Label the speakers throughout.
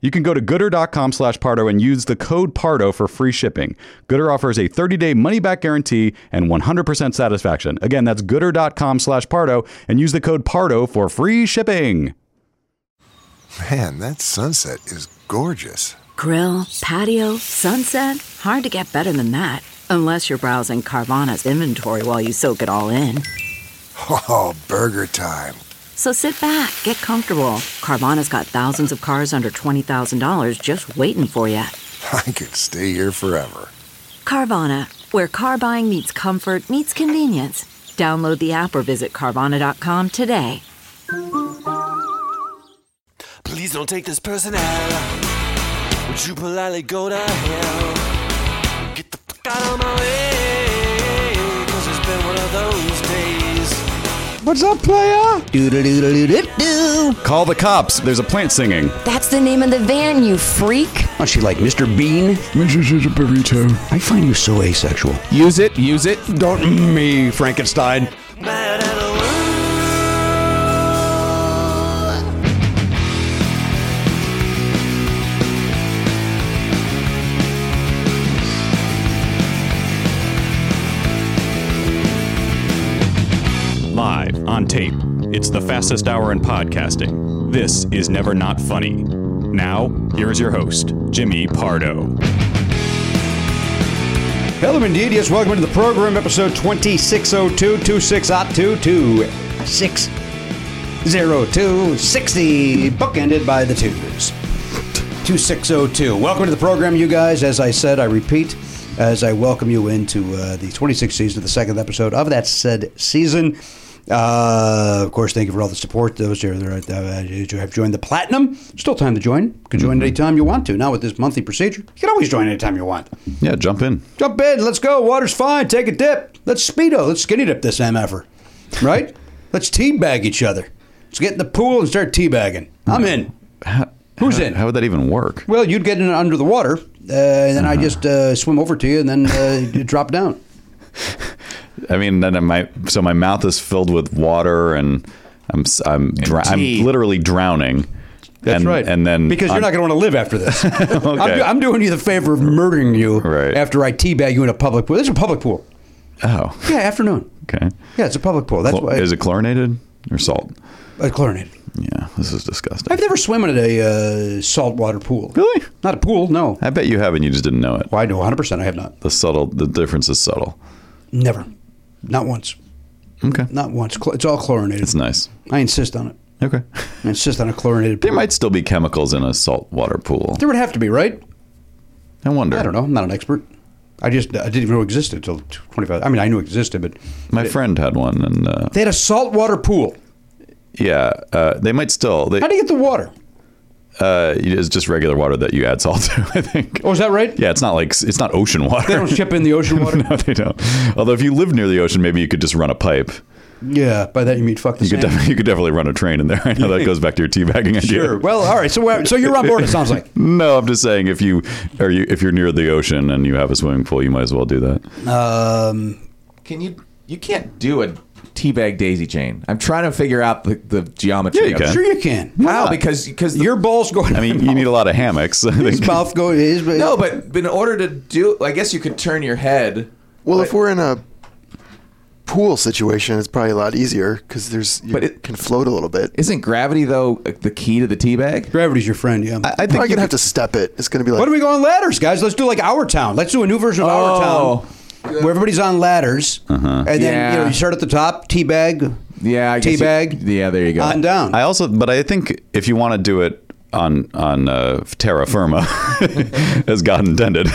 Speaker 1: You can go to gooder.com slash Pardo and use the code Pardo for free shipping. Gooder offers a 30-day money-back guarantee and 100% satisfaction. Again, that's gooder.com slash Pardo and use the code Pardo for free shipping.
Speaker 2: Man, that sunset is gorgeous.
Speaker 3: Grill, patio, sunset. Hard to get better than that. Unless you're browsing Carvana's inventory while you soak it all in.
Speaker 2: Oh, burger time.
Speaker 3: So sit back, get comfortable. Carvana's got thousands of cars under $20,000 just waiting for you.
Speaker 2: I could stay here forever.
Speaker 3: Carvana, where car buying meets comfort, meets convenience. Download the app or visit Carvana.com today.
Speaker 4: Please don't take this person out. Would you politely go to hell? Get the fuck out of my way, cause it's been one of those days.
Speaker 5: What's up, player?
Speaker 6: Doo-doo-doo-doo-doo.
Speaker 1: Call the cops. There's a plant singing.
Speaker 6: That's the name of the van, you freak.
Speaker 5: Oh, she like Mr. Bean?
Speaker 7: This is a burrito.
Speaker 5: I find you so asexual.
Speaker 8: Use it, use it.
Speaker 5: Don't mm me, Frankenstein.
Speaker 4: Mad at the world.
Speaker 1: Live on tape. It's the fastest hour in podcasting. This is Never Not Funny. Now, here is your host, Jimmy Pardo.
Speaker 5: Hello, indeed. Yes, welcome to the program, episode 2602, 26 oh bookended by the twos. 2602. Welcome to the program, you guys. As I said, I repeat, as I welcome you into uh, the 26th season of the second episode of that said season. Uh, of course, thank you for all the support. Those who are- uh, who have joined the platinum, still time to join. You can
Speaker 1: Mm-hmm.
Speaker 5: join anytime you want to. Now with this monthly procedure, you can always join anytime you want.
Speaker 1: Yeah, jump in.
Speaker 5: Jump in. Let's go. Water's fine. Take a dip. Let's speedo. Let's skinny dip this mf'er. Right? let's teabag each other. Let's get in the pool and start teabagging. I'm in. Who's in?
Speaker 1: How would that even work?
Speaker 5: Well, you'd get in under the water, uh, and then I just uh, swim over to you, and then uh, you drop down.
Speaker 1: I mean, then my so my mouth is filled with water and I'm s- I'm dr- I'm
Speaker 8: tea.
Speaker 1: literally drowning. and, And then
Speaker 5: because you're
Speaker 1: I'm-
Speaker 5: not going to want to live after this. I'm, do- I'm doing you the favor of murdering you
Speaker 1: Right.
Speaker 5: after I teabag you in a public pool. This is a public pool.
Speaker 1: Oh,
Speaker 5: Yeah, afternoon.
Speaker 1: okay.
Speaker 5: Yeah, it's a public pool. That's
Speaker 1: Cl-
Speaker 5: why.
Speaker 1: is it chlorinated? or salt.
Speaker 5: Uh, chlorinated.
Speaker 1: Yeah, this is disgusting.
Speaker 5: I've never swum in a uh, saltwater pool.
Speaker 1: Really?
Speaker 5: Not a pool, no.
Speaker 1: I bet you have, and you just didn't know it.
Speaker 5: Well, I know 100% I have not.
Speaker 1: The subtle, the difference is subtle.
Speaker 5: Never. Not once.
Speaker 1: Okay,
Speaker 5: Not once. Chl- It's all chlorinated.
Speaker 1: it's nice.
Speaker 5: I insist on it.
Speaker 1: Okay,
Speaker 5: I insist on a chlorinated pool.
Speaker 1: there might still be chemicals in a saltwater pool.
Speaker 5: There would have to be, right?
Speaker 1: I wonder.
Speaker 5: I don't know. I'm not an expert. I just I didn't even know it existed until 25. I mean, I knew it existed, but
Speaker 1: My friend had one, and uh,
Speaker 5: they had a saltwater pool.
Speaker 1: yeah, uh, they might still. They,
Speaker 5: How do you get the water?
Speaker 1: uh, it's just regular water that you add salt to. I think.
Speaker 5: Oh, is that right?
Speaker 1: Yeah, it's not like it's not ocean water.
Speaker 5: They don't ship in the ocean water.
Speaker 1: no, they don't. Although, if you live near the ocean, maybe you could just run a pipe.
Speaker 5: Yeah, by that you mean fuck the
Speaker 1: You could,
Speaker 5: sand.
Speaker 1: def- you could definitely run a train in there. I know that goes back to your teabagging idea.
Speaker 5: Sure. Well, all right. So we're- so you're on board. It sounds like.
Speaker 1: No, I'm just saying if you are you if you're near the ocean and you have a swimming pool, you might as well do that.
Speaker 5: Um,
Speaker 7: Can you? You can't do a teabag daisy chain. I'm trying to figure out the, the geometry.
Speaker 1: Yeah, you
Speaker 7: of it.
Speaker 1: can.
Speaker 5: sure you can.
Speaker 7: How? Because because the-
Speaker 5: your balls going.
Speaker 1: I mean, you need a lot of hammocks. I
Speaker 5: his
Speaker 1: think.
Speaker 5: mouth go. His,
Speaker 7: no, but in order to do, I guess you could turn your head.
Speaker 8: Well, if we're in a pool situation, it's probably a lot easier because there's you
Speaker 7: But it-
Speaker 8: can float a little bit.
Speaker 7: Isn't gravity though the key to the teabag?
Speaker 5: gravity's your friend. Yeah.
Speaker 1: I
Speaker 8: Probably
Speaker 1: think you
Speaker 8: gonna have to step it. It's gonna be like
Speaker 5: Why do we go on ladders, guys? Let's do like Our Town. Let's do a new version of
Speaker 7: Oh.
Speaker 5: Our Town, where everybody's on ladders,
Speaker 1: Uh-huh.
Speaker 5: and then you know
Speaker 7: Yeah.
Speaker 5: you start at the top, tea bag,
Speaker 7: Yeah, I guess
Speaker 5: tea
Speaker 7: you-
Speaker 5: bag,
Speaker 7: yeah, there you go.
Speaker 5: on down.
Speaker 1: I also, but I think if you want to do it on on uh, terra firma, as God intended,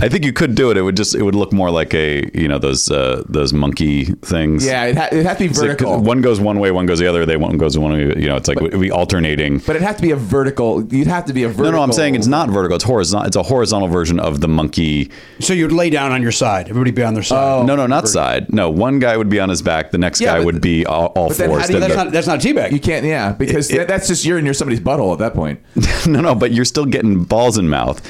Speaker 1: I think you could do it. It would just it would look more like a you know those uh, those monkey things.
Speaker 7: Yeah, it, ha- it has to be
Speaker 1: It's like, 'cause
Speaker 7: vertical.
Speaker 1: one goes one way, one goes the other. They one goes one way. You know, it's like we we alternating.
Speaker 7: but it has to be a vertical. You'd have to be a vertical.
Speaker 1: No, no, I'm saying it's not vertical. It's horizontal. It's a horizontal version of the monkey.
Speaker 5: so you'd lay down on your side. Everybody be on their side.
Speaker 1: no, no, not side. No, one guy would be on his back. The next
Speaker 7: Yeah,
Speaker 1: guy
Speaker 7: but-
Speaker 1: would be all, all
Speaker 7: but then
Speaker 1: fours.
Speaker 7: how do you-
Speaker 1: then
Speaker 5: that's
Speaker 1: the-
Speaker 5: not that's not a tea bag.
Speaker 7: You can't. Yeah, because that, that's just you're in your somebody's butthole at that point.
Speaker 1: no, no, but you're still getting balls in mouth.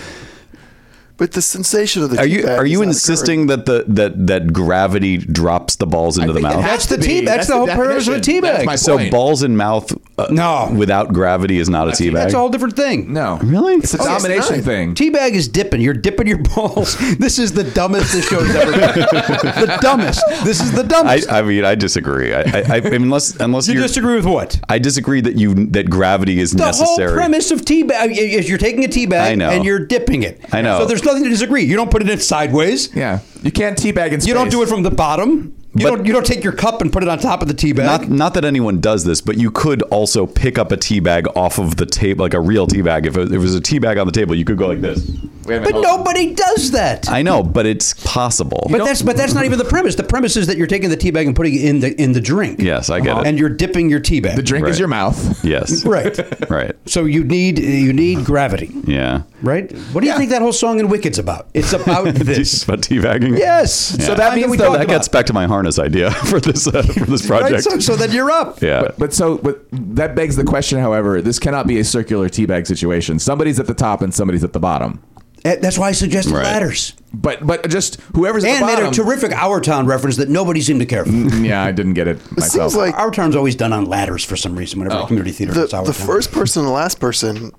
Speaker 8: But the sensation of the
Speaker 1: Are you
Speaker 8: teabag
Speaker 1: are
Speaker 8: is
Speaker 1: you
Speaker 8: not
Speaker 1: insisting that the that that gravity drops the balls into the
Speaker 7: think it
Speaker 1: mouth?
Speaker 7: has
Speaker 5: that's the
Speaker 7: to be.
Speaker 5: tea. That's,
Speaker 7: That's
Speaker 5: the
Speaker 7: the
Speaker 5: whole purpose of a tea
Speaker 7: definition. That's
Speaker 5: bag.
Speaker 7: my
Speaker 1: So
Speaker 7: point.
Speaker 1: balls in mouth uh,
Speaker 5: No.
Speaker 1: without gravity is not a tea bag.
Speaker 5: That's a whole different thing.
Speaker 7: No,
Speaker 1: Really?
Speaker 7: it's a
Speaker 1: Oh,
Speaker 8: it's
Speaker 7: domination
Speaker 8: not.
Speaker 7: thing.
Speaker 5: Tea bag is dipping. You're dipping your balls. This is the dumbest this show's ever been. the dumbest. This is the
Speaker 1: I,
Speaker 5: dumbest.
Speaker 1: I mean, I disagree. I, I, I unless unless
Speaker 5: you
Speaker 1: you're,
Speaker 5: disagree with what?
Speaker 1: I disagree that you that gravity is
Speaker 5: The
Speaker 1: necessary.
Speaker 5: whole premise of tea bag is you're taking a tea bag
Speaker 1: I know.
Speaker 5: and you're dipping it.
Speaker 1: I know.
Speaker 5: So there's nothing to disagree. You don't put it in sideways.
Speaker 7: Yeah, you can't teabag in space.
Speaker 5: You don't do it from the bottom. You
Speaker 1: But-
Speaker 5: don't. You don't take your cup and put it on top of the tea bag.
Speaker 1: Not, not that anyone does this, but you could also pick up a tea bag off of the table, like a real tea bag. If it, if it was a tea bag on the table, you could go like this.
Speaker 7: Wait a minute,
Speaker 5: but
Speaker 7: hold on.
Speaker 5: nobody does that.
Speaker 1: I know, but it's possible.
Speaker 5: but that's but that's not even the premise. The premise is that you're taking the tea bag and putting it in the in the drink.
Speaker 1: Yes, I get it.
Speaker 5: And you're dipping your tea bag.
Speaker 7: The drink
Speaker 1: Right.
Speaker 7: is your mouth.
Speaker 1: yes,
Speaker 5: Right.
Speaker 1: right,
Speaker 5: So you need you need gravity.
Speaker 1: yeah.
Speaker 5: Right? What do you think that whole song in Wicked's about? It's about this.
Speaker 1: But teabagging.
Speaker 5: yes.
Speaker 1: Yeah.
Speaker 5: So that means
Speaker 1: So that gets back to my harness idea for this uh, for this
Speaker 5: Right?
Speaker 1: project.
Speaker 5: So, so then you're up.
Speaker 1: yeah.
Speaker 7: But, but so but that begs the question. However, this cannot be a circular teabag situation. Somebody's at the top and somebody's at the bottom.
Speaker 5: Eh, That's why I suggested
Speaker 1: Right.
Speaker 5: ladders.
Speaker 7: But but just whoever's at
Speaker 5: And
Speaker 7: the
Speaker 5: made
Speaker 7: bottom.
Speaker 5: a terrific Our Town reference that nobody seemed to care
Speaker 1: Mm-hmm.
Speaker 5: for.
Speaker 7: yeah, I didn't get it
Speaker 8: It
Speaker 7: myself.
Speaker 8: seems like
Speaker 5: Our Town's always done on ladders for some reason
Speaker 1: Oh.
Speaker 5: whenever a community theater
Speaker 8: the,
Speaker 5: does Our
Speaker 8: the
Speaker 5: Town.
Speaker 8: first person and the last person,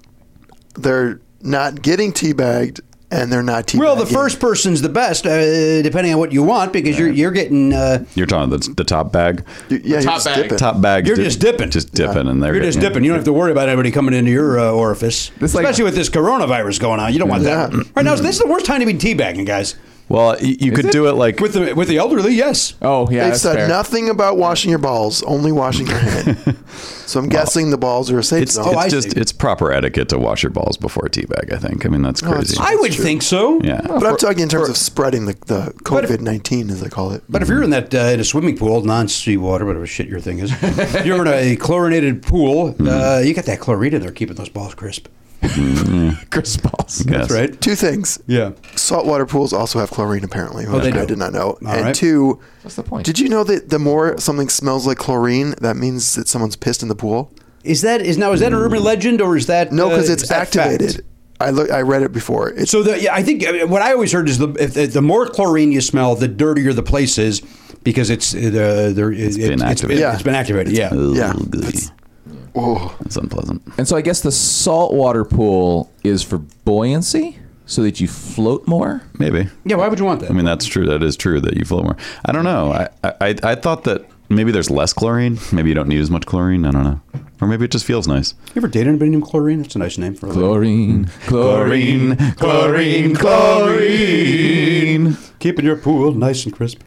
Speaker 8: they're not getting teabagged and they're not teabagged.
Speaker 5: well, the first person's the best, uh, depending on what you want, because you're you're getting uh,
Speaker 1: You're talking the, the top bag.
Speaker 7: top
Speaker 8: yeah, you're just
Speaker 7: bag.
Speaker 8: dipping.
Speaker 1: Top bag.
Speaker 5: You're just dipping.
Speaker 1: Just dipping, and there
Speaker 5: you're just dipping. You don't have to worry about anybody coming into your uh, orifice,
Speaker 7: It's like-
Speaker 5: especially with this coronavirus going on. You don't want
Speaker 8: Yeah.
Speaker 5: that. Right now, this is the worst time to be teabagging, guys.
Speaker 1: Well, you, you could do it like
Speaker 5: With the with the elderly, yes.
Speaker 7: oh yeah,
Speaker 8: They've
Speaker 7: that's
Speaker 8: said
Speaker 7: fair.
Speaker 8: nothing about washing your balls, only washing your hand. so I'm guessing the Oh, balls are a safe
Speaker 1: It's,
Speaker 8: zone.
Speaker 1: it's
Speaker 5: I
Speaker 1: just
Speaker 5: see.
Speaker 1: it's proper etiquette to wash your balls before a teabag. I think. I mean that's crazy.
Speaker 5: I would think so.
Speaker 1: yeah.
Speaker 8: but I'm talking in terms of spreading the, the COVID 19, as I call it.
Speaker 5: But if you're in that uh, in a swimming pool, non-sea water, whatever shit your thing is, you're in a chlorinated pool. Uh, you got that chlorine in there, keeping those balls crisp.
Speaker 7: Chris Balls.
Speaker 1: Yes.
Speaker 5: right.
Speaker 8: Two things.
Speaker 5: Yeah.
Speaker 8: Saltwater pools also have chlorine, apparently. which
Speaker 5: Oh, they do.
Speaker 8: I did not know. and
Speaker 5: right.
Speaker 8: two,
Speaker 7: What's the point?
Speaker 8: did you know that the more something smells like chlorine, that means that someone's pissed in the pool?
Speaker 5: Is that is now is that an urban legend or is that
Speaker 8: No, because
Speaker 5: uh, is
Speaker 8: it's
Speaker 5: that fact?
Speaker 8: activated. I look. I read it before. It's
Speaker 5: So the, yeah, I think uh, what I always heard is the if, if the more chlorine you smell, the dirtier the place is because it's uh, the there it's,
Speaker 1: been activated.
Speaker 8: Yeah.
Speaker 5: it's been activated. Yeah.
Speaker 8: yeah.
Speaker 1: It's,
Speaker 8: oh,
Speaker 1: unpleasant.
Speaker 7: And so I guess the saltwater pool is for buoyancy, so that you float more.
Speaker 1: Maybe.
Speaker 5: Yeah. Why would you want that?
Speaker 1: I mean that's true. That is true that you float more. I don't know. I I, I thought that Maybe there's less chlorine. Maybe you don't need as much chlorine. I don't know. Or maybe it just feels nice.
Speaker 5: You ever dated anybody named Chlorine? That's a nice name for a lady.
Speaker 7: Chlorine, chlorine, chlorine, chlorine.
Speaker 5: Keeping your pool nice and crisp.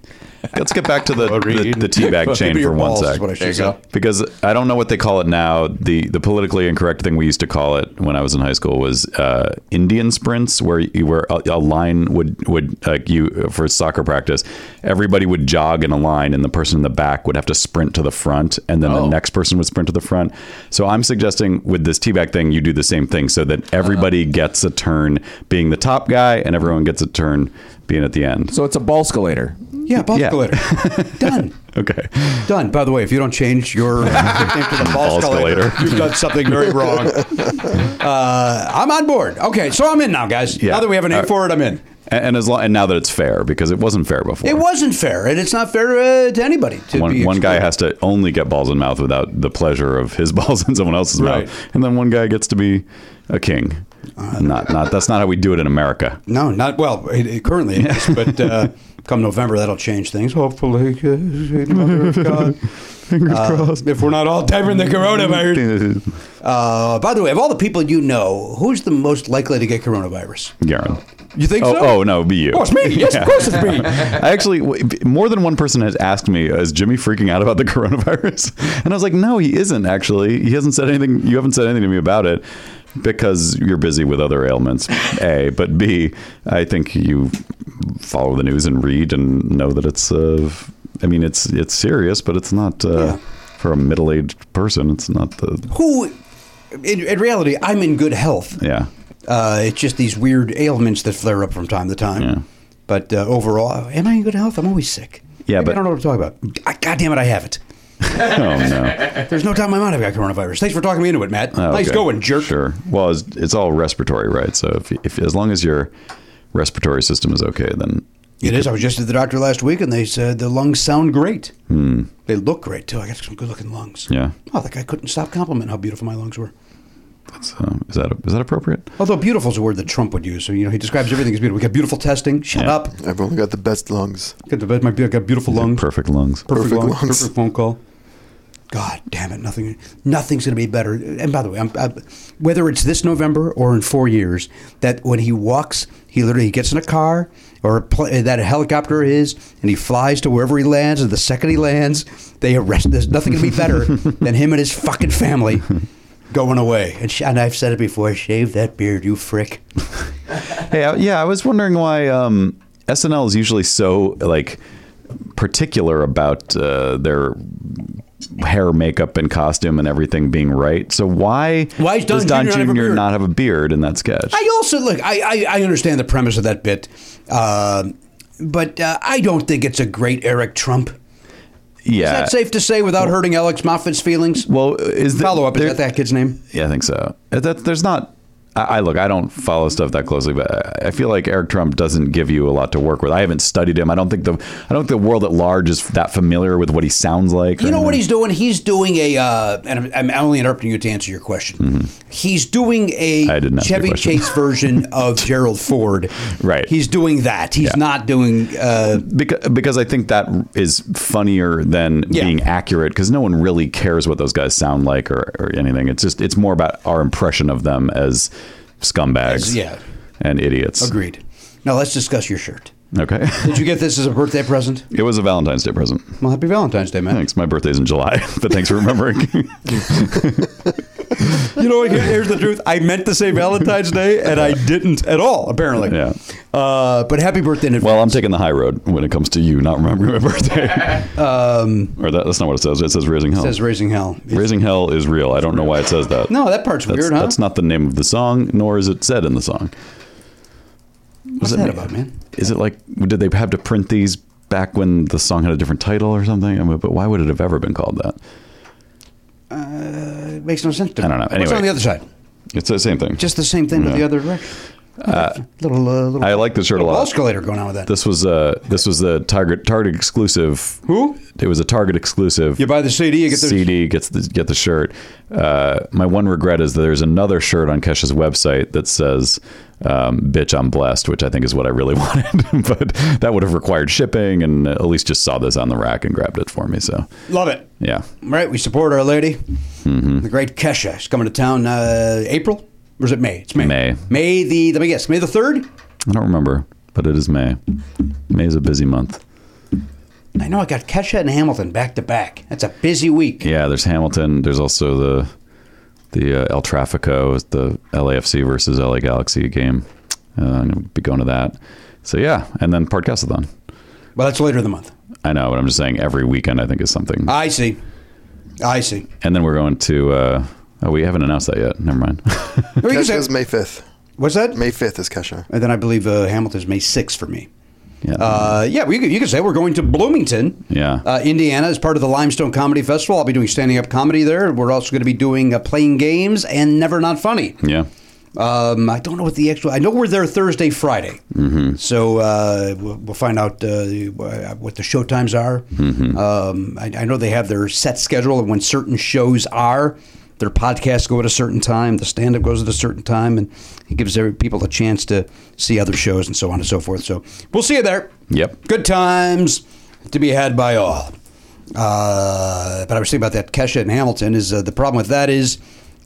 Speaker 1: Let's get back to the, the, the teabag
Speaker 5: Keeping
Speaker 1: chain for
Speaker 5: your
Speaker 1: one
Speaker 5: balls
Speaker 1: sec.
Speaker 5: is what I should say.
Speaker 1: because I don't know what they call it now. The the politically incorrect thing we used to call it when I was in high school was uh, Indian sprints, where you, where a, a line would would like you for soccer practice, everybody would jog in a line, and the person in the back would have to sprint to the front, and then the next person would sprint to the front. So I'm suggesting with this teabag thing, you do the same thing, so that everybody gets a turn being the top guy, and everyone gets a turn being at the end.
Speaker 7: So it's a ball escalator.
Speaker 5: Yeah, ball
Speaker 1: Yeah.
Speaker 5: escalator. Done.
Speaker 1: Okay.
Speaker 5: Done. By the way, if you don't change your uh, nickname to the ball
Speaker 1: Ball escalator.
Speaker 5: escalator, you've done something very wrong. Uh, I'm on board. Okay, so I'm in now, guys.
Speaker 1: Yeah.
Speaker 5: Now that we have a name for it, I'm in.
Speaker 1: And, and as long, and now that it's fair, because it wasn't fair before.
Speaker 5: It wasn't fair, and it's not fair uh, to anybody. To
Speaker 1: one,
Speaker 5: be
Speaker 1: one guy
Speaker 5: excluded.
Speaker 1: has to only get balls in mouth without the pleasure of his balls in someone else's
Speaker 5: Right. Uh,
Speaker 1: mouth, and then one guy gets to be a king. Not not that's not how we do it in America.
Speaker 5: No, not well. It, it currently it is, but uh, come November, that'll change things. Hopefully, uh, Mother of God. Uh, If we're not all dead from the coronavirus. Uh, by the way, of all the people you know, who's the most likely to get coronavirus?
Speaker 1: Garen.
Speaker 5: You think
Speaker 1: Oh,
Speaker 5: so?
Speaker 1: oh no, be you.
Speaker 5: Oh, it's me. Yes, of course it's me.
Speaker 1: I actually, w- more than one person has asked me, uh, "Is Jimmy freaking out about the coronavirus?" And I was like, "No, he isn't. Actually, he hasn't said anything. You haven't said anything to me about it because you're busy with other ailments. A, but B, I think you follow the news and read and know that it's. Uh, I mean, it's it's serious, but it's not uh, for a middle-aged person. It's not the
Speaker 5: Who, in, in reality, I'm in good health.
Speaker 1: yeah.
Speaker 5: Uh, it's just these weird ailments that flare up from time to time.
Speaker 1: Yeah.
Speaker 5: But uh, overall, am I in good health? I'm always sick.
Speaker 1: Yeah,
Speaker 5: Maybe
Speaker 1: but-
Speaker 5: I don't know what I'm talking about. I, God damn it, I have it.
Speaker 1: Oh no.
Speaker 5: There's no doubt in my mind I've got coronavirus. Thanks for talking me into it, Matt.
Speaker 1: Oh,
Speaker 5: nice
Speaker 1: okay.
Speaker 5: going, jerk.
Speaker 1: Sure. Well, it's, it's all respiratory, right? So if, if as long as your respiratory system is okay, then
Speaker 5: It is. I was just at the doctor last week, and they said the lungs sound great. They look great too. I got some good-looking lungs.
Speaker 1: Hmm. Yeah.
Speaker 5: Oh, that guy couldn't stop complimenting how beautiful my lungs were.
Speaker 1: that's, uh, is that is that appropriate?
Speaker 5: Although "beautiful" is a word that Trump would use, so you know he describes everything as beautiful. We got beautiful testing. Shut
Speaker 1: Yeah.
Speaker 5: up.
Speaker 8: I've only got the best lungs.
Speaker 5: Got the, my, got beautiful lungs.
Speaker 1: Perfect lungs.
Speaker 5: perfect,
Speaker 8: Perfect
Speaker 5: lungs,
Speaker 8: lungs.
Speaker 5: perfect phone call. God damn it! Nothing, nothing's going to be better. And by the way, I'm, i whether it's this November or in four years, that when he walks, he literally gets in a car or a pl- that helicopter is, and he flies to wherever he lands. And the second he lands, they arrest. There's nothing going to be better than him and his fucking family going away. And, sh- and I've said it before: shave that beard, you frick.
Speaker 1: Hey, I, yeah, I was wondering why um, SNL is usually so like particular about uh, their hair, makeup, and costume and everything being right. So why
Speaker 5: Why does
Speaker 1: does
Speaker 5: Don
Speaker 1: Don
Speaker 5: Jr. not have a
Speaker 1: Jr.
Speaker 5: beard?
Speaker 1: not have a beard in that sketch?
Speaker 5: I also look. I I, I understand the premise of that bit, uh, but uh, I don't think it's a great Eric Trump. Is
Speaker 1: yeah.
Speaker 5: that safe to say without hurting Alex Moffat's feelings?
Speaker 1: Uh, well, is the,
Speaker 5: follow up. Is
Speaker 1: there-
Speaker 5: that that kid's name?
Speaker 1: Yeah, I think so. Uh, That, there's not. I, I look. I don't follow stuff that closely, but I- I feel like Eric Trump doesn't give you a lot to work with. I haven't studied him. I don't think the I don't think the world at large is that familiar with what he sounds like. or
Speaker 5: You know what
Speaker 1: anything.
Speaker 5: he's doing? He's doing a, uh, and I'm, I'm only interrupting you to answer your question. He's doing a
Speaker 1: Mm-hmm. I didn't ask your
Speaker 5: Chevy
Speaker 1: question.
Speaker 5: Chase version of Gerald Ford.
Speaker 1: Right.
Speaker 5: He's doing that. He's
Speaker 1: Yeah.
Speaker 5: not doing. Uh,
Speaker 1: because because I think that is funnier than
Speaker 5: Yeah.
Speaker 1: being accurate because no one really cares what those guys sound like or, or anything. It's just it's more about our impression of them as scumbags,
Speaker 5: As- yeah.
Speaker 1: and idiots.
Speaker 5: agreed. Now let's discuss your shirt.
Speaker 1: Okay,
Speaker 5: Did you get this as a birthday present?
Speaker 1: it was a Valentine's Day present.
Speaker 5: Well, happy Valentine's Day, man.
Speaker 1: Thanks. My birthday's in July, but thanks for remembering.
Speaker 5: You know, here- here's the truth. I meant to say Valentine's Day, and I didn't at all. Apparently.
Speaker 1: Yeah.
Speaker 5: Uh, but happy birthday in advance.
Speaker 1: Well, I'm taking the high road when it comes to you not remembering my birthday. um, or that, that's not what it says. It says raising hell.
Speaker 5: It says raising hell.
Speaker 1: raising hell is real. I don't know why it says that.
Speaker 5: No, that part's
Speaker 1: that's,
Speaker 5: weird, huh?
Speaker 1: that's not the name of the song, nor is it said in the song.
Speaker 5: What's
Speaker 1: it
Speaker 5: that
Speaker 1: mean?
Speaker 5: about, man?
Speaker 1: Is it like did they have to print these back when the song had a different title or something? I mean, but why would it have ever been called that?
Speaker 5: It makes no sense to me.
Speaker 1: I don't know.
Speaker 5: What's
Speaker 1: Anyway.
Speaker 5: on the other side?
Speaker 1: It's the same thing.
Speaker 5: Just the same thing, but
Speaker 1: Yeah.
Speaker 5: the other direction. little, uh, little
Speaker 1: I like this shirt a lot.
Speaker 5: escalator going on with that.
Speaker 1: This was uh this was the Target Target exclusive.
Speaker 5: Who?
Speaker 1: It was a Target exclusive.
Speaker 5: you buy the CD, you get the
Speaker 1: CD gets the get the shirt. Uh, my one regret is that there's another shirt on Kesha's website that says um, "Bitch, I'm blessed," which I think is what I really wanted, but that would have required shipping. And Elise just saw this on the rack and grabbed it for me. So
Speaker 5: Love it.
Speaker 1: yeah,
Speaker 5: Right, we support Our Lady.
Speaker 1: Mm-hmm.
Speaker 5: The great Kesha is coming to town uh, April, or is it May? It's May.
Speaker 1: May.
Speaker 5: May the let me guess. May the third.
Speaker 1: I don't remember, but it is May. May is a busy month.
Speaker 5: I know I got Kesha and Hamilton back to back. That's a busy week.
Speaker 1: Yeah, there's Hamilton. There's also the the uh, El Trafico, is the LAFC versus LA Galaxy game. Uh, I'm gonna be going to that. So yeah, and then Podcastathon.
Speaker 5: Well, that's later in the month.
Speaker 1: I know, but I'm just saying every weekend I think is something.
Speaker 5: I see. I see.
Speaker 1: And then we're going to. Uh, oh, we haven't announced that yet. Never mind.
Speaker 5: Or you can say-
Speaker 8: Kesha's May 5th.
Speaker 5: What's that?
Speaker 8: May 5th is Kesha.
Speaker 5: And then I believe uh, Hamilton's May 6th for me.
Speaker 1: yeah.
Speaker 5: Uh, yeah, well, you could, you could say we're going to Bloomington,
Speaker 1: Yeah.
Speaker 5: uh, Indiana, as part of the Limestone Comedy Festival. I'll be doing standing up comedy there. We're also going to be doing uh, playing games and Never Not Funny.
Speaker 1: yeah.
Speaker 5: Um, I don't know what the actual. I know we're there Thursday, Friday. Mm-hmm. So uh, we'll, we'll find out uh, what the show times are. Um, I, I know they have their set schedule and when certain shows are. Their podcasts go at a certain time. The stand up goes at a certain time, and it gives every, people a chance to see other shows and so on and so forth. So we'll see you there.
Speaker 1: Yep.
Speaker 5: Good times to be had by all. Uh, but I was thinking about that Kesha and Hamilton. Is uh, the problem with that is,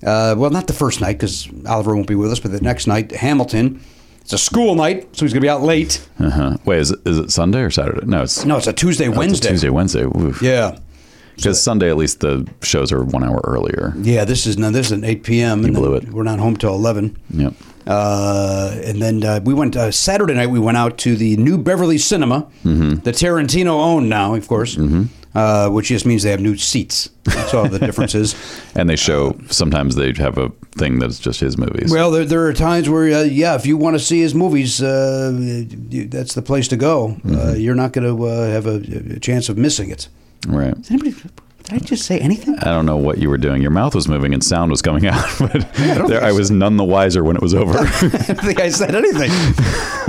Speaker 5: uh, well, not the first night because Oliver won't be with us, but the next night Hamilton. It's a school night, so he's going to be out late.
Speaker 1: Uh-huh. Wait, is it, is it Sunday or Saturday? No, it's
Speaker 5: No, it's a Tuesday,
Speaker 1: oh, it's a
Speaker 5: Wednesday.
Speaker 1: Tuesday, Wednesday. Because
Speaker 5: Yeah,
Speaker 1: Sunday, at least the shows are one hour earlier.
Speaker 5: yeah. This is now. This is at eight p.m. and
Speaker 1: blew
Speaker 5: then
Speaker 1: it.
Speaker 5: We're not home till eleven.
Speaker 1: Yep.
Speaker 5: Uh, and then uh, we went uh, Saturday night. We went out to the New Beverly Cinema, the Tarantino owned now, of course, uh, which just means they have new seats. That's all the difference is.
Speaker 1: And they show sometimes they have a thing that's just his movies.
Speaker 5: Well, there, there are times where, uh, yeah, if you want to see his movies, uh, you- that's the place to go. Uh, you're not going to uh, have a, a chance of missing it.
Speaker 1: right.
Speaker 5: Did anybody? Did I just say anything?
Speaker 1: I don't know what you were doing. Your mouth was moving and sound was coming out, but
Speaker 5: don't
Speaker 1: there,
Speaker 5: think
Speaker 1: I
Speaker 5: so.
Speaker 1: was none the wiser when it was over.
Speaker 5: I don't think I said anything.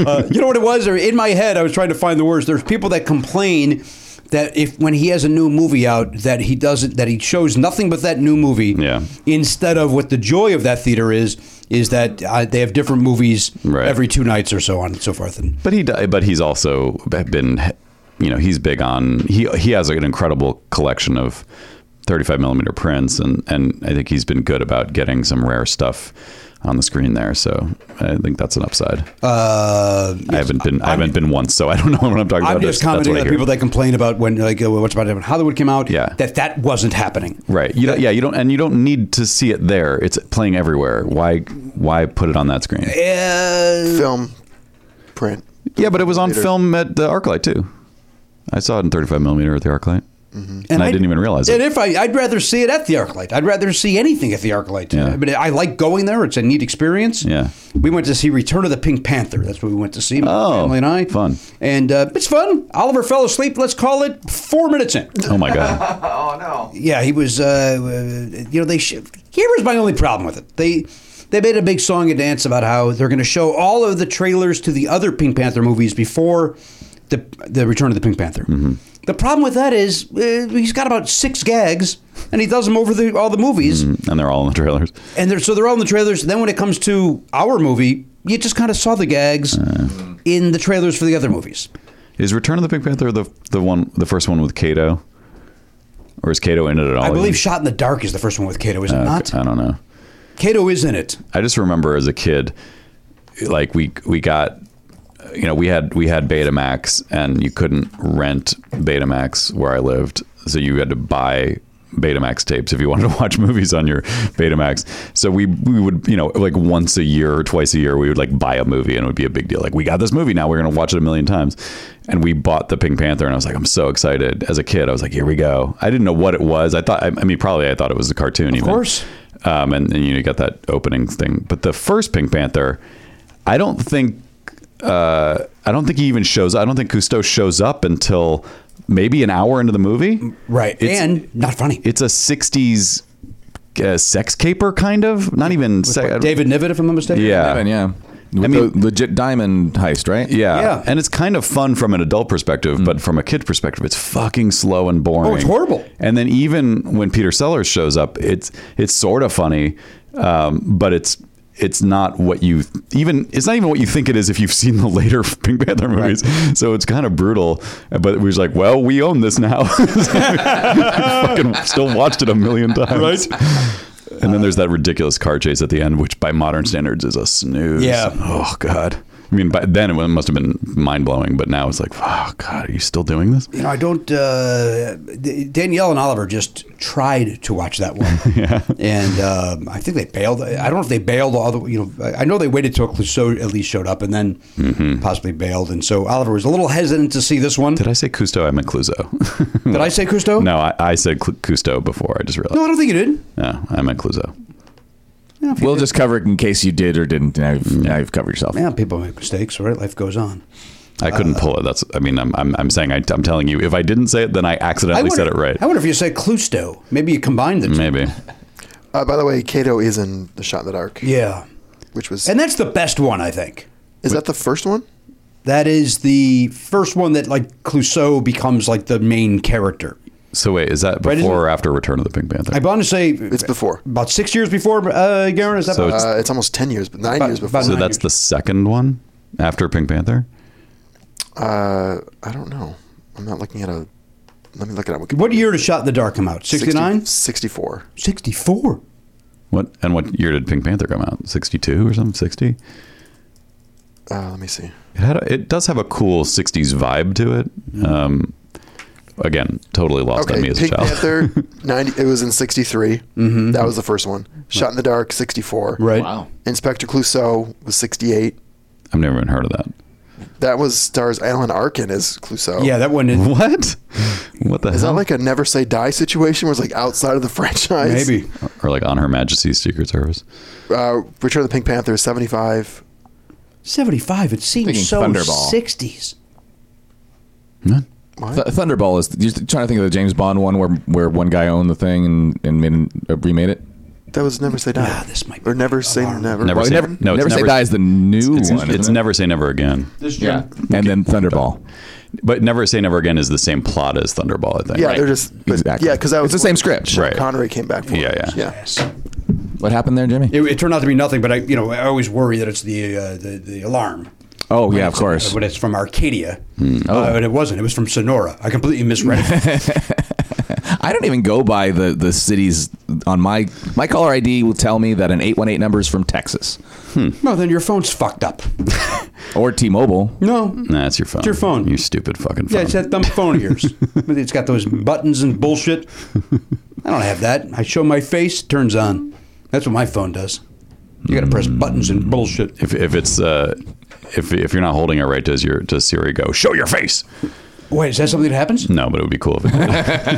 Speaker 5: Uh, you know what it was? Or In my head, I was trying to find the words. There's people that complain that if when he has a new movie out, that he doesn't, that he shows nothing but that new movie.
Speaker 1: Yeah.
Speaker 5: Instead of what the joy of that theater is, is that uh, they have different movies
Speaker 1: Right.
Speaker 5: every two nights or so on and so forth. And
Speaker 1: But he, di- but he's also been, you know, he's big on he he has an incredible collection of 35 millimeter prints, and and I think he's been good about getting some rare stuff on the screen there. So I think that's an upside.
Speaker 5: uh,
Speaker 1: I haven't been I haven't been once, so I don't know what I'm talking
Speaker 5: I'm
Speaker 1: about.
Speaker 5: just
Speaker 1: That's- that's
Speaker 5: commenting
Speaker 1: what I
Speaker 5: on the
Speaker 1: hear.
Speaker 5: people that complain about when like uh, what's about when Hollywood came out.
Speaker 1: Yeah.
Speaker 5: that that wasn't happening.
Speaker 1: Right. You don't, yeah, you don't and you don't need to see it there. It's playing everywhere. Why why put it on that screen?
Speaker 5: Uh,
Speaker 8: Film, print.
Speaker 1: Yeah, but it was on film at the ArcLight too. I saw it in 35 millimeter at the ArcLight. And I didn't even realize
Speaker 5: And
Speaker 1: it.
Speaker 5: if I, I'd rather see it at the ArcLight. I'd rather see anything at the ArcLight.
Speaker 1: Yeah.
Speaker 5: I mean, I like going there. It's a neat experience.
Speaker 1: Yeah.
Speaker 5: We went to see Return of the Pink Panther. That's what we went to see. My
Speaker 1: Oh,
Speaker 5: family and I.
Speaker 1: fun.
Speaker 5: And uh, it's fun. Oliver fell asleep. Let's call it four minutes in.
Speaker 1: Oh my god.
Speaker 5: Yeah, he was. Uh, uh, you know, they. Sh- Here was my only problem with it. They they made a big song and dance about how they're going to show all of the trailers to the other Pink Panther movies before the the Return of the Pink Panther.
Speaker 1: Mm-hmm.
Speaker 5: The problem with that is uh, he's got about six gags and he does them over the, all the movies,
Speaker 1: and they're all in the trailers.
Speaker 5: and they're so they're all in the trailers. And then when it comes to our movie, you just kind of saw the gags
Speaker 1: Uh.
Speaker 5: in the trailers for the other movies.
Speaker 1: Is Return of the Pink Panther the the one the first one with Kato? Or is Kato in it at all?
Speaker 5: I believe
Speaker 1: even?
Speaker 5: Shot in the Dark is the first one with Kato, is it
Speaker 1: Oh, Uh,
Speaker 5: not?
Speaker 1: I don't know.
Speaker 5: Kato is in it.
Speaker 1: I just remember as a kid, like we we got, you know, we had we had Betamax, and you couldn't rent Betamax where I lived, so you had to buy Betamax tapes if you wanted to watch movies on your Betamax. So we we would you know like once a year or twice a year we would like buy a movie and it would be a big deal. Like we got this movie now we're gonna watch it a million times, and we bought the Pink Panther and I was like I'm so excited. As a kid I was like here we go. I didn't know what it was. I thought I, I mean probably I thought it was a cartoon. Of
Speaker 5: course.
Speaker 1: um, and, and you got that opening thing. But the first Pink Panther, I don't think, uh, I don't think he even shows. I don't think Cousteau shows up until maybe an hour into the movie.
Speaker 5: Right.
Speaker 1: It's-
Speaker 5: and not funny.
Speaker 1: It's a '60s uh, sex caper kind of, not even se-
Speaker 5: David Niven, if I'm not mistaken.
Speaker 1: Yeah.
Speaker 7: Evan, yeah. With
Speaker 1: mean-
Speaker 7: the legit diamond heist, right?
Speaker 1: Yeah.
Speaker 5: Yeah.
Speaker 1: And it's kind of fun from an adult perspective, but from a kid perspective, it's fucking slow and boring.
Speaker 5: Oh, it's horrible.
Speaker 1: And then even when Peter Sellers shows up, it's it's sort of funny, um, but it's it's not what you even it's not even what you think it is if you've seen the later Pink Panther movies. So it's kind of brutal. But it was like, well, we own this now. fucking still watched it a million times. Right. And then there's that ridiculous car chase at the end, which by modern standards is a snooze.
Speaker 5: Yeah.
Speaker 1: Oh God. I mean, by then it must have been mind blowing, but now it's like, oh God, are you still doing this?
Speaker 5: You know, I don't. Uh, D- Danielle and Oliver just tried to watch that one, and um, I think they bailed. I don't know if they bailed all the. You know, I- I know they waited till Clouseau at least showed up, and then possibly bailed. And so Oliver was a little hesitant to see this one.
Speaker 1: Mm-hmm. Did I say Cousteau? I meant Clouseau.
Speaker 5: Did I say Cousteau?
Speaker 1: no, I, I said Cl- Cousteau before. I just realized.
Speaker 5: no, I don't think you did.
Speaker 1: No, I meant Clouseau.
Speaker 7: We'll just cover it in case you did or didn't. Now you've,
Speaker 1: Mm.
Speaker 7: now you've covered yourself.
Speaker 5: Yeah, people make mistakes, right? Life goes on.
Speaker 1: I couldn't pull it. That's. I mean, I'm. I'm, I'm saying. I, I'm telling you. If I didn't say it, then I accidentally said it right.
Speaker 5: I wonder if you said Clusto. Maybe you combined the two.
Speaker 1: Maybe.
Speaker 8: Uh, by the way, Kato is in The Shot in the Dark,
Speaker 5: Yeah,
Speaker 8: which was.
Speaker 5: and that's the best one, I think.
Speaker 8: is that the first one?
Speaker 5: That is the first one that like Clouseau becomes like the main character.
Speaker 1: So wait, is that
Speaker 5: Right,
Speaker 1: before
Speaker 5: isn't
Speaker 1: or after Return of the Pink Panther?
Speaker 5: I want to say
Speaker 8: It's before.
Speaker 5: about six years before uh, Garen. Is that
Speaker 1: So
Speaker 5: about-
Speaker 8: Uh, it's almost 10 years, but nine
Speaker 5: But-
Speaker 8: years
Speaker 5: but-
Speaker 8: before.
Speaker 1: so that's the second one after Pink Panther.
Speaker 8: uh, I don't know. I'm not looking at a. Let me look it up.
Speaker 5: what year did Shot in the Dark come out? 69?
Speaker 8: 64.
Speaker 5: 64.
Speaker 1: What and what year did Pink Panther come out? Sixty two or something? Sixty.
Speaker 8: Uh, let me see.
Speaker 1: It had a, it does have a cool '60s vibe to it. Um, again, totally lost on me
Speaker 8: Okay,
Speaker 1: as
Speaker 8: Pink
Speaker 1: a child.
Speaker 8: Panther, 90, it was in 63. Mm-hmm. That was the first one. Shot in the Dark, 64.
Speaker 5: Right.
Speaker 7: Wow.
Speaker 8: Inspector Clouseau was 68.
Speaker 1: I've never even heard of that.
Speaker 8: That was stars Alan Arkin as Clouseau.
Speaker 5: Yeah, that one is.
Speaker 1: What? What the
Speaker 8: Is that
Speaker 1: hell?
Speaker 8: like a never say die situation where it's like outside of the franchise?
Speaker 5: Maybe.
Speaker 1: or like on Her Majesty's Secret Service?
Speaker 8: Uh, Return of the Pink Panther is 75.
Speaker 5: 75. It seems
Speaker 7: Thinking
Speaker 5: so
Speaker 7: Thunderball.
Speaker 5: 60s.
Speaker 7: Th- Thunderball is. You're trying to think of the James Bond one where where one guy owned the thing and and made uh, remade it.
Speaker 8: That was Never Say Die.
Speaker 5: Ah, this might be
Speaker 8: or Never Say
Speaker 5: alarm.
Speaker 8: Never.
Speaker 1: Never
Speaker 7: Well,
Speaker 1: say
Speaker 7: never,
Speaker 1: no.
Speaker 7: never
Speaker 1: it's
Speaker 7: say
Speaker 1: never,
Speaker 7: die is the new
Speaker 1: It's,
Speaker 7: one.
Speaker 1: it's
Speaker 7: isn't it?
Speaker 1: never say never again.
Speaker 7: yeah. And then Thunderball.
Speaker 1: But never say never again is the same plot as Thunderball. I think.
Speaker 8: Yeah, they're just. But,
Speaker 7: Exactly.
Speaker 8: Yeah, because that was.
Speaker 7: It's the same script.
Speaker 8: Sean
Speaker 1: Right.
Speaker 8: Connery came back for
Speaker 1: Yeah,
Speaker 8: it.
Speaker 1: yeah.
Speaker 8: Yeah.
Speaker 5: Yes.
Speaker 7: What happened there, Jimmy?
Speaker 5: It, it turned out to be nothing, but I, you know, I always worry that it's the uh, the, the alarm.
Speaker 7: Oh yeah, of course.
Speaker 5: But it's from Arcadia. Uh, but it wasn't. It was from Sonora. I completely misread it.
Speaker 7: I don't even go by the the cities on my my caller ID will tell me that an eight one eight number is from Texas
Speaker 5: no, then your phone's fucked up.
Speaker 7: or T-Mobile.
Speaker 5: No.
Speaker 1: Nah, it's your phone. It's
Speaker 5: your phone.
Speaker 1: You stupid fucking phone.
Speaker 5: Yeah, it's that dumb phone of yours. it's got those buttons and bullshit. I don't have that. I show my face, turns on. That's what my phone does. You gotta press buttons and bullshit.
Speaker 1: if, if it's uh, if if you're not holding it right, does your does Siri go show your face?
Speaker 5: Wait, is that something that happens?
Speaker 1: No, but it would be cool if it did.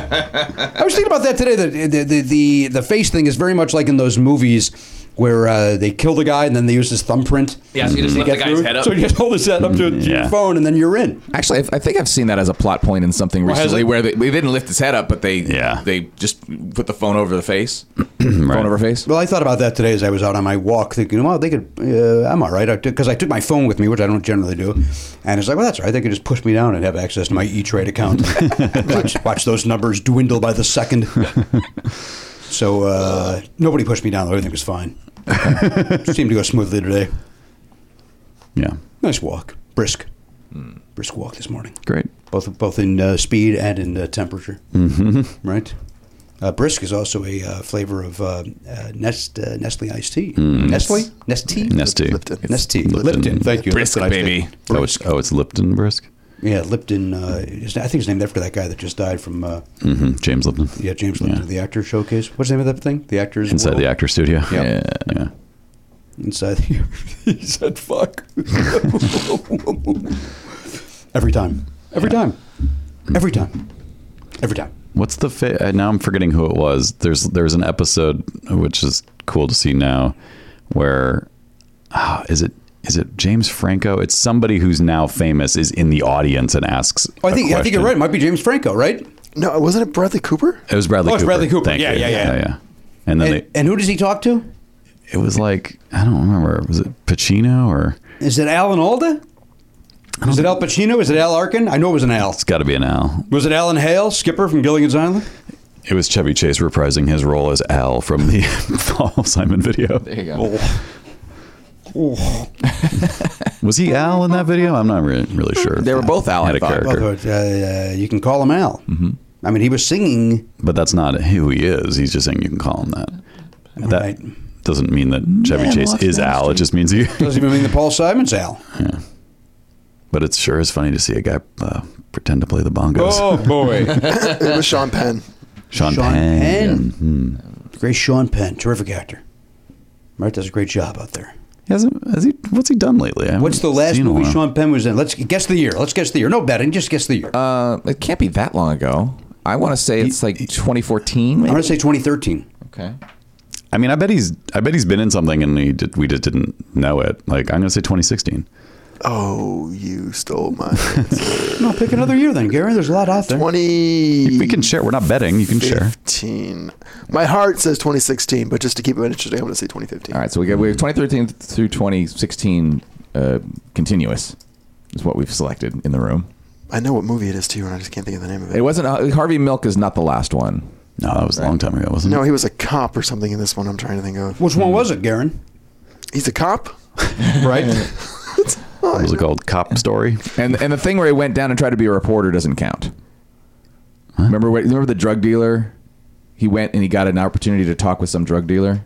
Speaker 5: I was thinking about that today. The the, the, the, the face thing is very much like in those movies where uh, they kill the guy and then they use his thumbprint.
Speaker 9: Yeah, so you just
Speaker 5: to
Speaker 9: lift the
Speaker 5: get
Speaker 9: guy's
Speaker 5: through.
Speaker 9: head up.
Speaker 5: So you just hold his head up to, to
Speaker 1: Yeah.
Speaker 5: your phone and then you're in.
Speaker 7: Actually, I, I think I've seen that as a plot point in something
Speaker 5: has
Speaker 7: recently
Speaker 5: it?
Speaker 7: where they, they didn't lift his head up, but they
Speaker 1: Yeah.
Speaker 7: they just put the phone over the face, phone over face.
Speaker 5: Well, I thought about that today as I was out on my walk, thinking, well, they could. Uh, I'm all right, because I, took my phone with me, which I don't generally do, and it's like, well, that's all right. They could just push me down and have access to my E-Trade account. watch, watch those numbers dwindle by the second. so uh, nobody pushed me down. though. Everything was fine. Seemed to go smoothly today.
Speaker 1: Yeah,
Speaker 5: Nice walk, brisk, brisk walk this morning.
Speaker 1: great.
Speaker 5: Both both in uh, speed and in uh, temperature. Mm-hmm. Right. Uh, brisk is also a uh, flavor of uh, uh, Nest uh, Nestle iced tea. Nestle Nestea
Speaker 1: Nesty.
Speaker 8: Lipton.
Speaker 5: Nestea
Speaker 1: Lipton.
Speaker 5: Lipton. Thank you.
Speaker 7: Brisk,
Speaker 5: Lipton iced
Speaker 7: baby.
Speaker 5: tea.
Speaker 1: Oh, it's oh, it's Lipton brisk.
Speaker 5: Yeah, Lipton. Uh, is, I think it's named after that guy that just died from uh,
Speaker 1: hmm James Lipton.
Speaker 5: yeah James Lipton of the Actors Showcase. What's the name of that thing? The Actors
Speaker 1: Inside
Speaker 5: World?
Speaker 1: the actor studio.
Speaker 5: Yeah.
Speaker 1: Yeah.
Speaker 5: Inside. The, he said fuck. Every time. Every time. Every time. Every time.
Speaker 1: What's the fa- uh, now? I'm forgetting who it was. There's there's an episode which is cool to see now, where ah, is it is it James Franco? It's somebody who's now famous is in the audience and asks.
Speaker 5: Oh, I
Speaker 1: a
Speaker 5: think I think you're
Speaker 1: question.
Speaker 5: right. It might be James Franco, right?
Speaker 8: No, wasn't it Bradley Cooper?
Speaker 1: It was Bradley.
Speaker 5: Oh, it's
Speaker 1: Cooper.
Speaker 5: Bradley Cooper.
Speaker 1: Thank
Speaker 5: Yeah,
Speaker 1: you.
Speaker 5: yeah, yeah.
Speaker 1: And then
Speaker 5: And, and who does he talk to?
Speaker 1: they it was like I don't remember. Was it Pacino or
Speaker 5: Is it Alan Alda? Is it Al Pacino? Is it Al Arkin? I know it was an Al.
Speaker 1: it's got to be an Al.
Speaker 5: Was it Alan Hale, skipper from Gilligan's Island?
Speaker 1: It was Chevy Chase reprising his role as Al from the Paul Simon video. There you
Speaker 7: go.
Speaker 1: Was he Al in that video? I'm not re- really sure.
Speaker 7: They were both Al,
Speaker 1: Had
Speaker 7: I
Speaker 1: a
Speaker 7: thought.
Speaker 1: character,
Speaker 5: Well, uh, you can call him Al. Mm-hmm. I mean, he was singing.
Speaker 1: but that's not who he is. He's just saying you can call him that. That
Speaker 5: Right.
Speaker 1: doesn't mean that Chevy
Speaker 7: Man,
Speaker 1: Chase
Speaker 7: what's
Speaker 1: is
Speaker 7: that
Speaker 1: Al. It
Speaker 7: street?
Speaker 1: just means he.
Speaker 5: Doesn't even mean the Paul Simon's Al.
Speaker 1: but it sure is funny to see a guy uh, pretend to play the bongos.
Speaker 5: boy.
Speaker 8: It was Sean Penn.
Speaker 1: Sean,
Speaker 5: Oh, Sean
Speaker 1: Penn.
Speaker 5: Penn.
Speaker 1: Yeah. Hmm.
Speaker 5: great Sean Penn, terrific actor. Right, does a great job out there.
Speaker 1: He hasn't. Has he? What's he done lately? I haven't
Speaker 5: What's the last
Speaker 1: seen a
Speaker 5: movie
Speaker 1: while.
Speaker 5: Sean Penn was in? Let's guess the year. Let's guess the year. No betting, just guess the year.
Speaker 7: Uh, it can't be that long ago. I want to say it's like 2014.
Speaker 5: I'm
Speaker 7: Maybe?
Speaker 5: going to say 2013.
Speaker 7: Okay.
Speaker 1: I mean, I bet he's. I bet he's been in something, and he did, we just didn't know it. Like I'm gonna say 2016.
Speaker 8: Oh, you stole my answer.
Speaker 5: No, pick another year then, Gary. There's a lot out there.
Speaker 1: We
Speaker 8: 2015.
Speaker 1: can share. We're not betting. You can share.
Speaker 8: My heart says 2016, but just to keep it interesting, I'm going to say 2015.
Speaker 7: All right. So we got we have 2013 through 2016 uh, continuous is what we've selected in the room.
Speaker 8: I know what movie it is too, and I just can't think of the name of it.
Speaker 7: It wasn't uh, Harvey Milk is not the last one.
Speaker 1: No, that was a long time ago, wasn't
Speaker 8: no,
Speaker 1: it?
Speaker 8: he was a cop or something in this one. I'm trying to think of.
Speaker 5: Which one was it, Garen?
Speaker 8: He's a cop.
Speaker 5: Right?
Speaker 1: What was it called? Cop story.
Speaker 7: And and the thing where he went down and tried to be a reporter doesn't count. Remember what, remember the drug dealer? He went and he got an opportunity to talk with some drug dealer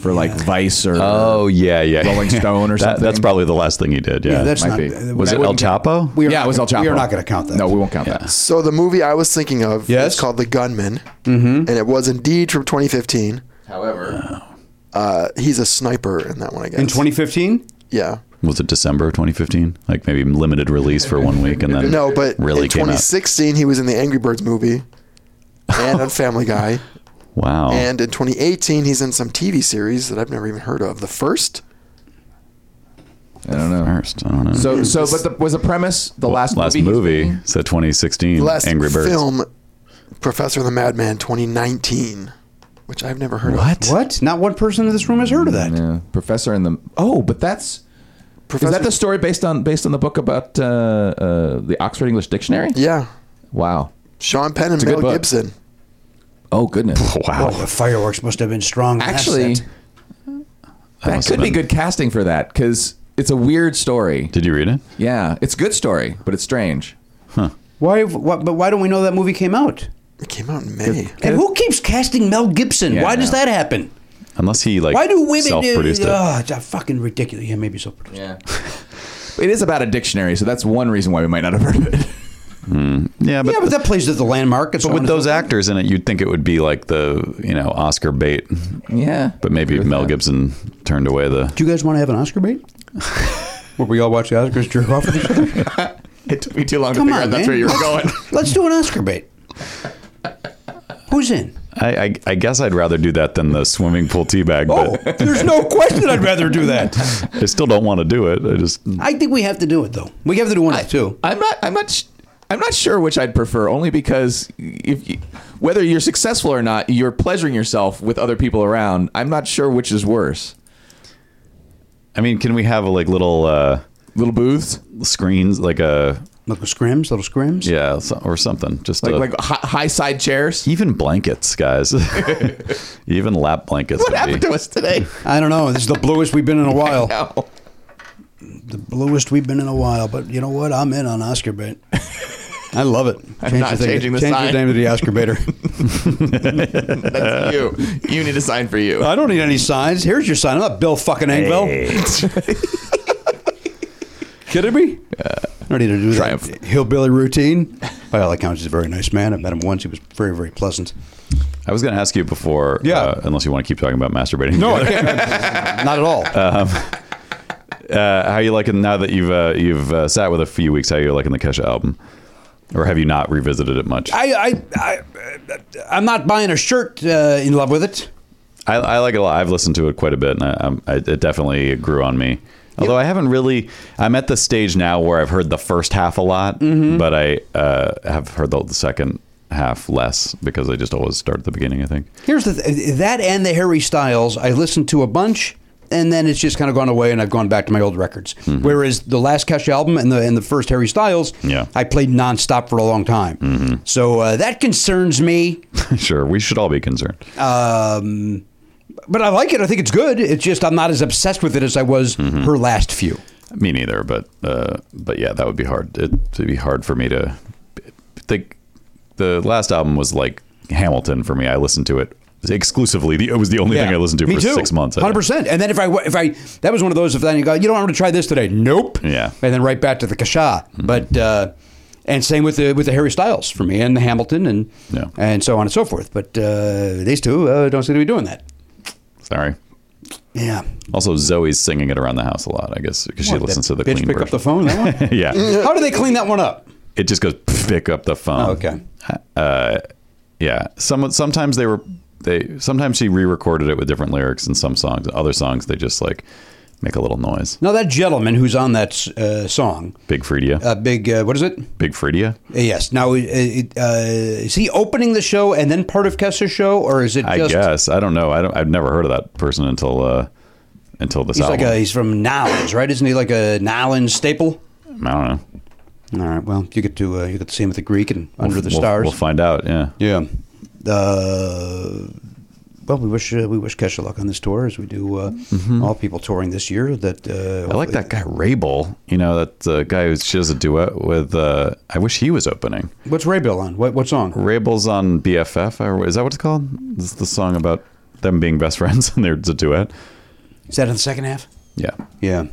Speaker 7: for like Vice or
Speaker 1: Oh yeah, yeah.
Speaker 7: Rolling Stone or
Speaker 1: That- That's
Speaker 7: something.
Speaker 1: probably the last thing he did. Yeah.
Speaker 5: that's
Speaker 7: might
Speaker 5: not.
Speaker 7: be.
Speaker 5: uh,
Speaker 1: was
Speaker 5: that
Speaker 1: it El
Speaker 5: wouldn't count.
Speaker 1: Chapo?
Speaker 5: We are
Speaker 7: yeah,
Speaker 5: not
Speaker 7: it was El
Speaker 5: gonna-
Speaker 7: Chapo.
Speaker 5: We are not going to count that.
Speaker 7: No, we won't count that.
Speaker 8: So the movie I was thinking of
Speaker 5: Yes?
Speaker 8: is called The Gunman, mm-hmm. and it was indeed from 2015.
Speaker 7: However,
Speaker 8: Uh, he's a sniper in that one, I guess.
Speaker 5: In 2015?
Speaker 8: yeah.
Speaker 1: was it December 2015? Like maybe limited release for one week and then
Speaker 8: No, but
Speaker 1: really
Speaker 8: in
Speaker 1: came out.
Speaker 8: 2016 he was in the Angry Birds movie, and on Family Guy,
Speaker 7: Oh.
Speaker 1: Wow.
Speaker 8: and in 2018 he's in some TV series that I've never even heard of. The first.
Speaker 7: I don't know.
Speaker 1: First, I don't know.
Speaker 7: So so but the, was the premise the last
Speaker 1: Mm. last
Speaker 7: movie?
Speaker 1: movie, so 2016,
Speaker 8: last
Speaker 1: Angry Birds.
Speaker 8: film, Professor the Madman, 2019, which I've never heard of.
Speaker 5: What? Not one person in this room has heard of that.
Speaker 7: Yeah, Professor and the Oh, but that's
Speaker 8: Professor,
Speaker 7: is that the story based on based on the book about uh, uh, the Oxford English Dictionary?
Speaker 8: Yeah,
Speaker 7: Wow.
Speaker 8: Sean Penn and
Speaker 7: a good
Speaker 8: Mel
Speaker 7: book.
Speaker 8: Gibson.
Speaker 7: Oh goodness.
Speaker 5: Wow, the fireworks must have been strong. in that
Speaker 7: Actually,
Speaker 5: set.
Speaker 7: that
Speaker 1: must have
Speaker 7: could be
Speaker 1: been-
Speaker 7: good casting for that because it's a weird story.
Speaker 1: Did you read it?
Speaker 7: Yeah, it's a good story, but it's strange.
Speaker 5: why? What, but why don't we know that movie came out?
Speaker 8: It came out in May.
Speaker 5: And who keeps casting Mel Gibson?
Speaker 7: Yeah,
Speaker 5: why
Speaker 7: I
Speaker 5: does
Speaker 7: know.
Speaker 5: that happen?
Speaker 1: Unless he like
Speaker 5: Why do women
Speaker 1: self-produced
Speaker 5: do?
Speaker 1: it.
Speaker 5: Oh, it's a fucking ridiculous. Yeah, maybe so. produced
Speaker 7: Yeah. it is about a dictionary, so that's one reason why we might not have heard of it.
Speaker 1: yeah, but,
Speaker 5: yeah, but that plays at the landmark. and so
Speaker 1: but
Speaker 5: on
Speaker 1: with
Speaker 5: and
Speaker 1: those
Speaker 5: so forth.
Speaker 1: actors in it, you'd think it would be like the you know Oscar bait,
Speaker 7: Yeah.
Speaker 1: but maybe Mel Gibson turned away the.
Speaker 5: do you guys want to have an Oscar bait? Where we all watch the Oscars jerk off with each other?
Speaker 7: It took me too long
Speaker 5: Come
Speaker 7: to figure
Speaker 5: on,
Speaker 7: out that's
Speaker 5: man.
Speaker 7: where you were going.
Speaker 5: Let's do an Oscar bait. Who's in?
Speaker 1: I, I I guess I'd rather do that than the swimming pool teabag,
Speaker 5: Oh,
Speaker 1: but
Speaker 5: there's no question. I'd rather do that.
Speaker 1: I still don't want to do it. I just
Speaker 5: I think we have to do it though. We have to do one of the two.
Speaker 7: I'm not I'm not sh- I'm not sure which I'd prefer only because if you, whether you're successful or not, you're pleasuring yourself with other people around. I'm not sure which is worse.
Speaker 1: I mean, can we have a, like little uh,
Speaker 7: Little booths,
Speaker 1: screens, like a
Speaker 5: Little scrims, little scrims.
Speaker 1: yeah, so- or something, just
Speaker 7: like
Speaker 1: a-
Speaker 7: like hi- high side chairs.
Speaker 1: even blankets, guys, even lap blankets.
Speaker 7: What
Speaker 1: would
Speaker 7: happened
Speaker 1: be.
Speaker 7: to us today?
Speaker 5: I don't know. This is the bluest we've been in a while.
Speaker 7: No.
Speaker 5: The bluest we've been in a while. But you know what? I'm in on Oscar bait. I love it.
Speaker 7: I'm
Speaker 5: Change
Speaker 7: not
Speaker 5: thing-
Speaker 7: changing the
Speaker 5: change
Speaker 7: sign.
Speaker 5: the name to the Oscar baiter.
Speaker 7: That's you. You need a sign for you.
Speaker 5: I don't need any signs. Here's your sign. I'm not Bill fucking Engvall. Kidding me? I don't need to do
Speaker 7: Uh, Triumph.
Speaker 5: that hillbilly routine. By all accounts, he's a very nice man. I met him once. He was very, very pleasant.
Speaker 1: I was going to ask you before,
Speaker 5: Yeah.
Speaker 1: uh, unless you want to keep talking about masturbating.
Speaker 5: I can't. not at all.
Speaker 1: uh, how you liking now that you've uh, you've uh, sat with a few weeks? How you liking the Kesha album, or have you not revisited it much? I,
Speaker 5: I, I, I, I'm not buying a shirt uh, in love with it.
Speaker 1: I, like it a lot. I've listened to it quite a bit, and I, I'm- I, it definitely grew on me. Although I haven't really, I'm at the
Speaker 5: Mm-hmm.
Speaker 1: stage now where I've heard the first half a lot, but I uh, have heard the, the second half less because I just always start at the beginning. I think.
Speaker 5: Here's the th- uh, that and the Harry Styles. I listened to a bunch, and then it's just kind of gone away, and I've gone back to my old records. Whereas the last Kesha album and the and the first Harry Styles,
Speaker 1: Yeah.
Speaker 5: I played nonstop for a long time. So uh, that concerns me.
Speaker 1: sure, we should all be concerned.
Speaker 5: Um, but I like it. I think it's good. It's just I'm not as obsessed with it as I was her last few.
Speaker 1: Me neither, but uh, but yeah, that would be hard. It would be hard for me to think. The last album was like Hamilton for me. I listened to it exclusively. The- It was the only thing I listened to
Speaker 5: me
Speaker 1: for
Speaker 5: too.
Speaker 1: six months. I think.
Speaker 5: Hundred percent. And then if I w- if I that was one of those if then you go you know what, I'm going to try this today. Nope.
Speaker 1: Yeah. Mm-hmm.
Speaker 5: And then right back to the Kasha. But uh, and same with the with the Harry Styles for me and the Hamilton and
Speaker 1: Yeah.
Speaker 5: and so on and so forth. But uh, these two uh, don't seem to be doing that.
Speaker 1: Sorry.
Speaker 5: Yeah.
Speaker 1: Also, Zoe's singing it around the house a lot. I guess because she
Speaker 5: What,
Speaker 1: listens to
Speaker 5: that
Speaker 1: the
Speaker 5: bitch
Speaker 1: clean
Speaker 5: pick
Speaker 1: version.
Speaker 5: up the phone. That one?
Speaker 1: yeah,
Speaker 5: How do they clean that one up?
Speaker 1: it just goes pick up the phone.
Speaker 5: Oh, okay.
Speaker 1: Uh, yeah. Some sometimes they were they sometimes she re-recorded it with different lyrics in some songs. Other songs they just like make a little noise.
Speaker 5: Now that gentleman who's on that uh, song,
Speaker 1: Big Freedia.
Speaker 5: uh, big uh, what is it?
Speaker 1: Big Freedia.
Speaker 5: Uh, Yes. Now, uh, it, uh, is he opening the show and then part of Kesha's show, or is it
Speaker 1: I
Speaker 5: just?
Speaker 1: guess I don't know. I don't. I've never heard of that person until uh, until this
Speaker 5: He's
Speaker 1: album.
Speaker 5: like a he's from Nolens, right? Isn't he like a Nolens staple?
Speaker 1: I don't know.
Speaker 5: All right. Well, you get to uh, you get to see him at the Greek and Under the
Speaker 1: We'll-
Speaker 5: Stars.
Speaker 1: We'll find out. Yeah.
Speaker 5: yeah. Uh, well, we wish uh, we wish Kesha luck on this tour, as we do uh, all people touring this year. That uh,
Speaker 1: Mm-hmm. I like that guy Rabel. You know that uh, guy who she does a duet with. Uh, I wish he was opening.
Speaker 5: What's Ray Bill on? What what song?
Speaker 1: Rabel's on BFF. Or is that what it's called? It's the song about them being best friends and there's a duet.
Speaker 5: Is that in the second half?
Speaker 1: Yeah.
Speaker 5: Yeah.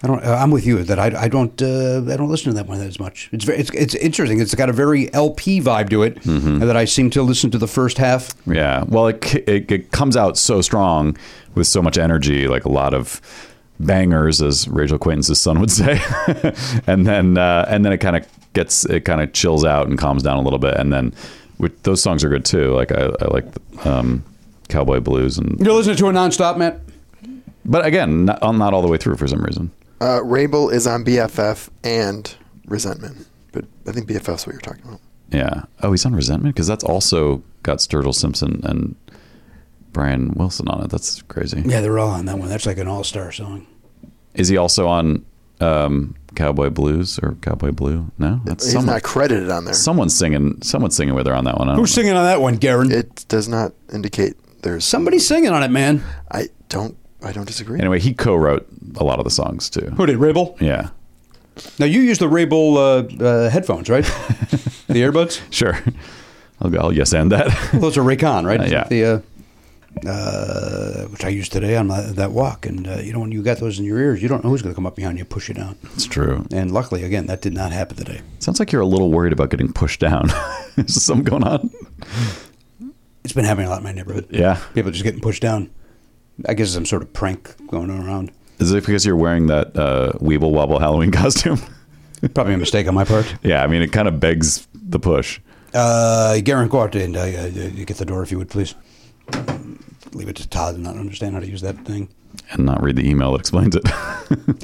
Speaker 5: I don't. Uh, I'm with you that I, I don't. Uh, I don't listen to that one as much. It's very. It's, it's interesting. It's got a very LP vibe to it,
Speaker 1: Mm-hmm.
Speaker 5: and that I seem to listen to the first half.
Speaker 1: Yeah. Well, it, c- it it comes out so strong with so much energy, like a lot of bangers, as Rachel Quainton's son would say, and then uh, and then it kind of gets it kind of chills out and calms down a little bit, and then with, those songs are good too. Like I, I like um, Cowboy Blues and
Speaker 5: You're listening to it nonstop, Matt.
Speaker 1: but again, not, not all the way through for some reason.
Speaker 8: Uh, Rabel is on BFF and Resentment, but I think BFF's what you're talking about.
Speaker 1: Yeah. Oh, he's on Resentment because that's also got Sturgill Simpson and Brian Wilson on it. That's crazy.
Speaker 5: Yeah, they're all on that one. That's like an all-star song.
Speaker 1: Is he also on um, Cowboy Blues or Cowboy Blue? No, that's
Speaker 8: He's
Speaker 1: someone.
Speaker 8: not credited on there.
Speaker 1: someone's singing. Someone's singing with her on that one. I don't
Speaker 5: Who's
Speaker 1: know.
Speaker 5: singing on that one, Garen?
Speaker 8: it does not indicate there's
Speaker 5: Somebody's singing on it, man.
Speaker 8: I don't. I don't disagree.
Speaker 1: Anyway, he co-wrote a lot of the songs too.
Speaker 5: Who did Rabel?
Speaker 1: Yeah,
Speaker 5: Now you use the Rabel uh, uh, headphones, right? the earbuds.
Speaker 1: sure. I'll, go- I'll yes and that.
Speaker 5: Well, those are Raycon, right?
Speaker 1: Uh, yeah.
Speaker 5: The uh, uh, which I used today on my, that walk, and uh, you know when you got those in your ears, you don't know who's going to come up behind you and push you down.
Speaker 1: it's true.
Speaker 5: And luckily, again, that did not happen today.
Speaker 1: Sounds like you're a little worried about getting pushed down. Is something going on?
Speaker 5: It's been happening a lot in my neighborhood.
Speaker 1: Yeah.
Speaker 5: People just getting pushed down. I guess it's some sort of prank going on around.
Speaker 1: Is it because you're wearing that uh, Weeble Wobble Halloween costume?
Speaker 5: Probably a mistake on my part.
Speaker 1: yeah, I mean it kind of begs the push.
Speaker 5: Uh, Garen, go out and uh, uh, get the door if you would, please. Leave it to Todd and not understand how to use that thing.
Speaker 1: And not read the email that explains it.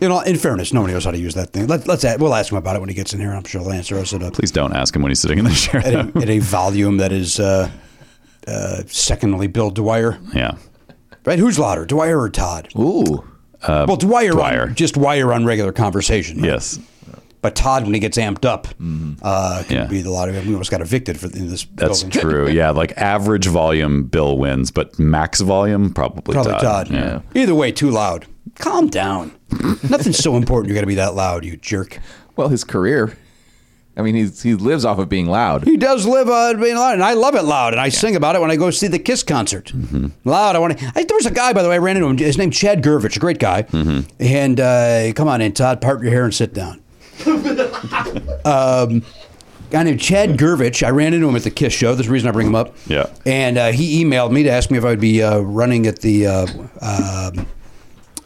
Speaker 5: In, all, in fairness, nobody knows how to use that thing. Let, let's ask, we'll ask him about it when he gets in here. I'm sure he'll answer us at a,
Speaker 1: Please don't ask him when he's sitting in the chair.
Speaker 5: at a, at a volume that is, uh, uh, secondly, Bill Dwyer.
Speaker 1: yeah.
Speaker 5: Right? Who's louder, Dwyer or Todd?
Speaker 7: Ooh.
Speaker 5: well, Dwyer, on-
Speaker 1: Uh, Dwyer.
Speaker 5: just Dwyer on regular conversation. right?
Speaker 1: Yes.
Speaker 5: But Todd, when he gets amped up, uh, can
Speaker 1: Mm-hmm. Yeah.
Speaker 5: be the lot of We almost got evicted for in this.
Speaker 1: That's
Speaker 5: building.
Speaker 1: true. Yeah, like average volume, Bill wins, but max volume, probably,
Speaker 5: Probably Todd.
Speaker 1: Yeah.
Speaker 5: Either way, too loud. Calm down. Nothing's so important. You got to be that loud, you jerk.
Speaker 7: Well, his career. I mean, he's he lives off of being loud.
Speaker 5: He does live uh, on being loud, and I love it loud, and I sing about it when I go see the Kiss concert.
Speaker 1: Mm-hmm.
Speaker 5: Loud. I want to. I, there was a guy, by the way, I ran into him. His name's Chad Gervich, a great guy.
Speaker 1: Mm-hmm.
Speaker 5: And uh, come on in, Todd, part your hair and sit down. Um, guy named Chad Gervich. I ran into him at the Kiss show. That's the reason I bring him up.
Speaker 1: Yeah.
Speaker 5: And uh, he emailed me to ask me if I would be uh, running at the. Uh, um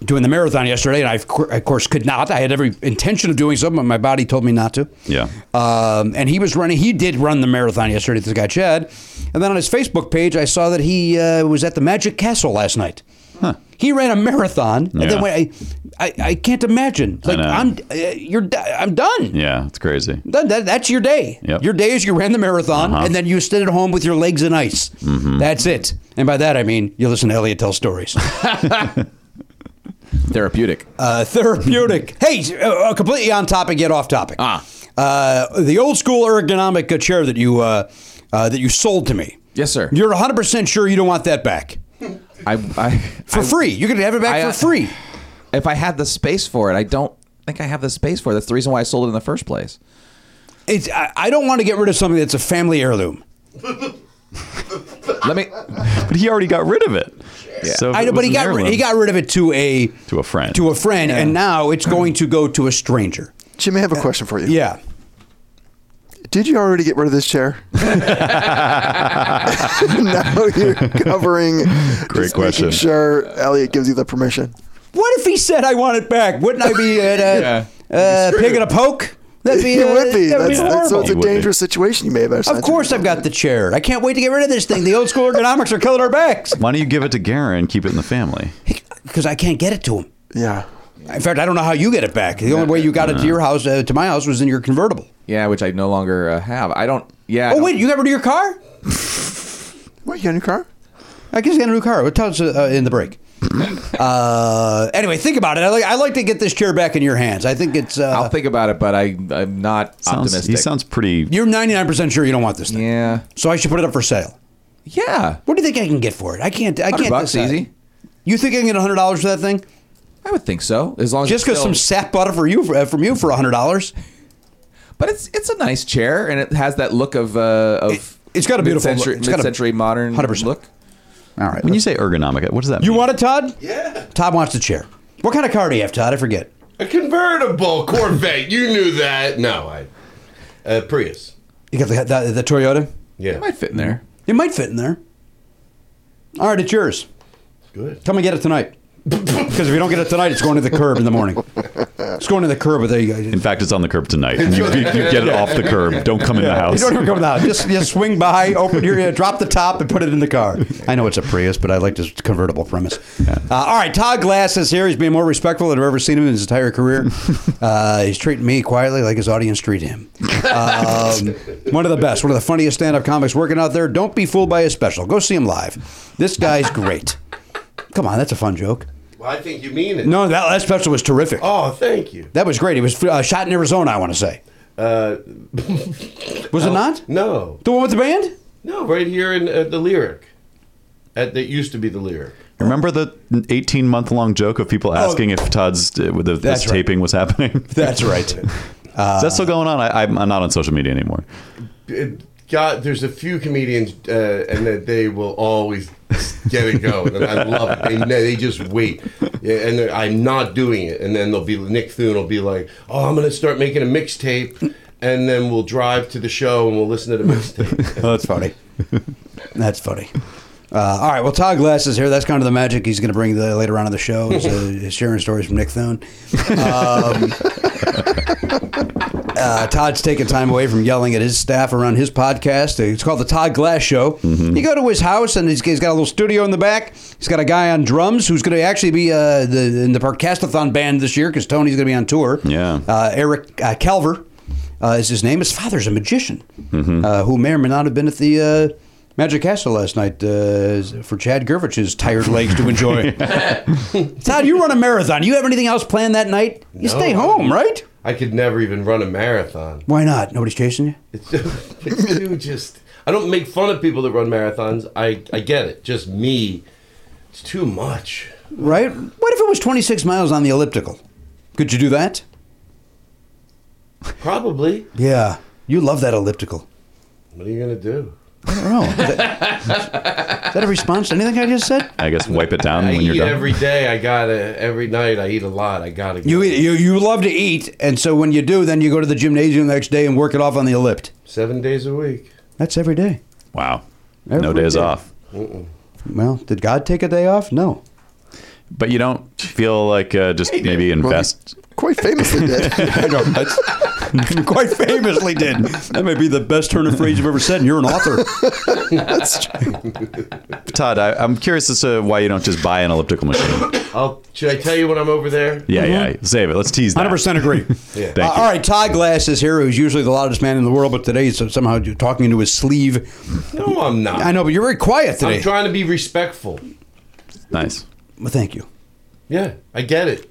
Speaker 5: Doing the marathon yesterday, and I of cour- of course could not. I had every intention of doing so, but my body told me not to.
Speaker 1: Yeah.
Speaker 5: Um, and he was running. He did run the marathon yesterday. This guy Chad, and then on his Facebook page, I saw that he uh, was at the Magic Castle last night. He ran a marathon. And
Speaker 1: Yeah.
Speaker 5: then went, I, I, I can't imagine. Like
Speaker 1: know.
Speaker 5: I'm, uh, you're, di- I'm done.
Speaker 1: Yeah, it's crazy.
Speaker 5: That, that, that's your day.
Speaker 1: Yep. Uh-huh.
Speaker 5: Your day is you ran the marathon and then you stood at home with your legs in ice.
Speaker 1: Mm-hmm.
Speaker 5: That's it. And by that I mean you listen to Elliot tell stories.
Speaker 7: Therapeutic.
Speaker 5: Uh, therapeutic. hey, uh, completely on topic yet off topic.
Speaker 7: Ah.
Speaker 5: Uh, the old school ergonomic uh, chair that you uh, uh, that you sold to me.
Speaker 7: Yes, sir.
Speaker 5: You're 100 percent sure you don't want that back
Speaker 7: I, I,
Speaker 5: for free. You can have it back
Speaker 7: I, uh,
Speaker 5: for free.
Speaker 7: if I had the space for it, I don't think I have the space for it. That's the reason why I sold it in the first place.
Speaker 5: It's I, I don't want to get rid of something that's a family heirloom.
Speaker 7: Let me.
Speaker 1: But he already got rid of it. So if
Speaker 5: I
Speaker 1: it
Speaker 5: know, but
Speaker 1: was
Speaker 5: he
Speaker 1: an
Speaker 5: got rid,
Speaker 1: heirloom-
Speaker 5: he got rid of it to a
Speaker 1: To a friend.
Speaker 5: to a friend, and now it's going to go to a stranger.
Speaker 8: Jimmy, I have a question for you.
Speaker 5: Yeah.
Speaker 8: Did you already get rid of this chair? now you're covering.
Speaker 1: Great
Speaker 8: just making
Speaker 1: question.
Speaker 8: Sure, Elliot gives you the permission.
Speaker 5: What if he said I want it back? Wouldn't I be at a, uh, pig in a poke? That'd be
Speaker 8: you
Speaker 5: uh,
Speaker 8: would be.
Speaker 5: That'd
Speaker 8: That's,
Speaker 5: be
Speaker 8: that's, so
Speaker 5: horrible.
Speaker 8: it's a
Speaker 1: You would be.
Speaker 8: dangerous situation you may have.
Speaker 5: Of course, I've got the chair. I can't wait to get rid of this thing. The old school ergonomics are killing our backs
Speaker 1: Why don't you give it to Garen and keep it in the family?
Speaker 5: because I can't get it to him.
Speaker 8: Yeah.
Speaker 5: In fact, I don't know how you get it back. The only way you got it to your house, uh, to my house, was in your convertible.
Speaker 7: Yeah, which I no longer uh, have. I don't. Yeah. I
Speaker 5: Oh
Speaker 7: don't-
Speaker 5: wait, you got rid of your car?
Speaker 8: What, you got a new car?
Speaker 5: I guess I got a new car. We'll tell us uh, in the break. uh, anyway, think about it. I like, I like to get this chair back in your hands. I think it's. Uh,
Speaker 7: I'll think about it, but I, I'm not
Speaker 1: Sounds,
Speaker 7: optimistic.
Speaker 1: he sounds pretty.
Speaker 5: you're 99% sure you don't want this thing.
Speaker 7: Yeah.
Speaker 5: So I should put it up for sale.
Speaker 7: Yeah.
Speaker 5: What do you think I can get for it? I can't. I can't.
Speaker 7: bucks
Speaker 5: decide.
Speaker 7: easy.
Speaker 5: You think I can get hundred dollars for that thing?
Speaker 7: I would think so. As long as
Speaker 5: Just
Speaker 7: it's
Speaker 5: because some
Speaker 7: still-
Speaker 5: sap bought it for you for, from you for hundred dollars?
Speaker 7: But it's it's a nice chair, and it has that look of uh, of.
Speaker 5: it's got a beautiful
Speaker 7: mid-century,
Speaker 5: look. It's got a-
Speaker 7: mid-century modern
Speaker 5: 100%.
Speaker 7: look.
Speaker 5: All right.
Speaker 1: When you say ergonomic, what does that
Speaker 5: You
Speaker 1: mean?
Speaker 5: want it, Todd? Yeah. Todd wants the chair. What kind of car do you have, Todd? I forget.
Speaker 9: A convertible Corvette. you knew that. No, I. Uh, Prius.
Speaker 5: You got the, the, the Toyota.
Speaker 9: Yeah.
Speaker 7: It might fit in there.
Speaker 5: It might fit in there. All right, it's yours.
Speaker 9: Good.
Speaker 5: Come and get it tonight. Because if you don't get it tonight, it's going to the curb in the morning. It's going to the curb with a.
Speaker 1: In
Speaker 5: You
Speaker 1: fact, it's on the curb tonight. You, you- you get it off the curb. Don't come in the house.
Speaker 5: don't even come out. Just just swing by, open your, uh, drop the top, and put it in the car. I know it's a Prius, but I like this convertible premise. Uh, all right, Todd Glass is here. He's being more respectful than I've ever seen him in his entire career. Uh, he's treating me quietly like his audience treat him. Um, one of the best, one of the funniest stand-up comics working out there. Don't be fooled by his special. Go see him live. This guy's great. Come on, that's a fun joke.
Speaker 9: Well, I think you mean it.
Speaker 5: No, that last special was terrific.
Speaker 9: Oh, thank you.
Speaker 5: That was great. It was uh, shot in Arizona, I want to say. Uh, was it not?
Speaker 9: No.
Speaker 5: The one with the band?
Speaker 9: No, right here in uh, the lyric. At, that used to be the lyric.
Speaker 1: Remember the 18 month long joke of people asking if Todd's uh, the, this
Speaker 5: Oh. That's right.
Speaker 1: taping was happening?
Speaker 5: That's right.
Speaker 1: Is that still going on? I, I'm, I'm not on social media anymore.
Speaker 9: It got, there's a few comedians, uh, and that they will always get it going. And I love it. They, kn- they just wait. Yeah, and they're- I'm not doing it. And then they'll be, Nick Thune will be like, oh, I'm going to start making a mixtape. And then we'll drive to the show and we'll listen to the mixtape.
Speaker 5: Oh, that's funny. That's funny. Uh, all right. Well, Todd Glass is here. That's kind of the magic he's going to bring the, later on in the show. Is, uh, is sharing stories from Nick Thune. Um, uh, Todd's taking time away from yelling at his staff around his podcast. It's called the Todd Glass Show. You go to his house, and he's, he's got a little studio in the back. He's got a guy on drums who's going to actually be uh, the, in the Parkastathon band this year because Tony's going to be on tour.
Speaker 1: Yeah.
Speaker 5: Uh, Eric uh, Calver uh, is his name. His father's a magician uh, who may or may not have been at the uh, Magic Castle last night uh, for Chad Gervich's tired legs to enjoy. Todd, you run a marathon. You have anything else planned that night? You
Speaker 9: No.
Speaker 5: stay home, right?
Speaker 9: I could never even run a marathon.
Speaker 5: Why not? Nobody's chasing you.
Speaker 9: It's just, it's too just. I don't make fun of people that run marathons. I I get it. Just me. It's too much.
Speaker 5: Right? What if it was 26 miles on the elliptical? Could you do that?
Speaker 9: Probably.
Speaker 5: Yeah. You love that elliptical.
Speaker 9: What are you gonna do?
Speaker 5: I don't know. Is that, is that a response to anything I just said?
Speaker 1: I guess wipe it down
Speaker 9: I
Speaker 1: when you're
Speaker 9: eat
Speaker 1: done.
Speaker 9: every day. I gotta. Every night I eat a lot. I gotta.
Speaker 5: You,
Speaker 9: go.
Speaker 5: eat, you you love to eat, and so when you do, then you go to the gymnasium the next day and work it off on the ellipt.
Speaker 9: seven days a week.
Speaker 5: That's every day.
Speaker 1: wow. no
Speaker 5: Every
Speaker 1: days
Speaker 5: day.
Speaker 1: off.
Speaker 5: Well, did God take a day off? No.
Speaker 1: But you don't feel like uh, just maybe invest.
Speaker 8: Quite famously did.
Speaker 5: I know. That's, Quite famously did. That may be the best turn of phrase you've ever said, and you're an author.
Speaker 1: Todd, I, I'm curious as to why you don't just buy an elliptical machine.
Speaker 9: I'll, should I tell you when I'm over there?
Speaker 1: Yeah, yeah. Save it. Let's tease that.
Speaker 5: 100% agree.
Speaker 9: Yeah.
Speaker 1: Thank
Speaker 5: Mm-hmm. Uh,
Speaker 1: you.
Speaker 5: all right, Todd Glass is here, who's usually the loudest man in the world, but today he's somehow talking into his sleeve.
Speaker 9: No, I'm not.
Speaker 5: I know, but you're very quiet today.
Speaker 9: I'm trying to be respectful.
Speaker 1: Nice.
Speaker 5: well, thank you.
Speaker 9: Yeah, I get it.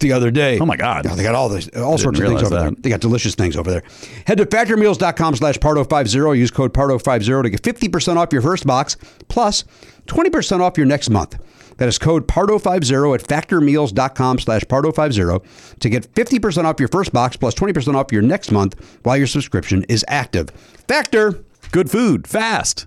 Speaker 5: the other day.
Speaker 1: Mm. Oh, my God.
Speaker 5: Yeah, they got all this all sorts of
Speaker 1: realize
Speaker 5: things over there.
Speaker 1: that.
Speaker 5: They got delicious things over there. Head to factormeals.com slash part050. Use code part050 to get 50% off your first box plus 20% off your next month. That is code part050 at factormeals.com slash part050 to get 50% off your first box plus 20% off your next month while your subscription is active. Factor!
Speaker 1: Good food, fast.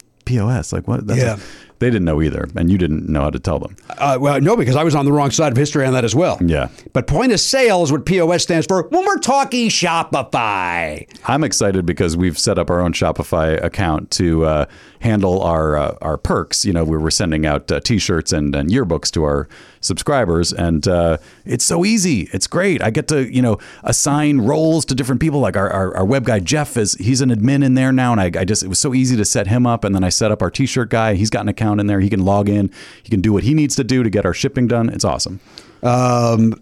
Speaker 1: POS? Like what?" That's
Speaker 5: Yeah.
Speaker 1: they didn't know either, and you didn't know how to tell them.
Speaker 5: Uh, well, no, because I was on the wrong side of history on that as well.
Speaker 1: Yeah.
Speaker 5: But point of sale is what POS stands for when we're talking Shopify.
Speaker 1: I'm excited because we've set up our own Shopify account to uh, handle our uh, our perks. You know, we were sending out uh, T-shirts and, and yearbooks to our subscribers, and uh, it's so easy. It's great. I get to you know assign roles to different people. Like our, our, our web guy Jeff is he's an admin in there now, and I, I just it was so easy to set him up, and then I set up our T-shirt guy. He's got an account in there. He can log in. He can do what he needs to do to get our shipping done. It's awesome.
Speaker 5: Um,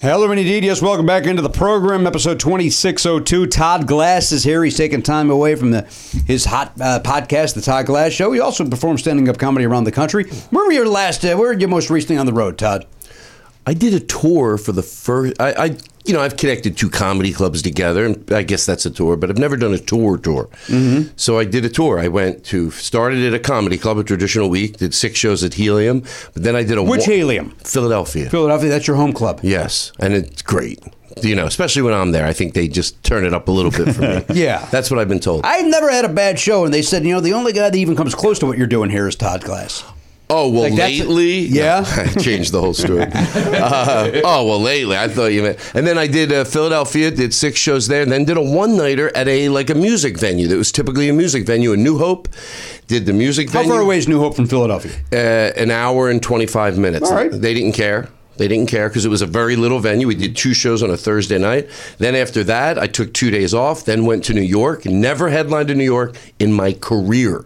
Speaker 5: Hello, and indeed, yes, welcome back into the program, episode 2602. Todd Glass is here. He's taking time away from the his hot uh, podcast, The Todd Glass Show. He also performs standing up comedy around the country. Where were your last, uh, where were you most recently on the road, Todd?
Speaker 10: I did a tour for the first. I, I you know, I've connected two comedy clubs together, and I guess that's a tour. But I've never done a tour tour. Mm-hmm. So I did a tour. I went to started at a comedy club, a traditional week. Did six shows at Helium, but then I did a
Speaker 5: Which
Speaker 10: wa-
Speaker 5: Helium?
Speaker 10: Philadelphia.
Speaker 5: Philadelphia, that's your home club.
Speaker 10: Yes, and it's great. You know, especially when I'm there, I think they just turn it up a little bit for me.
Speaker 5: Yeah.
Speaker 10: that's what I've been told.
Speaker 5: I've never had a bad show, and they said, you know, the only guy that even comes close to what you're doing here is Todd Glass.
Speaker 10: Oh well,
Speaker 5: Like, that's-
Speaker 10: lately, No,
Speaker 5: Yeah?
Speaker 10: I changed the whole story. Uh, oh well, lately, I thought you meant. And then I did uh, Philadelphia, did six shows there, and then did a one nighter at a like a music venue that was typically a music venue in New Hope. Did the music
Speaker 5: How
Speaker 10: venue
Speaker 5: far away is New Hope from Philadelphia?
Speaker 10: uh, an hour and 25 minutes.
Speaker 5: All right.
Speaker 10: They didn't care. They didn't care because it was a very little venue. We did two shows on a Thursday night. Then after that, I took two days off, then went to New York. Never headlined in New York in my career.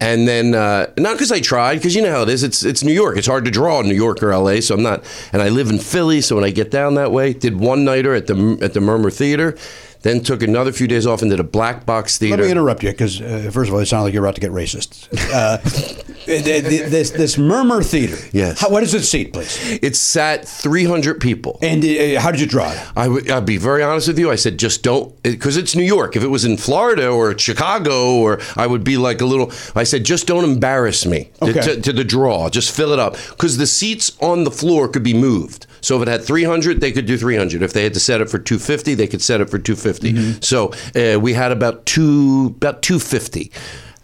Speaker 10: And then, uh, not because I tried, because you know how it is. It's it's New York. It's hard to draw in New York or L.A. So I'm not. And I live in Philly, so when I get down that way, did one nighter at the at the Murmur Theater, then took another few days off and did a Black Box Theater.
Speaker 5: Let me interrupt you because, uh, first of all, it sounds like you're about to get racist. Uh, th- th- this this Murmur Theater.
Speaker 10: Yes.
Speaker 5: How, what is its seat, please?
Speaker 10: It sat 300 people.
Speaker 5: And uh, how did you draw it?
Speaker 10: I would, I'll be very honest with you. I said, just don't, because it's New York. If it was in Florida or Chicago, or I would be like a little. I said, just don't embarrass me to-
Speaker 5: Okay.
Speaker 10: to, to the draw. Just fill it up, because the seats on the floor could be moved. So if it had 300, they could do 300. If they had to set it for 250, they could set it for 250.
Speaker 5: Mm-hmm.
Speaker 10: So uh, we had about two, about 250.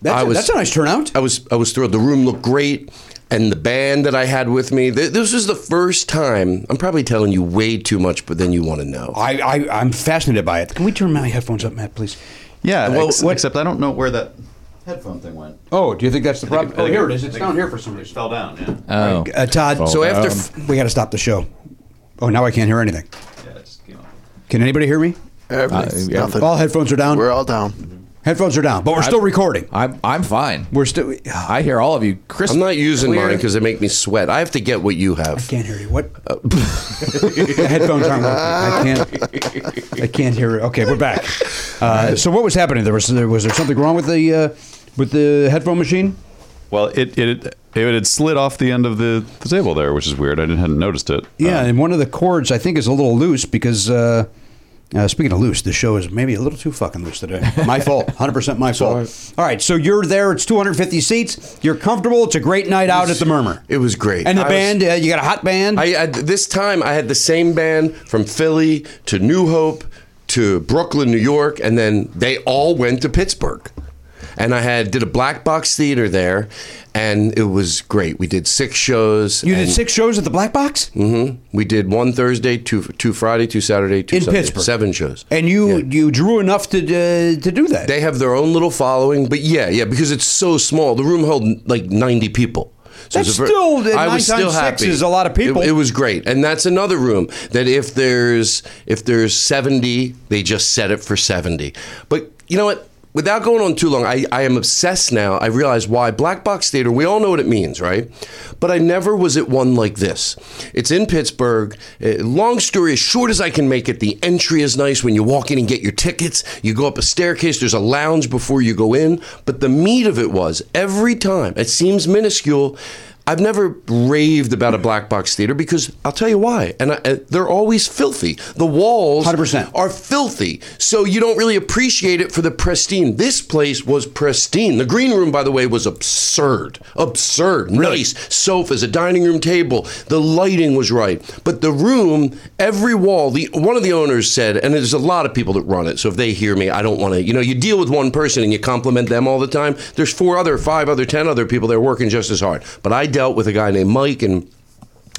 Speaker 5: That's, that's a nice turnout.
Speaker 10: I was I was thrilled. The room looked great, and the band that I had with me. Th- this was the first time. I'm probably telling you way too much, but then you want to know.
Speaker 5: I, I, I'm fascinated by it. Can we turn my headphones up, Matt, please?
Speaker 1: Yeah,
Speaker 10: Well,
Speaker 1: ex-
Speaker 10: what-
Speaker 1: except I don't know where that headphone thing went.
Speaker 5: Oh, do you think that's the problem?
Speaker 1: I
Speaker 5: Oh,
Speaker 1: think
Speaker 5: here it is.
Speaker 1: I
Speaker 5: It's
Speaker 1: think
Speaker 5: down here for some
Speaker 1: It
Speaker 5: reason.
Speaker 1: fell down. Yeah.
Speaker 7: Oh.
Speaker 5: Uh, Todd,
Speaker 10: So after
Speaker 7: Um,
Speaker 10: f-
Speaker 5: we got to stop the show. Oh, now I can't hear anything.
Speaker 1: yeah it just came off.
Speaker 5: Can anybody hear me?
Speaker 1: Uh,
Speaker 8: Everything's
Speaker 7: yeah.
Speaker 8: nothing.
Speaker 5: All headphones are down.
Speaker 8: We're all down.
Speaker 5: headphones are down, but we're still recording.
Speaker 7: I'm I'm fine.
Speaker 5: We're still. I
Speaker 7: I hear all of you, Chris.
Speaker 10: I'm not using mine because they make me sweat. I have to get what you have.
Speaker 5: can't hear you. What?
Speaker 10: Uh,
Speaker 5: the headphones aren't working. I can't. I can't hear it. Okay, we're back. Uh, so what was happening? There was there was there something wrong with the uh, with the headphone machine?
Speaker 10: Uh,
Speaker 1: Well, it it it had slid off the end of the, the table there, which is weird. I didn't, hadn't noticed it.
Speaker 5: Yeah,
Speaker 1: Um,
Speaker 5: and one of the cords I think is a little loose because. Uh, uh, speaking of loose, the show is maybe a little too fucking loose today. My fault, hundred percent my fault. All right. so you're there. It's 250 seats. You're comfortable. It's a great night out at the Murmur.
Speaker 10: It was great.
Speaker 5: And the
Speaker 10: I was-
Speaker 5: band, uh, you got a hot band.
Speaker 10: I, I this time I had the same band from Philly to New Hope to Brooklyn, New York, and then they all went to Pittsburgh. And I had did a black box theater there, and it was great. We did six shows.
Speaker 5: you did
Speaker 10: and-
Speaker 5: six shows at the Black Box,
Speaker 10: hmm We did one Thursday, two two Friday, two Saturday, two
Speaker 5: In
Speaker 10: Sunday.
Speaker 5: Pittsburgh.
Speaker 10: Seven shows.
Speaker 5: and you you drew enough to uh, to do that.
Speaker 10: They have their own little following, but yeah, yeah, because it's so small. The room held like ninety people. So
Speaker 5: That's
Speaker 10: it's a ver-
Speaker 5: still-
Speaker 10: I was
Speaker 5: nine
Speaker 10: still
Speaker 5: times six
Speaker 10: happy.
Speaker 5: is a lot of people.
Speaker 10: It, it was great, and that's another room that if there's if there's seventy, they just set it for seventy. But you know what? Without going on too long, I, I am obsessed now. I realize why black box theater. We all know what it means, right? But I never was at one like this. It's in Pittsburgh. Uh, long story as short as I can make it, the entry is nice. When you walk in and get your tickets, you go up a staircase. There's a lounge before you go in. But the meat of it was every time. It seems minuscule. I've never raved about a black box theater because I'll tell you why. And I, uh, they're always filthy. The walls
Speaker 5: 100%.
Speaker 10: are filthy. So you don't really appreciate it for the pristine. This place was pristine. The green room, by the way, was absurd. Absurd. Nice sofas, a dining room table. The lighting was right. But the room, every wall, the one of the owners said, and there's a lot of people that run it. So if they hear me, I don't want to, you know, you deal with one person and you compliment them all the time. There's four other, five other, ten other people that are working just as hard. But I dealt with a guy named Mike and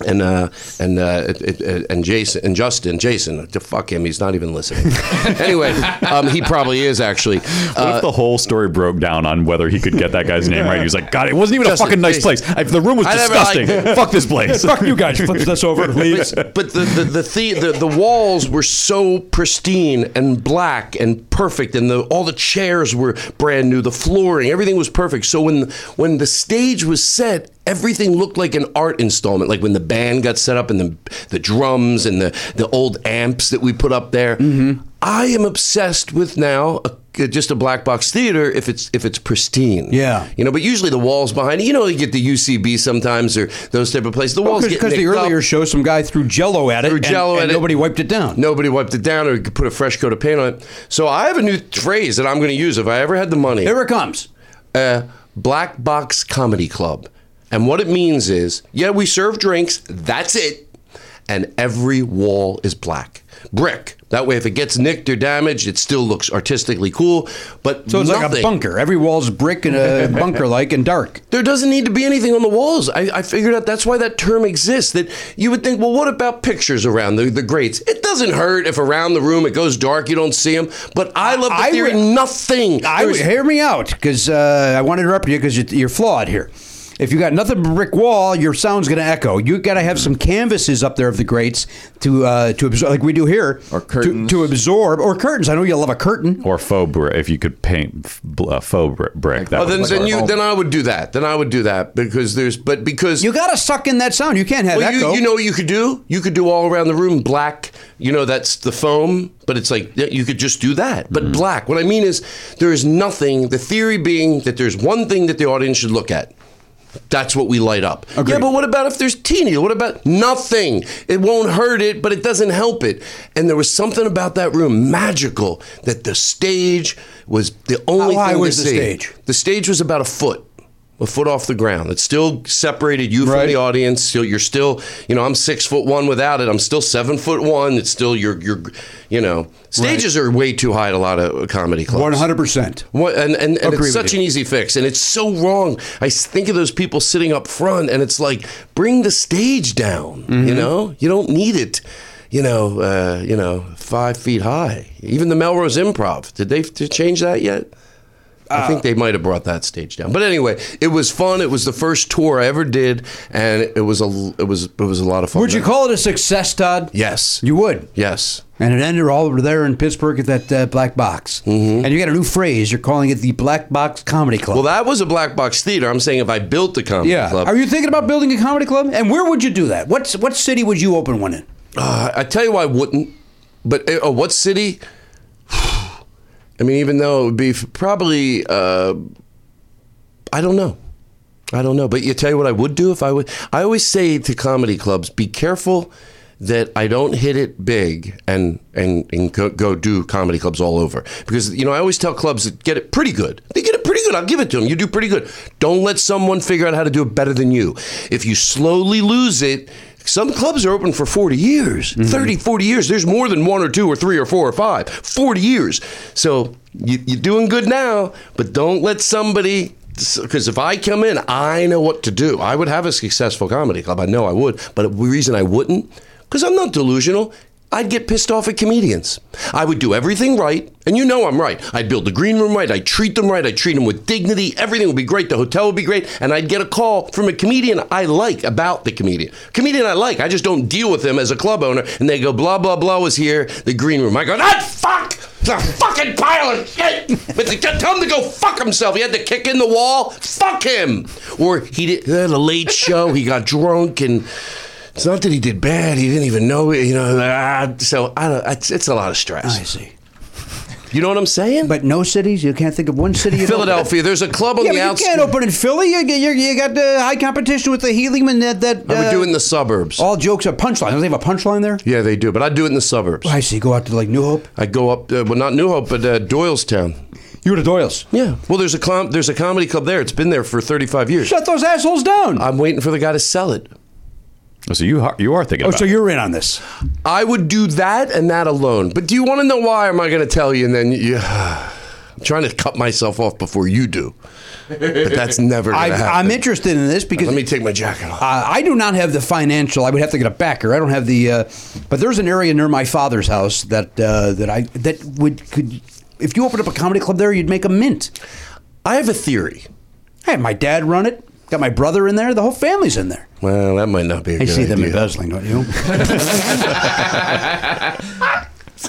Speaker 10: and uh, and uh, it- it- it- and Jason and Justin Jason to fuck him he's not even listening anyway um, he probably is actually
Speaker 1: What
Speaker 10: uh,
Speaker 1: if the whole story broke down on whether he could get that guy's name right? He was like, God, it wasn't even
Speaker 10: Justin,
Speaker 1: a fucking nice
Speaker 10: please.
Speaker 1: place. I, the room was
Speaker 10: I never
Speaker 1: disgusting.
Speaker 10: liked it."
Speaker 1: Fuck this place.
Speaker 5: Fuck you guys. Flips this over, please.
Speaker 10: but, but the the the, the, the the walls were so pristine and black and perfect, and the, all the chairs were brand new. The flooring, everything was perfect. So when when the stage was set, everything looked like an art installment. Like when the band got set up and the the drums and the the old amps that we put up there.
Speaker 5: Mm-hmm.
Speaker 10: I am obsessed with now. A, just a black box theater if it's if it's pristine
Speaker 5: Yeah.
Speaker 10: you know but usually the walls behind it, you know you get the ucb sometimes or those type of places the walls get
Speaker 5: Because the
Speaker 10: nicked up.
Speaker 5: earlier show, some guy threw Jello at it,
Speaker 10: Threw
Speaker 5: and,
Speaker 10: Jell-O
Speaker 5: and
Speaker 10: at it.
Speaker 5: nobody wiped it down.
Speaker 10: Nobody wiped it down or could put a fresh coat of paint on it. So I have a new phrase that I'm going to use if I ever had the money.
Speaker 5: here it comes.
Speaker 10: Uh, Black Box Comedy Club. And what it means is, yeah, we serve drinks, that's it. And every wall is black. brick. That way, if it gets nicked or damaged, it still looks artistically cool. But
Speaker 5: So it's like a
Speaker 10: nothing-
Speaker 5: bunker. Every wall's brick and a bunker like and dark.
Speaker 10: There doesn't need to be anything on the walls. I, I figured out that's why that term exists. That you would think, well, what about pictures around the, the grates? It doesn't hurt if around the room it goes dark, you don't see them. But I love the
Speaker 5: I
Speaker 10: theory,
Speaker 5: re-
Speaker 10: nothing.
Speaker 5: I would
Speaker 10: There's-
Speaker 5: hear me out because uh, I want to interrupt you because you're, you're flawed here. If you got nothing but brick wall, your sound's going to echo. You got to have some canvases up there of the grates to uh, to absorb, like we do here,
Speaker 7: Or
Speaker 5: to-
Speaker 7: curtains.
Speaker 5: to, absorb, or curtains. I know you love a curtain.
Speaker 1: or faux brick. If you could paint f- bl- uh, faux bri- brick, that
Speaker 10: Oh,
Speaker 1: would
Speaker 10: then,
Speaker 1: look
Speaker 10: then
Speaker 1: like-
Speaker 10: you then I would do that. Then I would do that because there's but because
Speaker 5: You got to suck in that sound. You can't have
Speaker 10: well,
Speaker 5: echo.
Speaker 10: you, you know what you could do? You could do all around the room black. You know, that's the foam, but it's like yeah, you could just do that.
Speaker 5: Mm-hmm.
Speaker 10: But black. What I mean is there is nothing, the theory being that there's one thing that the audience should look at. That's what we light up. Yeah, but what about if there's teeny? What about nothing? It won't hurt it, but it doesn't help it. And there was something about that room magical that the stage was the only
Speaker 5: How high
Speaker 10: thing
Speaker 5: was
Speaker 10: to
Speaker 5: the
Speaker 10: see.
Speaker 5: stage?
Speaker 10: The stage was about a foot, a foot off the ground. It still separated you
Speaker 5: Right.
Speaker 10: from the audience. So you're still, you know, I'm six foot one without it. I'm still seven foot one. It's still your, your, you know, stages are way too high at a lot of comedy clubs.
Speaker 5: One hundred percent.
Speaker 10: What, and and, and
Speaker 5: Agree with
Speaker 10: it's such
Speaker 5: you.
Speaker 10: an easy fix, and it's so wrong. I s- think of those people sitting up front, and it's like bring the stage down.
Speaker 5: Mm-hmm.
Speaker 10: You know, you don't need it. You know, uh, you know, five feet high. Even the Melrose Improv, did they to change that yet?
Speaker 5: Uh,
Speaker 10: I think they might have brought that stage down. But anyway, it was fun. It was the first tour I ever did, and it was a l- it was it was a lot of fun.
Speaker 5: Would you call it a success, Todd?
Speaker 10: Yes.
Speaker 5: you would.
Speaker 10: Yes.
Speaker 5: And it ended all over there in Pittsburgh at that uh, black box. Mm-hmm. And you got a new phrase. You're calling it the Black Box Comedy Club.
Speaker 10: Well, that was a black box theater. I'm saying if I built the comedy
Speaker 5: yeah.
Speaker 10: club,
Speaker 5: Are you thinking about building a comedy club? And where would you do that? What's what city would you open one in?
Speaker 10: Uh, I tell you why I wouldn't. But uh, oh, what city? I mean, even though it would be f- probably, uh, I don't know. I don't know. But you tell you what I would do if I would. I always say to comedy clubs, be careful that I don't hit it big and and and go, go do comedy clubs all over because you know I always tell clubs that get it pretty good. They get it pretty good. I'll give it to them. You do pretty good. Don't let someone figure out how to do it better than you. If you slowly lose it. Some clubs are open for 40 years, 30, 40 years. There's more than one or two or three or four or five, 40 years. So you, you're doing good now, but don't let somebody because if I come in, I know what to do. I would have a successful comedy club. I know I would. But the reason I wouldn't, because I'm not delusional. I'd get pissed off at comedians. I would do everything right, and you know I'm right. I'd build the green room right. I'd treat them right. I'd treat them with dignity. Everything would be great. The hotel would be great. And I'd get a call from a comedian I like about the comedian. Comedian I like. I just don't deal with them as a club owner. And they go, blah, blah, blah was here, the green room. I go, ah, fuck! The fucking pile of shit! But they tell him to go fuck himself. He had to kick in the wall. Fuck him! Or he did they had a late show. He got drunk, and it's not that he did bad. He didn't even know it. You know, ah, so I don't. It's, it's a lot of stress.
Speaker 5: I see.
Speaker 10: You know what I'm saying?
Speaker 5: But no cities? You can't think of one city. you'd open?
Speaker 10: Philadelphia. There's a club on
Speaker 5: Yeah,
Speaker 10: the
Speaker 5: but you
Speaker 10: outskirts.
Speaker 5: can't open in Philly. You, get- you, you got uh, high competition with the helium and that. that
Speaker 10: I would
Speaker 5: uh,
Speaker 10: do it in the suburbs.
Speaker 5: All jokes are punchline. Don't they have a punchline there?
Speaker 10: yeah, they do, but I'd do it in the suburbs.
Speaker 5: I see. Go out to like New Hope.
Speaker 10: I'd go up, uh, well, not New Hope, but uh, Doylestown.
Speaker 5: You were to Doyle's.
Speaker 10: Yeah. Well, there's a com- there's a comedy club there. It's been there for 35 years.
Speaker 5: Shut those assholes down.
Speaker 10: I'm waiting for the guy to sell it.
Speaker 1: so you are, you are thinking.
Speaker 5: oh,
Speaker 1: about
Speaker 5: so
Speaker 1: it.
Speaker 5: you're in on this.
Speaker 10: I would do that and that alone. But do you want to know why? Am I going to tell you? And then you, I'm trying to cut myself off before you do. But that's never
Speaker 5: I,
Speaker 10: going to happen.
Speaker 5: I'm interested in this because
Speaker 10: Let me take my jacket off.
Speaker 5: Uh, I do not have the financial. I would have to get a backer. I don't have the. Uh, but there's an area near my father's house that uh, that I that would could if you opened up a comedy club there, you'd make a mint.
Speaker 10: I have a theory.
Speaker 5: I had my dad run it. Got my brother in there. The whole family's in there.
Speaker 10: Well, that might not be a
Speaker 5: I
Speaker 10: good
Speaker 5: see
Speaker 10: idea.
Speaker 5: them embezzling, don't you?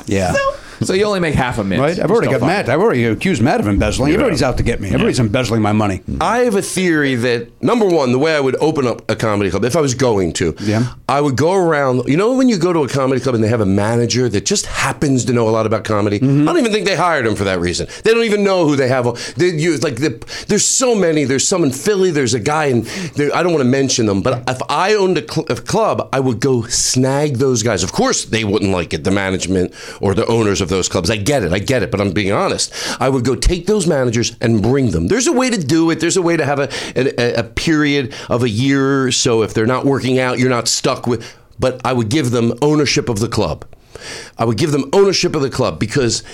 Speaker 5: yeah.
Speaker 7: So you only make half a mint.
Speaker 5: Right, I've already got Matt. I've already accused Matt of embezzling. Everybody's out to get me. Everybody's embezzling my money.
Speaker 10: I have a theory that number one, the way I would open up a comedy club, if I was going to,
Speaker 5: Yeah.
Speaker 10: I would go around. You know, when you go to a comedy club and they have a manager that just happens to know a lot about comedy. I don't even think they hired him for that reason. They don't even know who they have. They, you, like the, there's so many. There's some in Philly. There's a guy in. There, I don't want to mention them, but if I owned a, cl- a club, I would go snag those guys. Of course, they wouldn't like it. The management or the owners of those clubs. I get it. I get it. But I'm being honest. I would go take those managers and bring them. There's a way to do it. There's a way to have a a, a period of a year or so. If they're not working out, you're not stuck with. But I would give them ownership of the club. I would give them ownership of the club because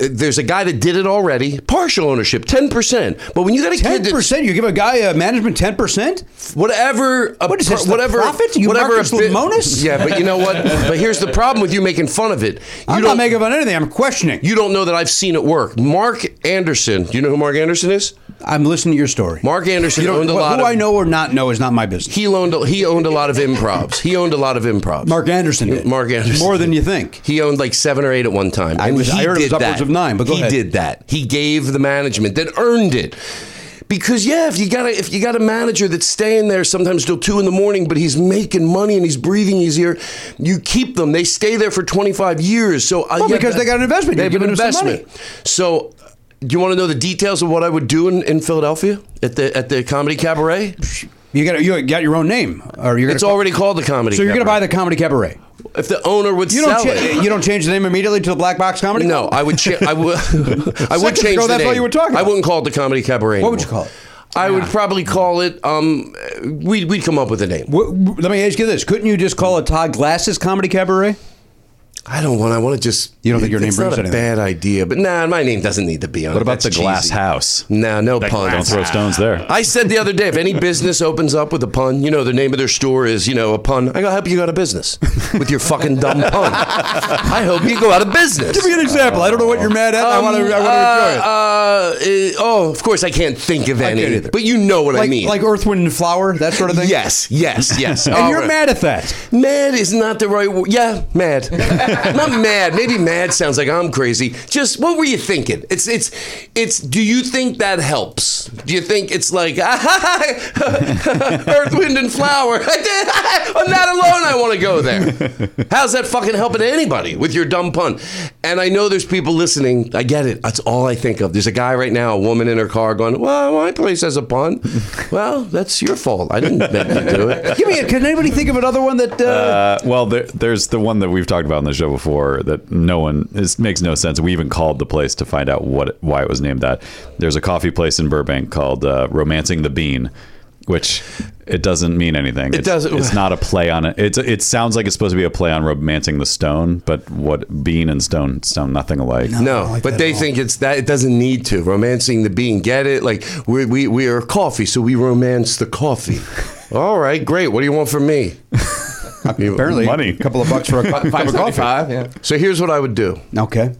Speaker 10: uh, there's a guy that did it already, partial ownership, ten percent. But when you got a kid,
Speaker 5: Ten
Speaker 10: that-
Speaker 5: percent. You give a guy a management ten percent.
Speaker 10: whatever, a
Speaker 5: What is
Speaker 10: pro-
Speaker 5: this, the profit? You Marcus
Speaker 10: bit-
Speaker 5: Lemonis?
Speaker 10: Yeah, but you know what? but here's the problem with you making fun of it. You
Speaker 5: I'm
Speaker 10: don't-
Speaker 5: not making fun of anything. I'm questioning.
Speaker 10: you don't know that I've seen it work. Mark Anderson. Do you know who Mark Anderson is?
Speaker 5: I'm listening to your story.
Speaker 10: Mark Anderson
Speaker 5: You don't-
Speaker 10: owned a
Speaker 5: wh-
Speaker 10: lot
Speaker 5: who
Speaker 10: of.
Speaker 5: I know or not know is not my business.
Speaker 10: He owned. He owned a lot of improvs. He owned a lot of improvs.
Speaker 5: Mark Anderson did.
Speaker 10: Mark Anderson.
Speaker 5: More than
Speaker 10: did.
Speaker 5: you think.
Speaker 10: He owned like seven or eight at one time.
Speaker 5: I
Speaker 10: and
Speaker 5: was-
Speaker 10: he
Speaker 5: I heard it was
Speaker 10: did
Speaker 5: upwards
Speaker 10: that.
Speaker 5: of nine, but go
Speaker 10: he
Speaker 5: ahead.
Speaker 10: did that. He gave the management that earned it. Because yeah, if you got a, if you got a manager that's staying there sometimes till two in the morning, but he's making money and he's breathing easier, you keep them. They stay there for twenty five years. So uh,
Speaker 5: Well, because they got an investment.
Speaker 10: They
Speaker 5: You're
Speaker 10: have an
Speaker 5: giving them some
Speaker 10: investment. So. uh, Do you want to know the details of what I would do in, in Philadelphia at the at the comedy cabaret?
Speaker 5: You got you got your own name, or you're
Speaker 10: It's
Speaker 5: gonna,
Speaker 10: already called the comedy.
Speaker 5: so you're going to buy
Speaker 10: Cabaret.
Speaker 5: the comedy cabaret.
Speaker 10: if the owner would
Speaker 5: You
Speaker 10: sell
Speaker 5: don't
Speaker 10: it.
Speaker 5: cha- eh, you don't change the name immediately to the Black Box Comedy.
Speaker 10: No,
Speaker 5: Club?
Speaker 10: I would. Cha- I would. I would
Speaker 5: Seconds
Speaker 10: change
Speaker 5: ago,
Speaker 10: the
Speaker 5: that's all
Speaker 10: name.
Speaker 5: you were talking
Speaker 10: I
Speaker 5: about.
Speaker 10: wouldn't call it the comedy cabaret.
Speaker 5: What would you
Speaker 10: anymore.
Speaker 5: call it?
Speaker 10: I would probably call it. Um, we'd we'd come up with a name.
Speaker 5: W- w- let me ask you this: Couldn't you just call it Todd Glass's Comedy Cabaret?
Speaker 10: I don't want. I want to just.
Speaker 5: You don't think your name
Speaker 10: it's
Speaker 5: brings
Speaker 10: not a
Speaker 5: anything?
Speaker 10: bad idea, but nah, my name doesn't need to be on.
Speaker 1: What
Speaker 10: it.
Speaker 1: about
Speaker 10: That's
Speaker 1: the glass
Speaker 10: cheesy.
Speaker 1: house?
Speaker 10: Nah, no puns.
Speaker 1: Oh, Don't throw stones there.
Speaker 10: I said the other day, if any business opens up with a pun, you know, the name of their store is, you know, a pun. I go, I hope you go out of business with your fucking dumb pun. I hope you go out of business.
Speaker 5: Give me an example. I don't know what you're mad at. I
Speaker 10: Um,
Speaker 5: want to. I want to enjoy it.
Speaker 10: uh, uh, oh, of course, I can't think of
Speaker 5: can't
Speaker 10: any.
Speaker 5: either.
Speaker 10: But you know what
Speaker 5: like,
Speaker 10: I mean.
Speaker 5: like Earth, Wind, and Flower, that sort of thing.
Speaker 10: yes, yes, yes.
Speaker 5: and
Speaker 10: All
Speaker 5: you're
Speaker 10: right.
Speaker 5: mad at that.
Speaker 10: Mad is not the right word. Yeah, mad. not mad. Maybe mad sounds like I'm crazy. Just what were you thinking? It's it's it's. Do you think that helps? Do you think it's like Earth, Wind, and Flower? I'm not alone. I want to go there. How's that fucking helping anybody with your dumb pun? And I know there's people listening. I get it. That's all I think of. There's a guy right now, a woman in her car, going, "Well, my place has a pun." well, that's your fault. I didn't meant to do it.
Speaker 5: Give me. A, can anybody think of another one that? Uh,
Speaker 1: Uh, well, there, there's the one that we've talked about on the show before that no one it makes no sense. We even called the place to find out what it- why it was named that. There's a coffee place in Burbank called uh, Romancing the Bean, which it doesn't mean anything. It
Speaker 10: doesn't-
Speaker 1: It's not a play on it. It's it sounds like it's supposed to be a play on Romancing the Stone, but what bean and stone sound nothing alike.
Speaker 10: No, but they think it's that it doesn't need to. Romancing the bean, get it? Like we we we are coffee, so we romance the coffee. All right, great. What do you want from me?
Speaker 5: apparently,
Speaker 1: money.
Speaker 5: a couple of bucks for a cu- cup of coffee.
Speaker 7: Five, yeah.
Speaker 10: So here's what I would do.
Speaker 5: Okay.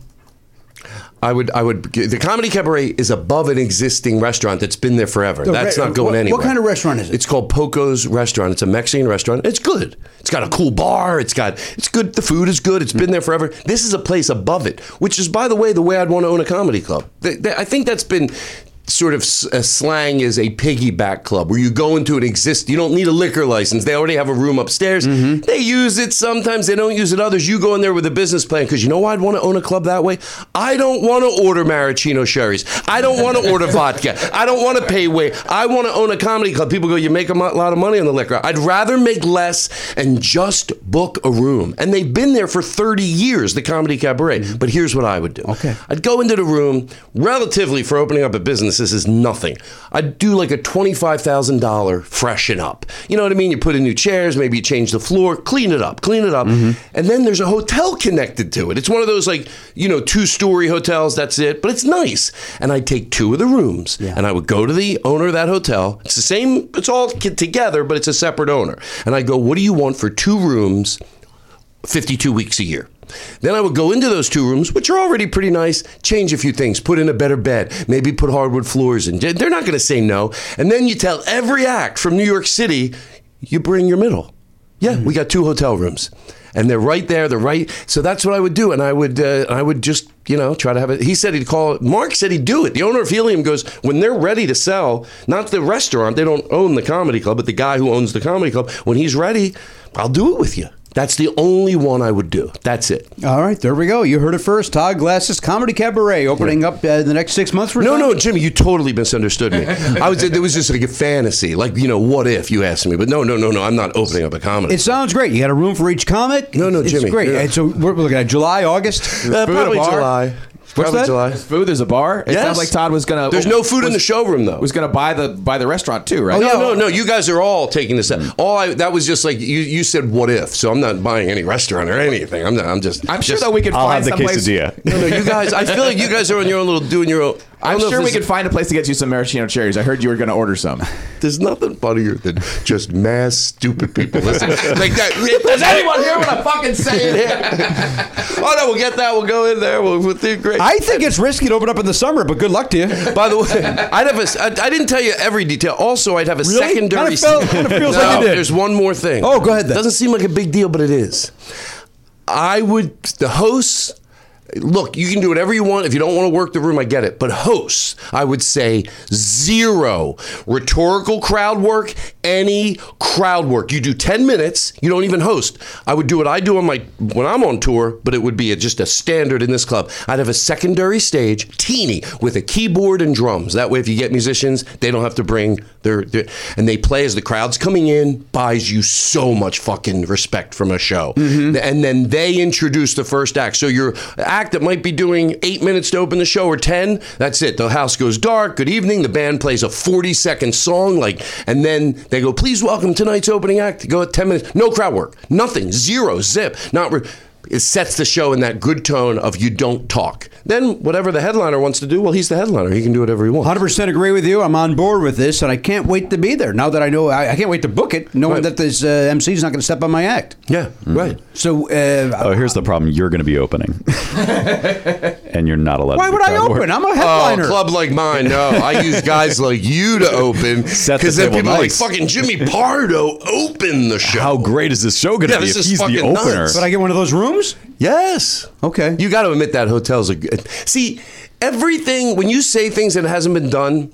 Speaker 10: I would I would the comedy cabaret is above an existing restaurant that's been there forever. that's
Speaker 5: re-
Speaker 10: not going
Speaker 5: what- what
Speaker 10: anywhere.
Speaker 5: kind of restaurant is it?
Speaker 10: It's called Poco's Restaurant. It's a Mexican restaurant. It's good. It's got a cool bar. It's got it's good. The food is good. It's been there forever. This is a place above it, which is by the way the way I'd want to own a comedy club. Th- th- I think that's been sort of s- a slang is a piggyback club where you go into an exist you don't need a liquor license they already have a room upstairs
Speaker 5: Mm-hmm.
Speaker 10: they use it sometimes they don't use it others you go in there with a business plan because you know why i'd want to own a club that way i don't want to order maraschino sherries i don't want to order vodka i don't want to pay way i want to own a comedy club people go you make a mo- lot of money on the liquor i'd rather make less and just book a room and they've been there for 30 years the comedy cabaret but here's what i would do
Speaker 5: Okay.
Speaker 10: I'd go into the room, relatively for opening up a business, this is nothing. I'd do like a $25,000 freshen up. You know what I mean? You put in new chairs, maybe you change the floor, clean it up, clean it up. And then there's a hotel connected to it. It's one of those like, you know, two story hotels, that's it, but it's nice. And I'd take two of the rooms and I would go to the owner of that hotel. It's the same, it's all k- together, but it's a separate owner. And I go, what do you want for two rooms? 52 weeks a year. Then I would go into those two rooms, which are already pretty nice, change a few things, put in a better bed, maybe put hardwood floors in. They're not going to say no. And then you tell every act from New York City, you bring your middle. Yeah, we got two hotel rooms, and they're right there. They're right. So that's what I would do, and I would, uh, I would just, you know, try to have it. He said he'd call. Mark said he'd do it. The owner of Helium goes when they're ready to sell. Not the restaurant. They don't own the comedy club, but the guy who owns the comedy club. When he's ready, I'll do it with you. That's the only one I would do. That's it.
Speaker 5: All right, there we go. You heard it first. Todd Glass's Comedy Cabaret opening up uh, the next six months. For
Speaker 10: No, no, Jimmy, you totally misunderstood me. I was it was just like a fantasy, like you know, what if you asked me? But no, no, no, no, I'm not opening up a comedy.
Speaker 5: It sounds great. You got a room for each comic.
Speaker 10: No, no,
Speaker 5: it's
Speaker 10: Jimmy,
Speaker 5: It's great.
Speaker 10: no, no.
Speaker 5: And so we're we're looking at July, August.
Speaker 10: Uh,
Speaker 5: Food at a
Speaker 10: probably
Speaker 5: bar.
Speaker 10: July.
Speaker 7: What's
Speaker 10: Probably
Speaker 7: that?
Speaker 10: July.
Speaker 7: There's food. There's a bar. It
Speaker 10: Yes.
Speaker 7: sounds like Todd was gonna.
Speaker 10: There's no food in
Speaker 7: was-
Speaker 10: the showroom though.
Speaker 7: Was gonna buy the buy the restaurant too, right?
Speaker 10: Oh yeah, no, no. You guys are all taking this
Speaker 7: Mm.
Speaker 10: out. All I, that was just like you. You said what if? So I'm not buying any restaurant or anything. I'm not. I'm just.
Speaker 7: I'm sure
Speaker 10: just-
Speaker 7: that we could
Speaker 1: I'll
Speaker 7: find
Speaker 1: have the
Speaker 7: someplace-
Speaker 1: quesadilla.
Speaker 10: No, no. You guys. I feel like you guys are on your own little doing your own. I
Speaker 7: I'm
Speaker 10: don't know if
Speaker 7: sure we
Speaker 10: this-
Speaker 7: could find a place to get you some maraschino cherries. I heard you were going to order some.
Speaker 10: There's nothing funnier than just mass stupid people listening like that. Does anyone hear what I'm fucking saying here? oh no, we'll get that. We'll go in there. We'll, we'll do great.
Speaker 5: I think it's risky to open up in the summer, but good luck to you.
Speaker 10: By the way, I'd have a. I, I didn't tell you every detail. Also, I'd have a secondary.
Speaker 5: Kinda felt- kinda feels
Speaker 10: no,
Speaker 5: like you did.
Speaker 10: There's one more thing.
Speaker 5: Oh, go ahead then.
Speaker 10: Doesn't seem like a big deal, but it is. I would the hosts. Look, you can do whatever you want. If you don't want to work the room, I get it. But hosts, I would say zero rhetorical crowd work, any crowd work. You do 10 minutes, you don't even host. I would do what I do on my when I'm on tour, but it would be a, just a standard in this club. I'd have a secondary stage, teeny, with a keyboard and drums. That way if you get musicians, they don't have to bring their, their and they play as the crowd's coming in, buys you so much fucking respect from a show. And then they introduce the first act. So your act that might be doing eight minutes to open the show or ten, that's it. The house goes dark. Good evening. The band plays a forty-second song, like, and then they go, "Please welcome tonight's opening act." Go at ten minutes. No crowd work. Nothing. Zero. Zip. Not. Re- it sets the show in that good tone of you don't talk. Then whatever the headliner wants to do, well, he's the headliner. He can do whatever he wants.
Speaker 5: 100% agree with you. I'm on board with this, and I can't wait to be there. Now that I know, I, I can't wait to book it, knowing
Speaker 10: Right.
Speaker 5: that this uh, MC is not going to step on my act.
Speaker 10: Yeah. Right.
Speaker 5: So, uh,
Speaker 1: Oh, here's the problem. You're going to be opening, and you're not allowed.
Speaker 5: why
Speaker 1: to do
Speaker 5: would I
Speaker 1: crowd work.
Speaker 5: open? I'm a
Speaker 10: Oh,
Speaker 5: headliner.
Speaker 10: a club like mine, no. I use guys like you to open
Speaker 1: Set the
Speaker 10: because then
Speaker 1: table
Speaker 10: people are like
Speaker 1: nice.
Speaker 10: fucking Jimmy Pardo open the show.
Speaker 1: How great is this show going to
Speaker 10: Yeah,
Speaker 1: be
Speaker 10: this
Speaker 1: if
Speaker 10: is
Speaker 1: he's the
Speaker 10: fucking nuts.
Speaker 1: opener?
Speaker 5: But I get one of those rooms?
Speaker 10: Yes.
Speaker 5: Okay.
Speaker 10: You got to admit that hotels are good. See, everything when you say things that hasn't been done.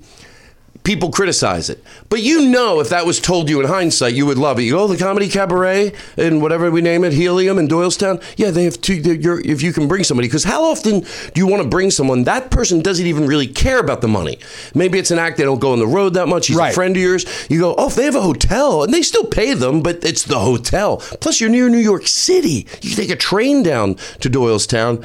Speaker 10: People criticize it, but you know if that was told you in hindsight, you would love it. You go, oh, the comedy cabaret and whatever we name it, Helium in Doylestown. Yeah, they have two. they're- You're, if you can bring somebody, because how often do you want to bring someone? That person doesn't even really care about the money. Maybe it's an act they don't go on the road that much. He's a
Speaker 5: Right.
Speaker 10: friend of yours. You go, oh, if they have a hotel, and they still pay them, but it's the hotel. Plus, you're near New York City. You can take a train down to Doylestown.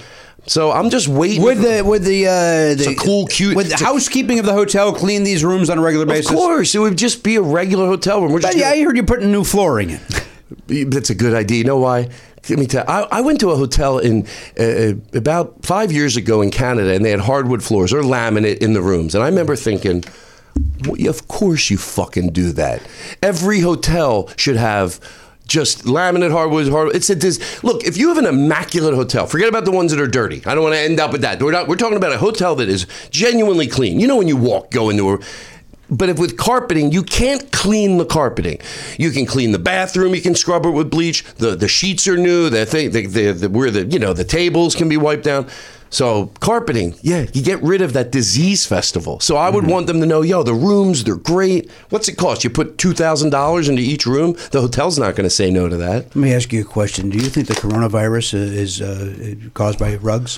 Speaker 10: So I'm just waiting.
Speaker 5: Would
Speaker 10: for-
Speaker 5: the would the uh, the
Speaker 10: a cool, cute-
Speaker 5: would the
Speaker 10: it's a-
Speaker 5: housekeeping of the hotel clean these rooms on a regular
Speaker 10: of
Speaker 5: basis?
Speaker 10: course, it would just be a regular hotel room. We're just
Speaker 5: But yeah,
Speaker 10: gonna-
Speaker 5: I heard you're putting new flooring in.
Speaker 10: That's a good idea. You know why? Let me tell. I, I went to a hotel in uh, about five years ago in Canada, and they had hardwood floors or laminate in the rooms. And I remember thinking, well, "Of course you fucking do that. Every hotel should have." Just laminate hardwood, hardwood. It's a dis- look. If you have an immaculate hotel, forget about the ones that are dirty. I don't want to end up with that. We're not. We're talking about a hotel that is genuinely clean. You know when you walk, go into a but if with carpeting, you can't clean the carpeting. You can clean the bathroom. You can scrub it with bleach. the The sheets are new. The thing, the, the, the where the you know the tables can be wiped down. So carpeting, yeah, you get rid of that disease festival. So I would
Speaker 5: Mm-hmm.
Speaker 10: want them to know, yo, the rooms they're great. What's it cost? You put two thousand dollars into each room. The hotel's not going to say no to that.
Speaker 5: Let me ask you a question. Do you think the coronavirus is uh, caused by rugs?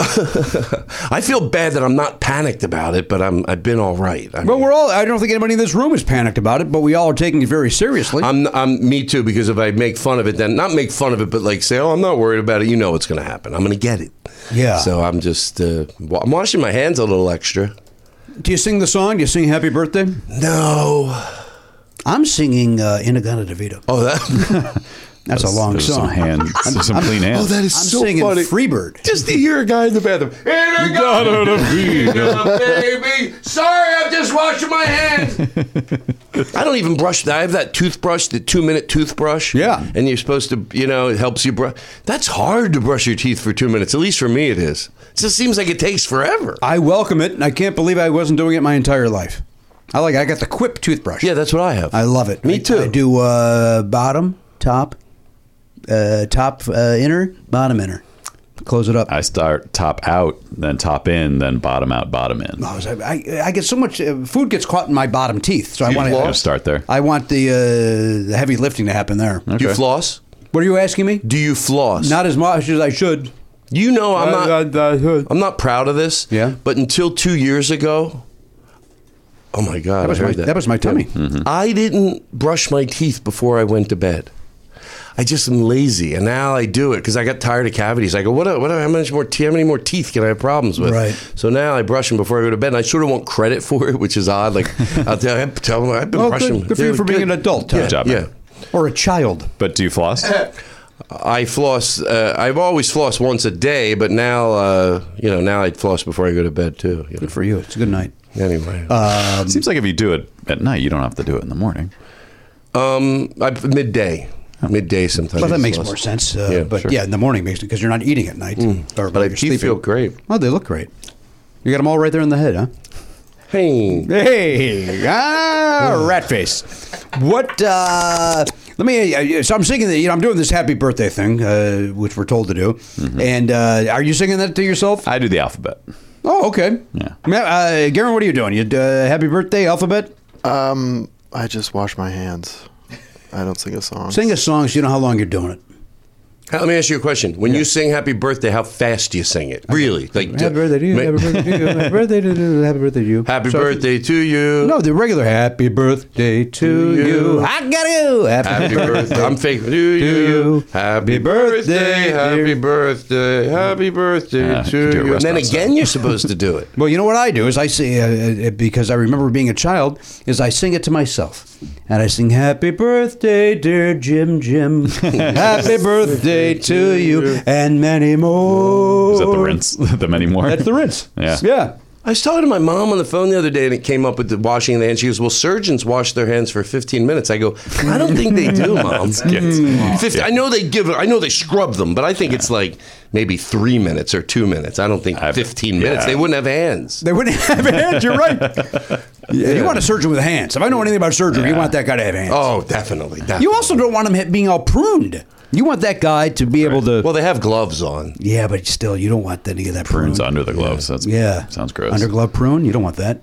Speaker 10: I feel bad that I'm not panicked about it, but I'm I've been all right. I
Speaker 5: But
Speaker 10: mean-
Speaker 5: we're all. I don't think anybody in this room is panicked about it. But we all are taking it very seriously.
Speaker 10: I'm, I'm me too because if I make fun of it, then not make fun of it, but like say, oh, I'm not worried about it. You know what's going to happen. I'm going to get it.
Speaker 5: Yeah.
Speaker 10: So I'm just uh, wa- I'm washing my hands a little extra.
Speaker 5: Do you sing the song? Do you sing Happy Birthday?
Speaker 10: No.
Speaker 5: I'm singing uh, Inagana DeVito.
Speaker 10: Oh, that
Speaker 5: That's, a long
Speaker 1: There's
Speaker 5: song. Oh,
Speaker 1: Some hand, there's some clean
Speaker 4: Oh,
Speaker 1: hands.
Speaker 5: I'm singing Freebird.
Speaker 10: just to hear a guy in the bathroom. Here we go, baby. Sorry, I'm just washing my hands. I don't even brush. that. I have that toothbrush, the two minute toothbrush.
Speaker 5: Yeah.
Speaker 10: And you're supposed to, you know, it helps you brush. That's hard to brush your teeth for two minutes. At least for me, it is. It just seems like it takes forever.
Speaker 5: I welcome it, and I can't believe I wasn't doing it my entire life. I like. I got the Quip toothbrush.
Speaker 10: Yeah, that's what I have.
Speaker 5: I love it.
Speaker 10: Me
Speaker 5: I-
Speaker 10: too.
Speaker 5: I do uh, bottom, top, uh, top uh, inner, bottom inner. Close it up.
Speaker 1: I start top out, then top in, then bottom out, bottom in.
Speaker 5: I, was- I, I get so much uh, food gets caught in my bottom teeth, so I
Speaker 1: You
Speaker 5: want
Speaker 1: gotta
Speaker 5: to
Speaker 1: start there.
Speaker 5: I want the uh, the heavy lifting to happen there.
Speaker 10: Do you floss?
Speaker 5: What are you asking me?
Speaker 10: Do you floss?
Speaker 5: Not as much as I should. Uh,
Speaker 10: you know, I'm not.
Speaker 5: that
Speaker 10: I'm not proud of this.
Speaker 5: Yeah.
Speaker 10: But until two years ago, oh my god, I
Speaker 5: was my
Speaker 1: Hmm.
Speaker 10: heard that.
Speaker 5: Mm-hmm. that was my tummy.
Speaker 10: I didn't brush my teeth before I went to bed. I just am lazy, and now I do it because I got tired of cavities. I go, what? What? How much more? te- How many more teeth can I have problems with?
Speaker 11: Right.
Speaker 10: So now I brush them before I go to bed. and I sort of want credit for it, which is odd. Like I'll tell, I tell them I've been
Speaker 5: Well,
Speaker 10: brushing.
Speaker 5: good, good for you
Speaker 10: Yeah,
Speaker 5: for being
Speaker 10: good.
Speaker 5: an adult.
Speaker 10: Yeah,
Speaker 5: Tom.
Speaker 10: yeah.
Speaker 5: Or a child.
Speaker 1: But do you floss?
Speaker 10: I floss. Uh, I've always flossed once a day, but now, uh, you know, now I floss before I go to bed too. Good
Speaker 5: for you. Uh, It's a good night.
Speaker 10: Anyway,
Speaker 1: Seems like if you do it at night, you don't have to do it in the morning.
Speaker 10: um, I, midday, midday sometimes.
Speaker 5: Oh. Well, that makes
Speaker 10: floss.
Speaker 5: more sense. Uh,
Speaker 10: Yeah,
Speaker 5: but
Speaker 10: sure. Mm.
Speaker 5: yeah, in the morning makes because you're not eating at night. Or
Speaker 10: But I
Speaker 5: you're
Speaker 10: do feel great.
Speaker 5: Oh, they look great. You got them all right there in the head, huh?
Speaker 10: Hey. Mm.
Speaker 5: Hey. Ah, rat face. What, uh, let me, uh, so I'm singing, the, you know, I'm doing this happy birthday thing, uh, which we're told to do.
Speaker 10: Mm-hmm.
Speaker 5: And uh, are you singing that to yourself?
Speaker 1: I do the alphabet.
Speaker 5: Oh, okay. Yeah. Uh, Garen, what are you doing? You uh, happy birthday, alphabet?
Speaker 8: Um, I just wash my hands. I don't sing a song.
Speaker 5: Sing a song so you know how long you're doing it.
Speaker 10: Let me ask you a question. When you sing "Happy Birthday," how fast do you sing it? Really? Like
Speaker 5: Happy birthday to you. Happy birthday to you. Happy birthday to you. Happy birthday to you.
Speaker 10: Happy
Speaker 5: So-
Speaker 10: birthday to you.
Speaker 5: No, the regular happy birthday to
Speaker 10: you.
Speaker 5: you. I got you. Happy,
Speaker 10: Happy
Speaker 5: birthday.
Speaker 10: birthday. I'm fake. To you. Happy birthday. Happy birthday. Happy birthday
Speaker 5: Ah,
Speaker 1: Yeah,
Speaker 10: to
Speaker 1: you do a
Speaker 10: you. And then
Speaker 1: restaurant
Speaker 10: again,
Speaker 1: style.
Speaker 10: you're supposed to do it.
Speaker 5: Well, you know what I do is I say uh, uh, because I remember being a child is I sing it to myself, and I sing "Happy Birthday, dear Jim Jim, Happy Birthday to you, and many more."
Speaker 1: Is that the rinse? the many more?
Speaker 5: Oh. That's the rinse.
Speaker 1: Yeah.
Speaker 5: yeah.
Speaker 10: I was talking to my mom on the phone the other day, and it came up with the washing of the hands. She goes, "Well, surgeons wash their hands for 15 minutes." I go, "I don't think they do, mom.
Speaker 1: That's kids.
Speaker 10: 50, I know they give. I know they scrub them, but I think it's like maybe three minutes or two minutes. I don't think 15 minutes.
Speaker 1: yeah.
Speaker 10: They wouldn't have hands.
Speaker 5: They wouldn't have hands. You're right. You want a surgeon with hands. If I know anything about surgery, you want that guy to have hands.
Speaker 10: Oh, definitely. definitely.
Speaker 5: You also don't want him ha- being all pruned. You want that guy to be able to.
Speaker 10: well, they have gloves on.
Speaker 5: yeah, but still, you don't want any of that pruned.
Speaker 1: Prunes under the gloves. That's
Speaker 5: Yeah.
Speaker 1: Sounds gross.
Speaker 5: Underglove prune? You don't want that.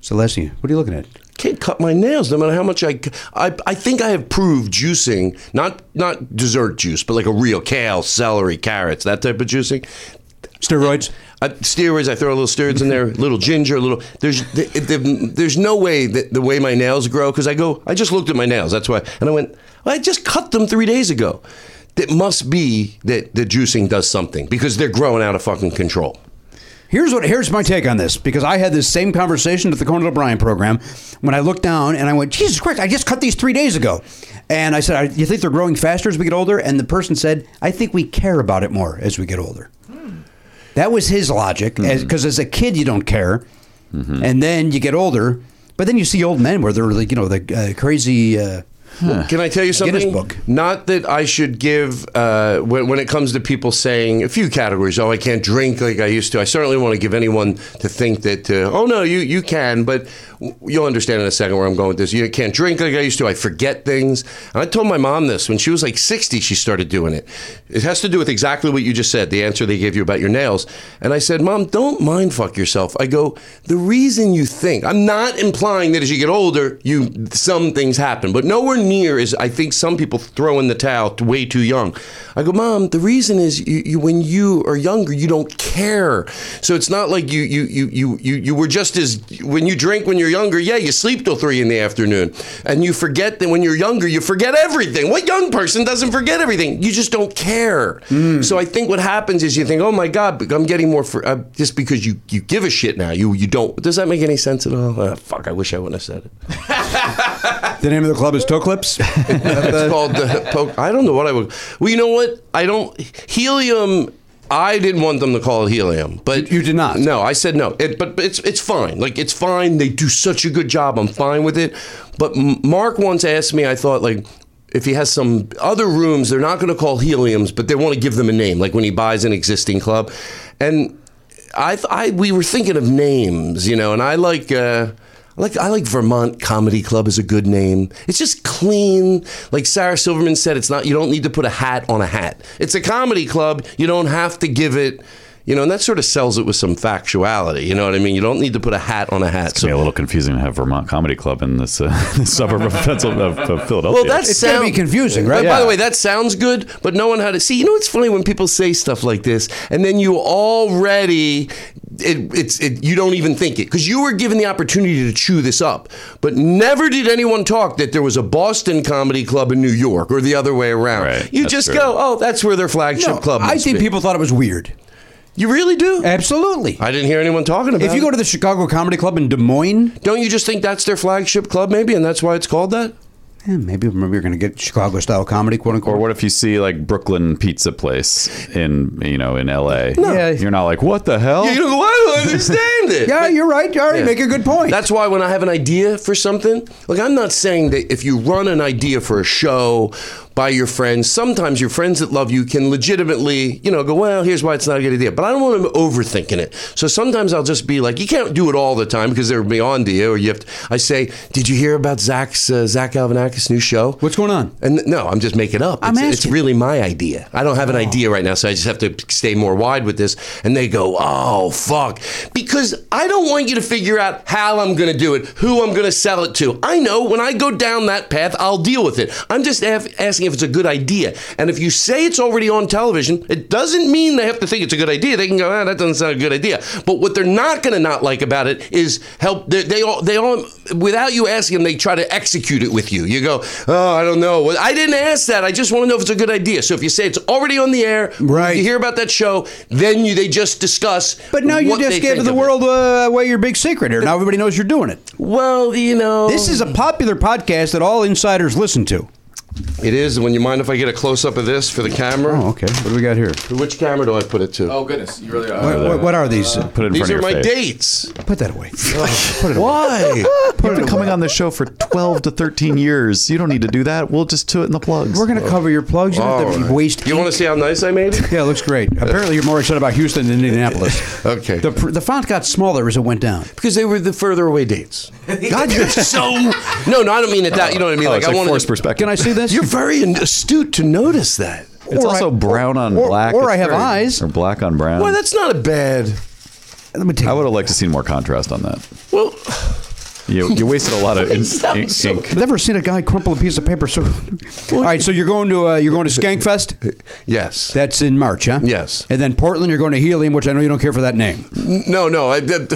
Speaker 5: Celeste, what are you looking at?
Speaker 10: can't cut my nails no matter how much I, I I think I have proved juicing not not dessert juice but like a real kale celery carrots that type of juicing
Speaker 5: Steroids?
Speaker 10: I, Uh, steroids I throw a little steroids in there a little ginger a little there's the, the, there's no way that the way my nails grow because I go I just looked at my nails that's why and I went I just cut them three days ago it must be that the juicing does something because they're growing out of fucking control
Speaker 5: Here's what here's my take on this because I had this same conversation at the Conan O'Brien program when I looked down and I went Jesus Christ I just cut these three days ago and I said "I- you think they're growing faster as we get older and the person said I think we care about it more as we get older that was his logic because
Speaker 1: Hmm.
Speaker 5: as, a kid you don't care
Speaker 1: Mm-hmm.
Speaker 5: and then you get older but then you see old men where they're like you know the uh, crazy uh,
Speaker 10: Can I tell you something?
Speaker 5: Guinness Book.
Speaker 10: Not that I should give uh, when, when it comes to people saying a few categories. Oh, I can't drink like I used to. I certainly want to give anyone to think that. Uh, oh no, you you can, but w- you'll understand in a second where I'm going with this. You can't drink like I used to. I forget things. And I told my mom this when she was like 60. She started doing it. It has to do with exactly what you just said. The answer they gave you about your nails. And I said, Mom, don't mind fuck yourself. I go. The reason you think I'm not implying that as you get older, you some things happen, but nowhere near is I think some people throw in the towel t- way too young. I go, Mom, the reason is you, you, when you are younger, you don't care. So it's not like you you you you you you were just as when you drink when you're younger. Yeah, you sleep till three in the afternoon, and you forget that when you're younger, you forget everything. What young person doesn't forget everything? You just don't care. So I think what happens is you think, Oh my God, I'm getting more for uh, just because you you give a shit now. You you don't. Does that make any sense at all? Uh, fuck, I wish I wouldn't have said it.
Speaker 5: the name of the club is Toe Clips
Speaker 10: it's called the poke. I don't know what I would. Well, you know what? I don't. Helium. I didn't want them to call it helium, but
Speaker 5: You- you did not.
Speaker 10: No, I said no. It, but but it's it's fine. Like it's fine. They do such a good job. I'm fine with it. But M- Mark once asked me. I thought like. If he has some other rooms, they're not going to call heliums, but they want to give them a name, like when he buys an existing club. And I, th- I we were thinking of names, you know, and I like uh, I like I like Vermont Comedy Club is a good name. It's just clean. Like Sarah Silverman said, it's not you don't need to put a hat on a hat. It's a comedy club. You don't have to give it. You know, and that sort of sells it with some factuality. You know what I mean? You don't need to put a hat on a hat.
Speaker 1: It's gonna be a little confusing to have Vermont Comedy Club in this uh, suburb of, Pennsylvania, of, of Philadelphia.
Speaker 10: Well, that's
Speaker 5: It's gonna be confusing, right?
Speaker 10: By
Speaker 5: Yeah.
Speaker 10: the way, that sounds good, but no one had to see. You know, it's funny when people say stuff like this, and then you already it, it's it, you don't even think it because you were given the opportunity to chew this up, but never did anyone talk that there was a Boston comedy club in New York or the other way around. you
Speaker 1: that's
Speaker 10: just
Speaker 1: true.
Speaker 10: go, oh, that's where their flagship
Speaker 5: No,
Speaker 10: club.
Speaker 5: I
Speaker 10: must
Speaker 5: think
Speaker 10: be."
Speaker 5: people thought it was weird.
Speaker 10: You really do?
Speaker 5: Absolutely.
Speaker 10: I didn't hear anyone talking about.
Speaker 5: If you go
Speaker 10: it.
Speaker 5: to the Chicago Comedy Club in Des Moines,
Speaker 10: don't you just think that's their flagship club maybe, and that's why it's called that?
Speaker 5: eh, maybe maybe you're going to get Chicago style comedy, quote unquote.
Speaker 1: Or what if you see like Brooklyn Pizza Place in you know in L.A.
Speaker 5: Yeah.
Speaker 1: You're not like what the hell?
Speaker 10: You don't go, I don't understand it.
Speaker 5: yeah, you're right. You already
Speaker 10: Yeah.
Speaker 5: make a good point.
Speaker 10: That's why when I have an idea for something, like I'm not saying that if you run an idea for a show by your friends, sometimes your friends that love you can legitimately, you know, go, well, here's why it's not a good idea. But I don't want them overthinking it. So sometimes I'll just be like, you can't do it all the time because they're beyond you, or you have to. I say, did you hear about Zach's uh, Zach Alvanakis' new show?
Speaker 5: What's going on?
Speaker 10: And no, I'm just making up.
Speaker 5: I'm
Speaker 10: it's, it's
Speaker 5: asking. Oh.
Speaker 10: really my idea. I don't have an idea right now, so I just have to stay more wide with this. And they go, oh, fuck. Because I don't want you to figure out how I'm going to do it, who I'm going to sell it to. I know when I go down that path, I'll deal with it. I'm just af- asking if it's a good idea. And if you say it's already on television, it doesn't mean they have to think it's a good idea. They can go, ah, that doesn't sound a good idea. But what they're not going to not like about it is help. They, they all, they all, without you asking them, they try to execute it with you. You go, oh, I don't know. Well, I didn't ask that. I just want to know if it's a good idea. So if you say it's already on the air,
Speaker 5: Right.
Speaker 10: You hear about that show, then you they just discuss.
Speaker 5: But now you
Speaker 10: what
Speaker 5: just
Speaker 10: they
Speaker 5: gave
Speaker 10: think
Speaker 5: the
Speaker 10: of it.
Speaker 5: world uh, away your big secret here. Now everybody knows you're doing it.
Speaker 10: Well, you know,
Speaker 5: This is a popular podcast that all insiders listen to.
Speaker 10: It is. When you mind if I get a close up of this for the camera?
Speaker 5: Oh, okay. What do we got here?
Speaker 10: Which camera do I put it to?
Speaker 7: Oh goodness, you really
Speaker 5: What, what, what are these?
Speaker 1: Put it in
Speaker 10: These
Speaker 1: front
Speaker 10: are
Speaker 1: of your
Speaker 10: my
Speaker 1: face.
Speaker 10: dates.
Speaker 5: Put that away. Put it away.
Speaker 1: Why? You've been coming on this show for 12 to 13 years. You don't need to do that. We'll just do it in the plugs.
Speaker 10: Oh,
Speaker 5: We're going to cover your plugs. You don't have to waste.
Speaker 10: You want to see how nice I made it?
Speaker 5: Yeah, it looks great. Apparently, you're more excited about Houston than Indianapolis.
Speaker 10: Okay.
Speaker 5: The, pr- the font got smaller as it went down.
Speaker 10: Because they were the further away dates. God, you're so. No, no, I don't mean it that. You know what I mean?
Speaker 1: Oh,
Speaker 10: like
Speaker 1: it's
Speaker 10: I
Speaker 1: like
Speaker 10: wanted.
Speaker 1: forced
Speaker 10: to-
Speaker 1: perspective.
Speaker 5: Can I see this?
Speaker 10: You're very astute to notice that.
Speaker 1: It's
Speaker 5: Or
Speaker 1: also
Speaker 5: I-
Speaker 1: brown on
Speaker 5: or-
Speaker 1: black.
Speaker 5: or
Speaker 1: It's
Speaker 5: I have
Speaker 1: very-
Speaker 5: eyes.
Speaker 1: Or black on brown.
Speaker 10: Well, that's not a bad.
Speaker 5: Let me take.
Speaker 1: I would have liked to see more contrast on that.
Speaker 10: Well,
Speaker 1: You, you wasted a lot of in,
Speaker 10: sounds
Speaker 1: ink-
Speaker 10: so-
Speaker 1: ink.
Speaker 5: I've never seen a guy crumple a piece of paper. So, all right. So you're going to uh, you're going to Skankfest.
Speaker 10: yes.
Speaker 5: That's in March, huh?
Speaker 10: Yes.
Speaker 5: And then Portland, you're going to Helium, which I know you don't care for that name.
Speaker 10: No, no. I, that,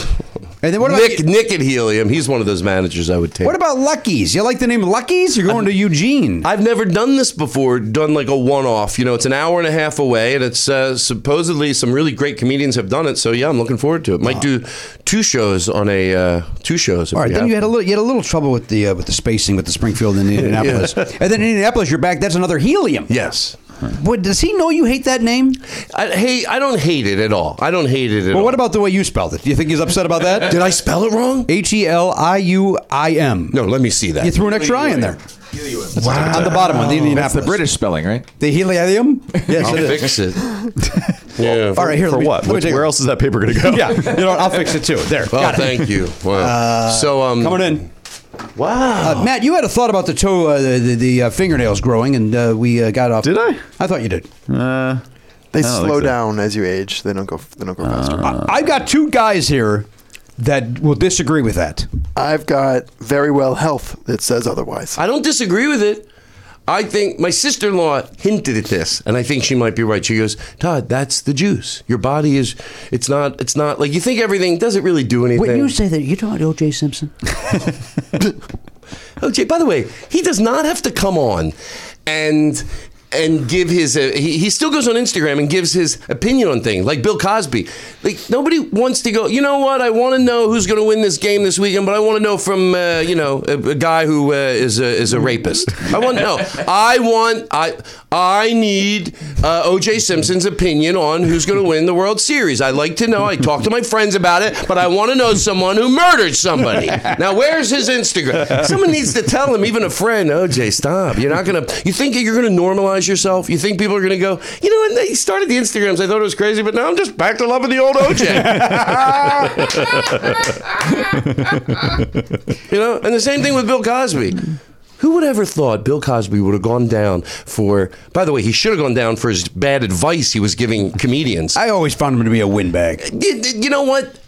Speaker 5: And then what about
Speaker 10: Nick? Nick at Helium. He's one of those managers I would take.
Speaker 5: What about Lucky's? You like the name Lucky's? You're going to Eugene.
Speaker 10: I've never done this before, done like a one off. You know, it's an hour and a half away, and it's uh, supposedly some really great comedians have done it. So, yeah, I'm looking forward to it. Might do two shows on a, uh, two shows. if
Speaker 5: All right,
Speaker 10: we
Speaker 5: then
Speaker 10: have
Speaker 5: you had a
Speaker 10: them.
Speaker 5: little you had a little trouble with the uh, with the spacing with the Springfield and the Indianapolis, and then Indianapolis, you're back. That's another helium.
Speaker 10: Yes.
Speaker 5: What, does he know you hate that name?
Speaker 10: I, hey, I don't hate it at all. I don't hate it at all.
Speaker 5: Well, what about the way you spelled it? Do you think he's upset about that?
Speaker 10: Did I spell it wrong?
Speaker 5: H e l i u i m?
Speaker 10: No, let me see that.
Speaker 5: You threw an extra I in there. Wow. On the bottom one, the
Speaker 7: That's
Speaker 5: Indianapolis.
Speaker 7: the British spelling, right?
Speaker 5: The helium? Yes,
Speaker 10: I'll
Speaker 5: it is.
Speaker 10: fix it. yeah.
Speaker 5: All right, here.
Speaker 1: For
Speaker 5: let me-
Speaker 1: what?
Speaker 5: Let me
Speaker 1: Which-
Speaker 5: take
Speaker 1: where
Speaker 5: it.
Speaker 1: else is that paper going to go?
Speaker 5: Yeah, you know what? I'll fix it too. There.
Speaker 10: Well,
Speaker 5: got it. Uh,
Speaker 10: thank you. Wow. so, um,
Speaker 5: Coming in.
Speaker 10: Wow.
Speaker 5: Uh, Matt, you had a thought about the toe, uh, the, the, the uh, fingernails growing, and uh, we uh, got off.
Speaker 1: Did I?
Speaker 5: I thought you did.
Speaker 1: Uh,
Speaker 8: They
Speaker 1: don't
Speaker 8: slow
Speaker 1: think so. Uh,
Speaker 8: down as you age. They don't go. They don't go faster.
Speaker 5: I, I've got two guys here that will disagree with that.
Speaker 8: I've got very well health that says otherwise.
Speaker 10: I don't disagree with it. I think my sister in law hinted at this, and I think she might be right. She goes, Todd, that's the juice. Your body is, it's not, it's not like you think everything doesn't really do anything.
Speaker 3: that, you're talking to O.J. Simpson?
Speaker 10: Oh, Jay, by the way, he does not have to come on and and give his uh, he, he still goes on Instagram and gives his opinion on things like Bill Cosby. Like nobody wants to go, you know what? I want to know who's going to win this game this weekend, but I want to know from uh, you know a, a guy who uh, is a, is a rapist. I want to know. I want I I need uh, O.J. Simpson's opinion on who's going to win the World Series. I like to know. I talk to my friends about it, but I want to know someone who murdered somebody. Now, where's his Instagram? Someone needs to tell him, even a friend, OJ, stop. You're not going to, you think you're going to normalize yourself? You think people are going to go, you know, and they started the Instagrams. I thought it was crazy, but now I'm just back to loving the old OJ. you know, and the same thing with Bill Cosby. Who would ever thought Bill Cosby would have gone down for? By the way, he should have gone down for his bad advice he was giving comedians
Speaker 5: I always found him to be a windbag.
Speaker 10: you, you know what?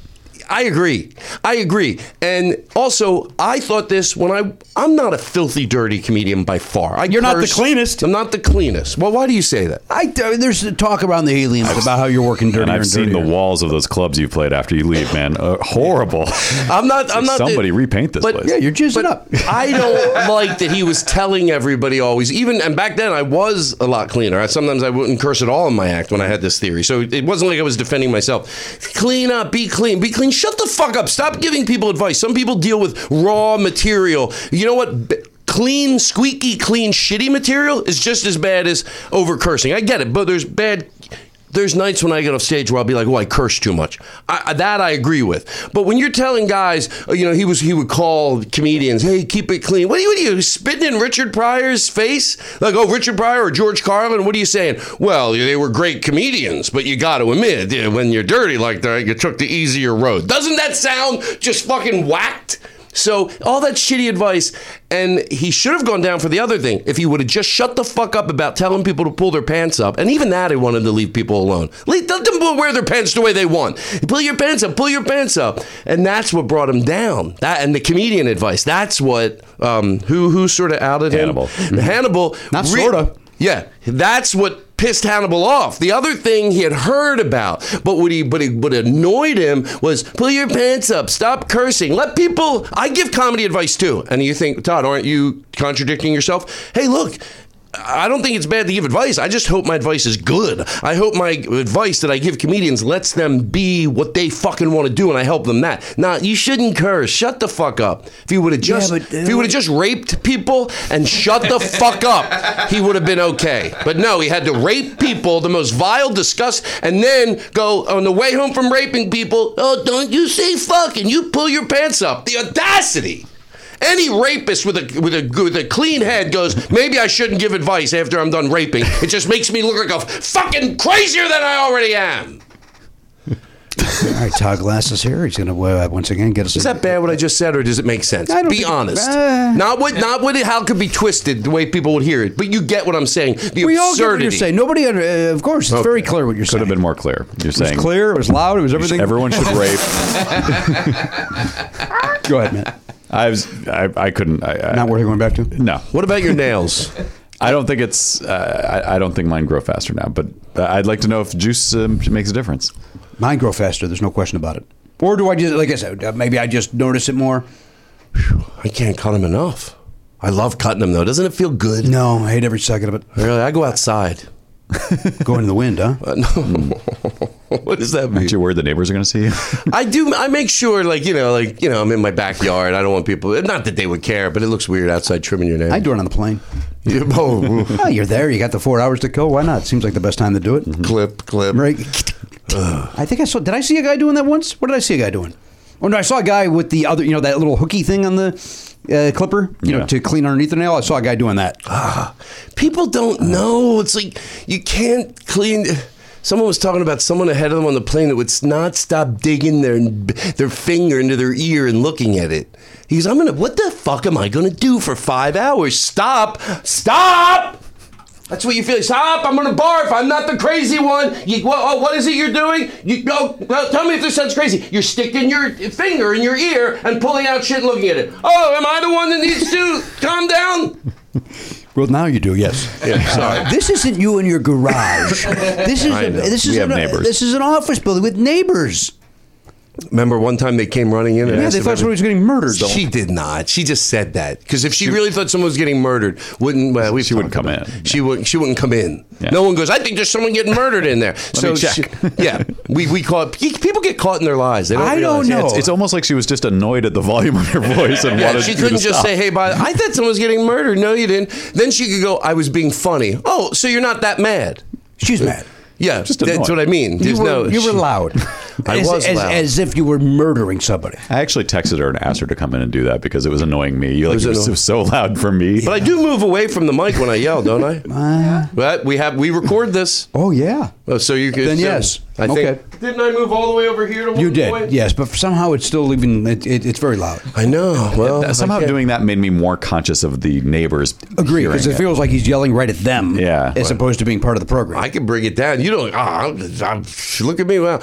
Speaker 10: I agree. I agree. And also, I thought this when I I'm not a filthy dirty comedian by far. I You're
Speaker 1: not the
Speaker 10: cleanest. I'm not the cleanest. Well, why do you say that?
Speaker 5: I, uh, there's talk around the aliens about how you're working dirtier
Speaker 1: And
Speaker 5: and,
Speaker 1: I've seen the
Speaker 5: dirtier.
Speaker 1: walls of those clubs you played after you leave, man. Uh, horrible.
Speaker 10: I'm not. I'm not. the-
Speaker 1: Somebody repaint this
Speaker 10: but-
Speaker 1: place.
Speaker 5: yeah, you're jizzing up.
Speaker 10: I don't like that he was telling everybody always. Even and back then, I was a lot cleaner. I, sometimes I wouldn't curse at all in my act when I had this theory. So it wasn't like I was defending myself. Clean up, be clean, be clean. Shut the fuck up. Stop giving people advice. Some people deal with raw material. You know what? B- Clean, squeaky, clean, shitty material is just as bad as over cursing. I get it, but there's bad there's nights when I get off stage where I'll be like, "Well, I curse too much." I, I- that I agree with. But when you're telling guys, uh, you know, he was he would call comedians, "Hey, keep it clean." What are you, what are you spitting in Richard Pryor's face? Like, oh, Richard Pryor or George Carlin? What are you saying? Well, they were great comedians, but you got to admit yeah, when you're dirty like that, you took the easier road. Doesn't that sound just fucking whacked? So all that shitty advice, and he should have gone down for the other thing if he would have just shut the fuck up about telling people to pull their pants up. And even that, I wanted to leave people alone. Leave, let them wear their pants the way they want. Pull your pants up. Pull your pants up. And that's what brought him down. That and the comedian advice. That's what um, who who sort of outed
Speaker 1: Hannibal.
Speaker 10: him. Hannibal.
Speaker 5: Mm-hmm. Not
Speaker 10: re-
Speaker 5: sorta.
Speaker 10: yeah, that's what pissed Hannibal off. The other thing he had heard about, but what he but he, what annoyed him was pull your pants up, stop cursing, let people. I give comedy advice too, and you think Todd, aren't you contradicting yourself? Hey, look. I don't think it's bad to give advice. I just hope my advice is good. I hope my advice that I give comedians lets them be what they fucking want to do, and I help them that. Nah, you shouldn't curse. Shut the fuck up. If you would have just,
Speaker 5: but, uh,
Speaker 10: if you would have just raped people and shut the fuck up, he would have been okay. But no, he had to rape people, the most vile, disgust, and then go on the way home from raping people. Oh, don't you say fucking? You pull your pants up. The audacity. Any rapist with a with a with a clean head goes, maybe I shouldn't give advice after I'm done raping. It just makes me look like a fucking crazier than I already am.
Speaker 5: All right, Todd Glass is here. He's going to uh, once again get us.
Speaker 10: Is that bad what I just said, or does it make sense?
Speaker 5: I don't
Speaker 10: Be
Speaker 5: think-
Speaker 10: honest.
Speaker 5: Uh,
Speaker 10: not what not what it, how it could be twisted the way people would hear it, but you get what I'm saying. The
Speaker 5: We
Speaker 10: absurdity.
Speaker 5: all get what you're saying. Nobody, under- uh, of course, it's very clear what you're
Speaker 1: Could
Speaker 5: saying.
Speaker 1: have been more clear. You're
Speaker 5: It was
Speaker 1: saying
Speaker 5: clear. It was loud. It was everything.
Speaker 1: everyone should rape.
Speaker 5: Go ahead, man.
Speaker 1: I was. I, I couldn't. I, I,
Speaker 5: Not worth going back to.
Speaker 1: No.
Speaker 10: What about your nails?
Speaker 1: I don't think it's. Uh, I, I don't think mine grow faster now. But uh, I'd like to know if juice um, makes a difference.
Speaker 5: Mine grow faster. There's no question about it. Or do I just, like I said, uh, maybe I just notice it more.
Speaker 10: I can't cut them enough. I love cutting them though. Doesn't it feel good?
Speaker 5: No, I hate every second of it.
Speaker 10: Really, I go outside.
Speaker 5: Going to the wind, huh?
Speaker 10: Uh, no. what does that mean?
Speaker 1: Aren't you worried the neighbors are going to see you?
Speaker 10: I do. I make sure, like you know, like you know, I'm in my backyard. I don't want people. Not that they would care, but it looks weird outside trimming your nails.
Speaker 5: I do it on the plane.
Speaker 10: Yeah, oh,
Speaker 5: Oh, you're there. You got the four hours to go. Why not? Seems like the best time to do it.
Speaker 10: clip, clip.
Speaker 5: Right? I think I saw. Did I see a guy doing that once? What did I see a guy doing? Oh no, I saw a guy with the other, you know, that little hooky thing on the uh, clipper, you know,
Speaker 1: Yeah.
Speaker 5: to clean underneath the nail. I saw a guy doing that.
Speaker 10: Ah, People don't know. It's like you can't clean. Someone was talking about someone ahead of them on the plane that would s- not stop digging their their finger into their ear and looking at it. He goes, "I'm gonna. What the fuck am I gonna do for five hours? Stop! Stop!" That's what you feel. Stop! I'm gonna barf. I'm not the crazy one. You, wha- oh, what is it you're doing? You go. well, tell me if this sounds crazy. You're sticking your finger in your ear and pulling out shit and looking at it. Oh, am I the one that needs to calm down?
Speaker 5: Well, now you do, yes.
Speaker 10: sorry.
Speaker 5: This isn't you in your garage. This is
Speaker 10: I
Speaker 5: a,
Speaker 10: know.
Speaker 5: this is
Speaker 1: We
Speaker 5: an,
Speaker 1: have neighbors.
Speaker 5: this is an office building with neighbors.
Speaker 10: Remember one time they came running in? and
Speaker 5: Yeah,
Speaker 10: asked
Speaker 5: they
Speaker 10: if
Speaker 5: thought somebody was getting murdered.
Speaker 10: every- She did not. She just said that because if she really thought someone was getting murdered, wouldn't well, we
Speaker 1: She wouldn't come in.
Speaker 10: She wouldn't. She wouldn't come in.
Speaker 1: Yeah.
Speaker 10: No one goes. I think there's someone getting murdered in there. so
Speaker 1: me check.
Speaker 10: she- yeah, we we call it, people get caught in their lies. They don't
Speaker 5: I don't
Speaker 10: realize.
Speaker 5: know.
Speaker 1: It's, it's almost like she was just annoyed at the volume of your voice and
Speaker 10: Yeah,
Speaker 1: wanted
Speaker 10: she
Speaker 1: you
Speaker 10: couldn't
Speaker 1: to
Speaker 10: just
Speaker 1: stop.
Speaker 10: say, "Hey, by I thought someone was getting murdered." No, you didn't. Then she could go, "I was being funny." Oh, so you're not that mad?
Speaker 5: She's mad.
Speaker 10: Yeah,
Speaker 1: Just
Speaker 10: that's
Speaker 1: annoyed.
Speaker 10: what I mean.
Speaker 5: You
Speaker 10: There's
Speaker 5: were,
Speaker 10: no,
Speaker 5: you were loud.
Speaker 10: I
Speaker 5: as,
Speaker 10: was
Speaker 5: as,
Speaker 10: loud.
Speaker 5: as if you were murdering somebody.
Speaker 1: I actually texted her and asked her to come in and do that because it was annoying me. You're like,
Speaker 10: was
Speaker 1: it was,
Speaker 10: annoying.
Speaker 1: it was so loud for me.
Speaker 10: But I do move away from the mic when I yell, don't I?
Speaker 5: Uh,
Speaker 10: but we have we record this.
Speaker 5: Oh yeah,
Speaker 10: Oh, so you could
Speaker 5: Then yes.
Speaker 10: I think.
Speaker 5: Okay.
Speaker 9: Didn't I move all the way over here to one
Speaker 5: you did.
Speaker 9: point?
Speaker 5: Yes, but somehow it's still even. It, it, it's very loud.
Speaker 10: I know. Well,
Speaker 1: Uh,
Speaker 10: Oh, I
Speaker 1: Somehow
Speaker 10: can't-
Speaker 1: doing that made me more conscious of the neighbors.
Speaker 5: Agree,
Speaker 1: hearing
Speaker 5: because it
Speaker 1: it.
Speaker 5: feels like he's yelling right at them.
Speaker 1: Yeah.
Speaker 5: as opposed to being part of the program.
Speaker 10: I can bring it down. You don't. ah, I'm, I'm- look at me. Wow.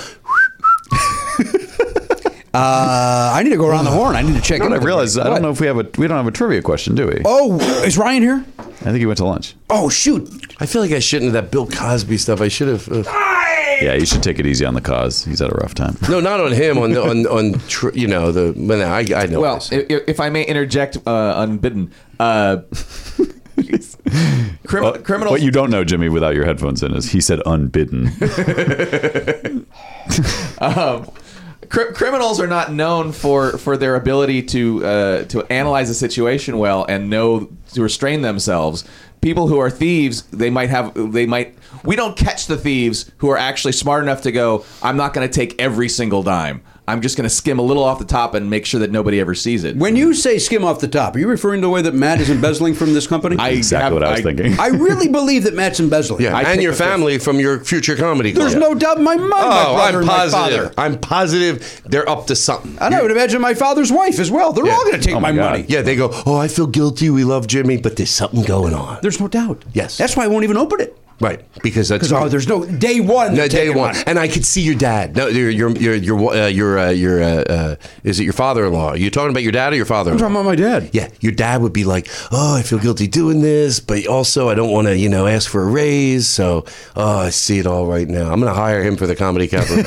Speaker 5: Uh, I need to go around the horn. I need to check.
Speaker 1: You know
Speaker 5: in
Speaker 1: what I
Speaker 5: with
Speaker 1: realized? I
Speaker 5: everybody.
Speaker 1: don't know if we have a we don't have a trivia question, do we?
Speaker 5: What? Oh, is Ryan here?
Speaker 1: I think he went to lunch.
Speaker 5: Oh shoot!
Speaker 10: I feel like I shouldn't have that Bill Cosby stuff. I should have. Uh,
Speaker 1: Yeah, you should take it easy on the cause. He's had a rough time.
Speaker 10: no, not on him. On the on on tr- you know the. Well, no, I I know.
Speaker 7: Well, if, if I may interject, uh, unbidden. Uh, crim- criminals.
Speaker 1: What you don't know, Jimmy, without your headphones in, is he said unbidden.
Speaker 7: um, cri- criminals are not known for, for their ability to uh, to analyze a situation well and know to restrain themselves. People who are thieves, they might have they might we don't catch the thieves who are actually smart enough to go, I'm not going to take every single dime. I'm just going to skim a little off the top and make sure that nobody ever sees it.
Speaker 5: When you say skim off the top, are you referring to the way that Matt is embezzling from this company?
Speaker 7: I
Speaker 1: exactly
Speaker 7: have-
Speaker 1: what I was
Speaker 7: I-
Speaker 1: thinking.
Speaker 5: I really believe that Matt's embezzling.
Speaker 10: yeah,
Speaker 7: I
Speaker 10: and
Speaker 7: think
Speaker 10: your
Speaker 7: that there's-
Speaker 10: family from your future comedy.
Speaker 5: There's
Speaker 10: club.
Speaker 5: no doubt in my mind. my
Speaker 10: Oh,
Speaker 5: brother
Speaker 10: I'm
Speaker 5: and my
Speaker 10: positive.
Speaker 5: father.
Speaker 10: I'm positive they're up to something.
Speaker 5: And I would imagine my father's wife as well. They're all going to take
Speaker 1: Oh,
Speaker 5: my,
Speaker 1: my God.
Speaker 5: money.
Speaker 10: Yeah, they go. Oh, I feel guilty. We love Jimmy, but there's something going on.
Speaker 5: There's no doubt.
Speaker 10: Yes.
Speaker 5: That's why I won't even open it.
Speaker 10: Right, because that's
Speaker 5: Because oh, there's no day one.
Speaker 10: No,
Speaker 5: they're
Speaker 10: day
Speaker 5: taking
Speaker 10: one,
Speaker 5: mine.
Speaker 10: and I could see your dad. No, your your your your uh, your uh, your uh, uh, is it your father-in-law? Are you talking about your dad or your
Speaker 5: I'm talking
Speaker 10: father-in-law?
Speaker 5: about my dad.
Speaker 10: Yeah, your dad would be like, "Oh, I feel guilty doing this, but also I don't want to, you know, ask for a raise." So, oh, I see it all right now. I'm going to hire him for the comedy cabaret.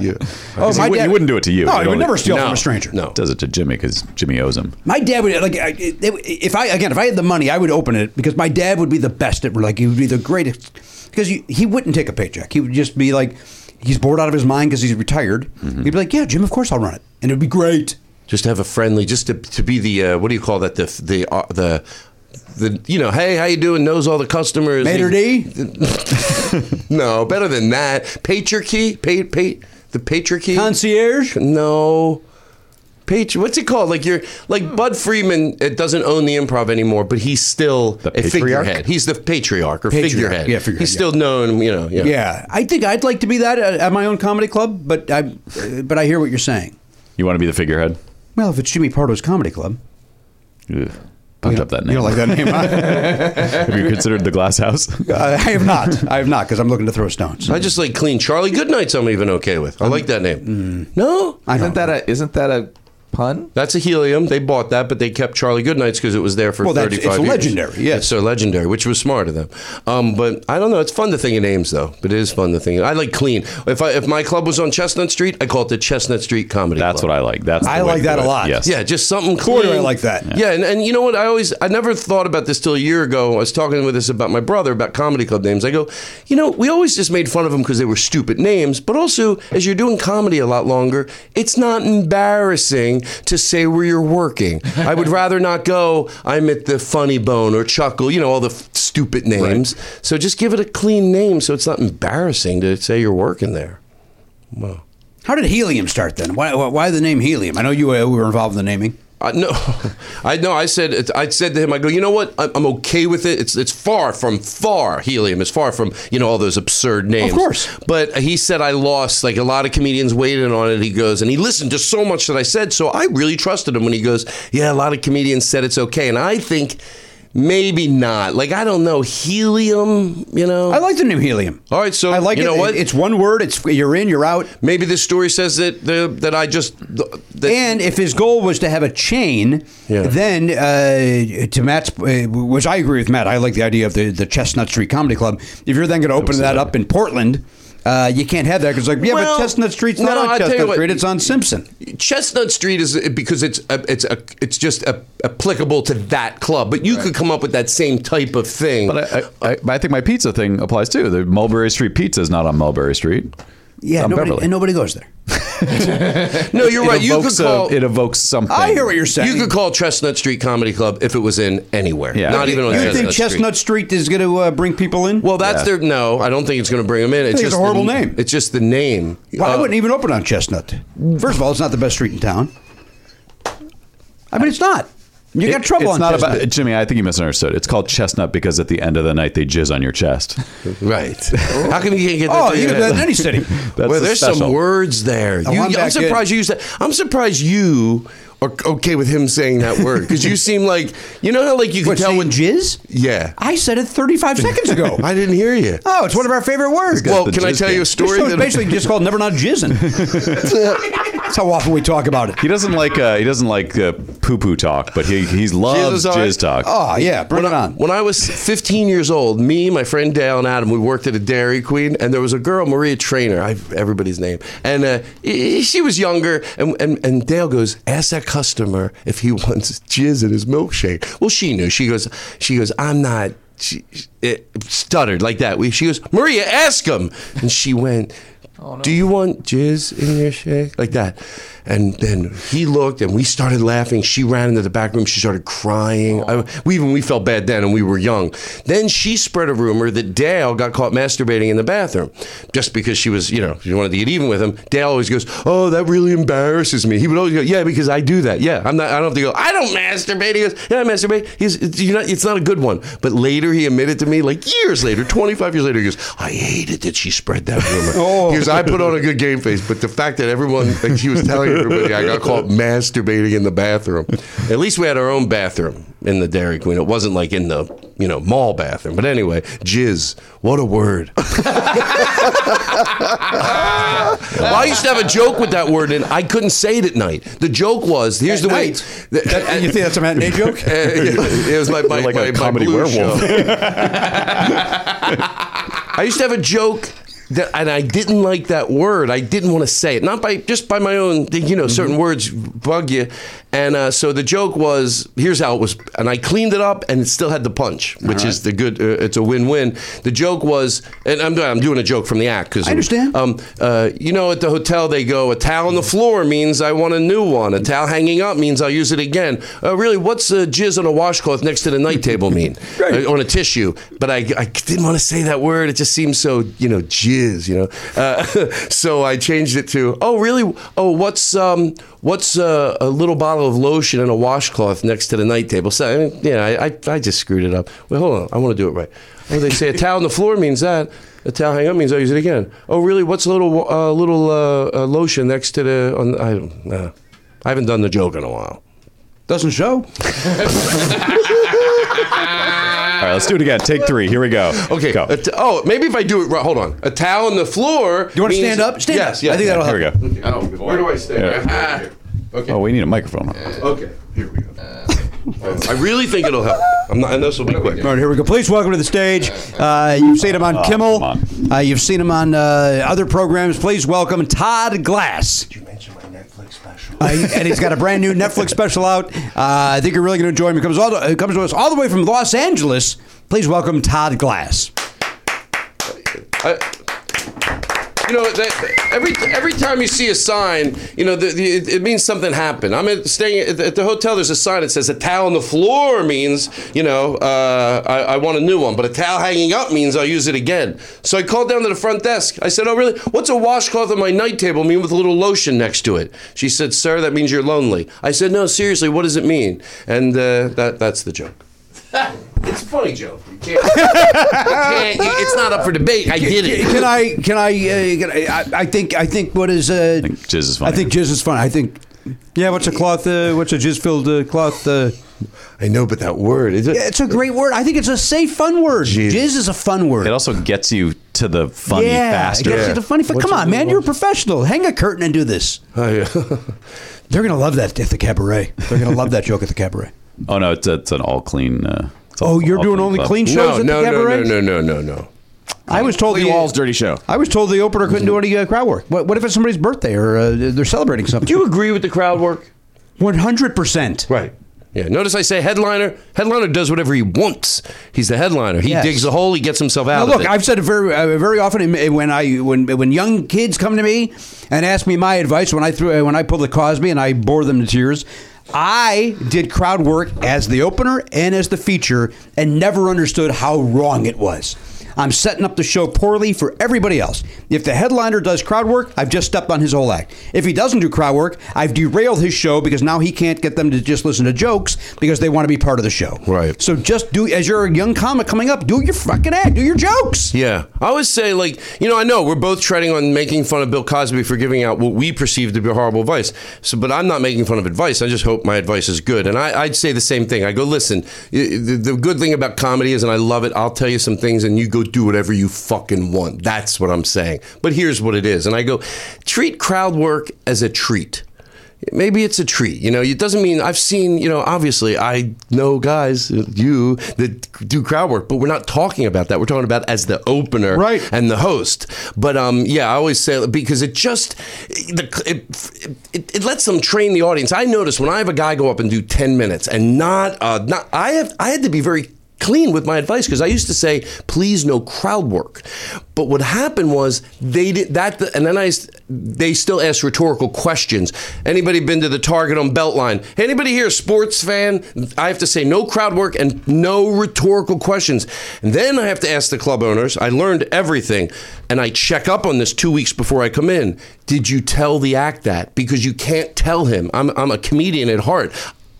Speaker 10: yeah.
Speaker 5: Oh,
Speaker 1: he wouldn't- he wouldn't do it to you.
Speaker 5: No,
Speaker 1: He'd
Speaker 5: he would
Speaker 1: only-
Speaker 5: never steal
Speaker 10: No,
Speaker 5: from a stranger.
Speaker 10: No,
Speaker 1: Does it to Jimmy because Jimmy owes him.
Speaker 5: My dad would like I- it- if I again if I had the money I would open it because my dad would be the best at like he would be the greatest because he, he wouldn't take a paycheck he would just be like he's bored out of his mind because he's retired
Speaker 1: Mm-hmm.
Speaker 5: he'd be like yeah Jim of course I'll run it and it'd be great
Speaker 10: just have a friendly, just to, to be the uh, what do you call that? The the uh, the the you know, hey, how you doing? Knows all the customers.
Speaker 5: Mater D
Speaker 10: No, better than that. Patriarchy, pa- pa- the patriarchy.
Speaker 5: concierge
Speaker 10: no, patri. What's it called? Like you're
Speaker 5: Hmm.
Speaker 10: like Bud Freeman. It doesn't own the improv anymore, but he's still
Speaker 1: The
Speaker 10: a
Speaker 1: patriarch?
Speaker 10: figurehead. He's the patriarch or
Speaker 5: Patriarch,
Speaker 10: figurehead.
Speaker 5: yeah, figurehead,
Speaker 10: He's
Speaker 5: yeah.
Speaker 10: still known. You know. Yeah.
Speaker 5: yeah I think I'd like to be that at, at my own comedy club but I uh, but I hear what you're saying
Speaker 1: You want to be the figurehead?
Speaker 5: well if it's Jimmy Pardo's comedy club
Speaker 1: Ugh. Punch up that name.
Speaker 5: you don't like that name huh?
Speaker 1: have you considered the glass house?
Speaker 5: Uh, I have not I have not because I'm looking to throw stones
Speaker 10: I just like clean Charlie Goodnight's. I'm even okay with. I like that name. No,
Speaker 5: Hmm. I
Speaker 7: isn't that a isn't that a pun?
Speaker 10: that's a helium. They bought that, but they kept Charlie Goodnight's because it was there for
Speaker 5: Well, that's-
Speaker 10: 35
Speaker 5: it's
Speaker 10: years.
Speaker 5: legendary, yes.
Speaker 10: It's so legendary, which was smart of them. Um, but I don't know. It's fun to think of names, though. But it is fun to think. I like clean. If I, if my club was on Chestnut Street, I call it the Chestnut Street Comedy.
Speaker 1: That's what
Speaker 10: Club.
Speaker 1: I like. That's the
Speaker 5: I
Speaker 1: way
Speaker 5: like
Speaker 1: to
Speaker 5: that
Speaker 1: do
Speaker 5: a
Speaker 1: it.
Speaker 5: lot.
Speaker 1: Yes.
Speaker 10: Yeah, just something
Speaker 5: Boy,
Speaker 10: clean.
Speaker 5: do I like that.
Speaker 10: Yeah, and, and you know what? I always I never thought about this till a year ago. I was talking with this about my brother about comedy club names. I go, you know, we always just made fun of them because they were stupid names, but also as you're doing comedy a lot longer, it's not embarrassing to say where you're working. I would rather not go. I'm at the Funny Bone or Chuckle. You know all the f- stupid names. So just give it a clean name so it's not embarrassing to say you're working there. Well.
Speaker 5: How did helium start then? Why, why- why the name helium? I know you uh, were involved in the naming.
Speaker 10: I, no, I know. I said I said to him, I go, you know what? I- I'm okay with it. It's it's far from far helium. It's far from you know all those absurd names.
Speaker 5: Of course.
Speaker 10: But he said I lost. Like a lot of comedians waited on it. He goes and he listened to so much that I said. So I really trusted him when he goes, yeah. A lot of comedians said it's okay, and I think maybe not. Like I don't know helium. You know.
Speaker 5: I like the name helium.
Speaker 10: all right, so
Speaker 5: I like
Speaker 10: you
Speaker 5: it.
Speaker 10: know what?
Speaker 5: It's one word. It's you're in, you're out.
Speaker 10: maybe this story says that the, that I just that,
Speaker 5: And if his goal was to have a chain,
Speaker 10: Yeah.
Speaker 5: then uh, to Matt's, uh, which I agree with Matt, I like the idea of the, the Chestnut Street Comedy Club. If you're then going to open that up in Portland, uh, you can't have that because like yeah,
Speaker 10: Well,
Speaker 5: but Chestnut Street's
Speaker 10: no,
Speaker 5: not on
Speaker 10: I tell you
Speaker 5: Chestnut
Speaker 10: what-
Speaker 5: Street; it's on Simpson.
Speaker 10: Chestnut Street is because it's a, it's a, it's just a, applicable to that club, but you could come up with that same type of thing.
Speaker 5: uh,
Speaker 1: But I, I, I, but I think my pizza thing applies too. The Mulberry Street pizza is not on Mulberry Street.
Speaker 5: Yeah,
Speaker 1: It's on
Speaker 5: nobody,
Speaker 1: Beverly.
Speaker 5: and nobody goes there.
Speaker 10: no, you're
Speaker 1: It
Speaker 10: right. You could
Speaker 1: evokes a-
Speaker 10: call
Speaker 1: it evokes something.
Speaker 5: I hear what you're saying.
Speaker 10: you could call Chestnut Street Comedy Club if it was in anywhere,
Speaker 1: Yeah.
Speaker 10: not even on
Speaker 5: You
Speaker 10: Chestnut,
Speaker 5: think Chestnut
Speaker 10: Street.
Speaker 5: Street, is going to uh, bring people in?
Speaker 10: Well, that's their no. I don't think it's going to bring them in. It's
Speaker 5: think it's
Speaker 10: just
Speaker 5: a horrible
Speaker 10: the,
Speaker 5: name.
Speaker 10: It's just the name.
Speaker 5: Well, I
Speaker 10: Uh,
Speaker 5: wouldn't even open on Chestnut. First of all, it's not the best street in town. I mean, it's not. You got
Speaker 1: It-
Speaker 5: trouble
Speaker 1: it's
Speaker 5: on
Speaker 1: not
Speaker 5: Chestnut.
Speaker 1: about Jimmy. I think you misunderstood. It's called chestnut because at the end of the night they jizz on your chest.
Speaker 10: right? How come you can't get that?
Speaker 5: oh,
Speaker 10: through
Speaker 5: you
Speaker 10: your
Speaker 5: could do that
Speaker 10: head?
Speaker 5: in any city.
Speaker 1: That's
Speaker 10: well,
Speaker 1: the
Speaker 10: there's some
Speaker 1: special.
Speaker 10: words there. You,
Speaker 5: I'm
Speaker 10: I'm
Speaker 5: back in.
Speaker 10: surprised you used that. I'm surprised you are okay with him saying that word because you seem like you know how like you can
Speaker 5: What,
Speaker 10: tell
Speaker 5: saying
Speaker 10: when
Speaker 5: jizz?
Speaker 10: Yeah.
Speaker 5: I said it 35 seconds ago.
Speaker 10: I didn't hear you.
Speaker 5: Oh, it's one of our favorite words.
Speaker 10: well,
Speaker 1: the
Speaker 10: can I
Speaker 1: jizz
Speaker 10: tell you
Speaker 1: game.
Speaker 10: a story?
Speaker 5: This show's basically just called Never Not Jizzing. That's how often we talk about it.
Speaker 1: He doesn't like uh, he doesn't like uh, poo poo talk, but he he loves
Speaker 10: Jesus, all right.
Speaker 1: jizz talk.
Speaker 5: Oh, yeah, bring
Speaker 10: when
Speaker 5: it
Speaker 10: I,
Speaker 5: on.
Speaker 10: When I was 15 years old, me, my friend Dale, and Adam, we worked at a Dairy Queen, and there was a girl, Maria Trainer, I, everybody's name, and uh, e- she was younger, and, and, and Dale goes, ask that customer if he wants jizz in his milkshake. Well, she knew. She goes, she goes, I'm not. She it stuttered like that. We, she goes, Maria, ask him, and she went. Do you want jizz in your shake? Like that. And then he looked and we started laughing. She ran into the back room. She started crying. I, we even we felt bad then and we were young. Then she spread a rumor that Dale got caught masturbating in the bathroom just because she was, you know, she wanted to get even with him. Dale always goes, Oh, that really embarrasses me. He would always go, Yeah, because I do that. Yeah, I'm not, I don't have to go, I don't masturbate. He goes, Yeah, I masturbate. He's, it's, you're not, it's not a good one. But later he admitted to me, like years later, 25 years later, he goes, I hated that she spread that rumor.
Speaker 5: Oh.
Speaker 10: He goes, I put on a good game face, but the fact that everyone, like she was telling everybody, I got caught masturbating in the bathroom. At least we had our own bathroom in the Dairy Queen. It wasn't like in the, you know, mall bathroom. But anyway, jizz, what a word. Well, I used to have a joke with that word, and I couldn't say it at night. The joke was, here's
Speaker 5: At
Speaker 10: the
Speaker 5: night?
Speaker 10: way.
Speaker 5: That- you think that's a matinee joke?
Speaker 10: Uh, yeah, it was my, my,
Speaker 1: You're like
Speaker 10: my,
Speaker 1: a
Speaker 10: my
Speaker 1: comedy
Speaker 10: blues
Speaker 1: werewolf.
Speaker 10: show. I used to have a joke that, and I didn't like that word. I didn't want to say it, not by just by my own. You
Speaker 1: Mm-hmm.
Speaker 10: know, certain words bug you, and uh, so the joke was here's how it was, and I cleaned it up, and it still had the punch, which is the good. Uh, it's a win-win. The joke was, and I'm, I'm doing a joke from the act because
Speaker 5: I understand.
Speaker 10: um, uh, you know, at the hotel, they go, a towel on the floor means I want a new one. A towel hanging up means I'll use it again. Uh, really, what's uh, jizz on a washcloth next to the night table mean?
Speaker 5: Right.
Speaker 10: Uh, on a tissue. But I, I didn't want to say that word. It just seems so, you know, jizz, you know. Uh, so I changed it to, oh, really? Oh, what's um, what's uh, a little bottle of lotion and a washcloth next to the night table? So, I mean, yeah, I, I, I just screwed it up. Well, hold on. I want to do it right. Oh, they say a towel on the floor means that. A towel hang up means I use it again. Oh, really? What's a little uh, little uh, uh, lotion next to the? On, I don't. Uh, I haven't done the joke in a while.
Speaker 5: Doesn't show.
Speaker 1: All right, let's do it again. Take three. Here we go.
Speaker 10: Okay.
Speaker 1: Go.
Speaker 10: a t- oh, maybe if I do it right. Hold on. A towel on the floor. Do
Speaker 5: you wanna stand up? Stand
Speaker 10: yes,
Speaker 5: up.
Speaker 10: Yes.
Speaker 5: I think that'll
Speaker 1: Here we go.
Speaker 7: Oh,
Speaker 10: Where do I stand? Ah,
Speaker 1: Yeah.
Speaker 10: Okay.
Speaker 1: Oh, Uh, we need a microphone.
Speaker 10: Okay. Here we go. I really think it'll help. I'm not, and this will be quick.
Speaker 5: All right, here we go. Please welcome to the stage. Uh, you've seen him on Kimmel.
Speaker 1: Oh, come on.
Speaker 5: Uh, you've seen him on uh, other programs. Please welcome Todd Glass.
Speaker 10: You mentioned my Netflix special.
Speaker 5: Uh, and he's got a brand new Netflix special out. Uh, I think you're really going to enjoy him. He comes, all the, he comes to us all the way from Los Angeles. Please welcome Todd Glass.
Speaker 10: I, you know, that, every every time you see a sign, you know, the, the, it, it means something happened. I'm at, staying at the, at the hotel. There's a sign that says a towel on the floor means, you know, uh, I, I want a new one, but a towel hanging up means I'll use it again. So I called down to the front desk. I said, "Oh, really? What's a washcloth on my night table mean with a little lotion next to it?" She said, "Sir, that means you're lonely." I said, "No, seriously, what does it mean?" And uh, that that's the joke. it's a funny joke. You can't- you can't- it's not up for debate. I did it.
Speaker 5: Can I? Can I? Uh, can I, I? I think. I think. What is? Uh, I
Speaker 1: think jizz is
Speaker 5: fun.
Speaker 1: funny.
Speaker 5: I think jizz is fun. I think. Yeah. What's a cloth? Uh, what's a jizz-filled uh, cloth? Uh,
Speaker 10: I know, but that word is it?
Speaker 5: yeah, it's a great word. I think it's a safe, fun word. Jizz, is a fun word.
Speaker 1: It also gets you to the funny
Speaker 5: yeah,
Speaker 1: faster.
Speaker 5: It gets you to funny. fa-
Speaker 10: What's
Speaker 5: Come
Speaker 10: a
Speaker 5: on,
Speaker 10: good
Speaker 5: man.
Speaker 10: one?
Speaker 5: You're a professional. Hang a curtain and do this.
Speaker 10: Oh, yeah.
Speaker 5: They're gonna love that at the cabaret. They're gonna love that joke at the cabaret.
Speaker 1: Oh no, it's, it's an all clean. Uh, it's
Speaker 5: Oh,
Speaker 1: all-
Speaker 5: you're
Speaker 1: all
Speaker 5: doing only
Speaker 1: club.
Speaker 5: clean shows
Speaker 10: no,
Speaker 5: at
Speaker 10: no,
Speaker 5: the
Speaker 10: no,
Speaker 5: cabaret?
Speaker 10: no, no, no, no, no.
Speaker 5: I was told
Speaker 7: Lee
Speaker 5: the
Speaker 7: Wall's dirty show.
Speaker 5: I was told the opener couldn't do any uh, crowd work. What, what if it's somebody's birthday or uh, they're celebrating
Speaker 10: Do
Speaker 5: something?
Speaker 10: you agree with the crowd work?
Speaker 5: One hundred percent.
Speaker 10: Right. Yeah. Notice I say headliner. Headliner does whatever he wants. He's the headliner. He
Speaker 5: Yes.
Speaker 10: digs a hole. He gets himself
Speaker 5: Now
Speaker 10: out.
Speaker 5: look,
Speaker 10: of it.
Speaker 5: I've said it very, uh, very often in- when I when when young kids come to me and ask me my advice when I threw when I pulled the Cosby and I bore them to tears. I did crowd work as the opener and as the feature, and never understood how wrong it was. I'm setting up the show poorly for everybody else. If the headliner does crowd work, I've just stepped on his whole act. If he doesn't do crowd work, I've derailed his show because now he can't get them to just listen to jokes because they want to be part of the show.
Speaker 10: Right.
Speaker 5: So just do as you're a young comic coming up, do your fucking act, do your jokes.
Speaker 10: Yeah. I always say, like, you know, I know we're both treading on making fun of Bill Cosby for giving out what we perceive to be horrible advice. So, but I'm not making fun of advice. I just hope my advice is good. And I, I'd say the same thing. I go, listen, y- the, the good thing about comedy is, and I love it, I'll tell you some things and you go do whatever you fucking want. That's what I'm saying. But here's what it is. And I go, treat crowd work as a treat. Maybe it's a treat. You know, it doesn't mean I've seen, you know, obviously I know guys, you, that do crowd work, but we're not talking about that. We're talking about as the opener right. and the host. But um, yeah, I always say, because it just, the, it, it, it lets them train the audience. I notice when I have a guy go up and do 10 minutes and not, uh, not I, have, I had to be very clean with my advice because I used to say, please no crowd work. But what happened was they did that, and then I s- they still asked rhetorical questions. Anybody been to the Target on Beltline? Anybody here a sports fan? I have to say no crowd work and no rhetorical questions. And then I have to ask the club owners. I learned everything, and I check up on this two weeks before I come in. Did you tell the act that? Because you can't tell him. I'm, I'm a comedian at heart.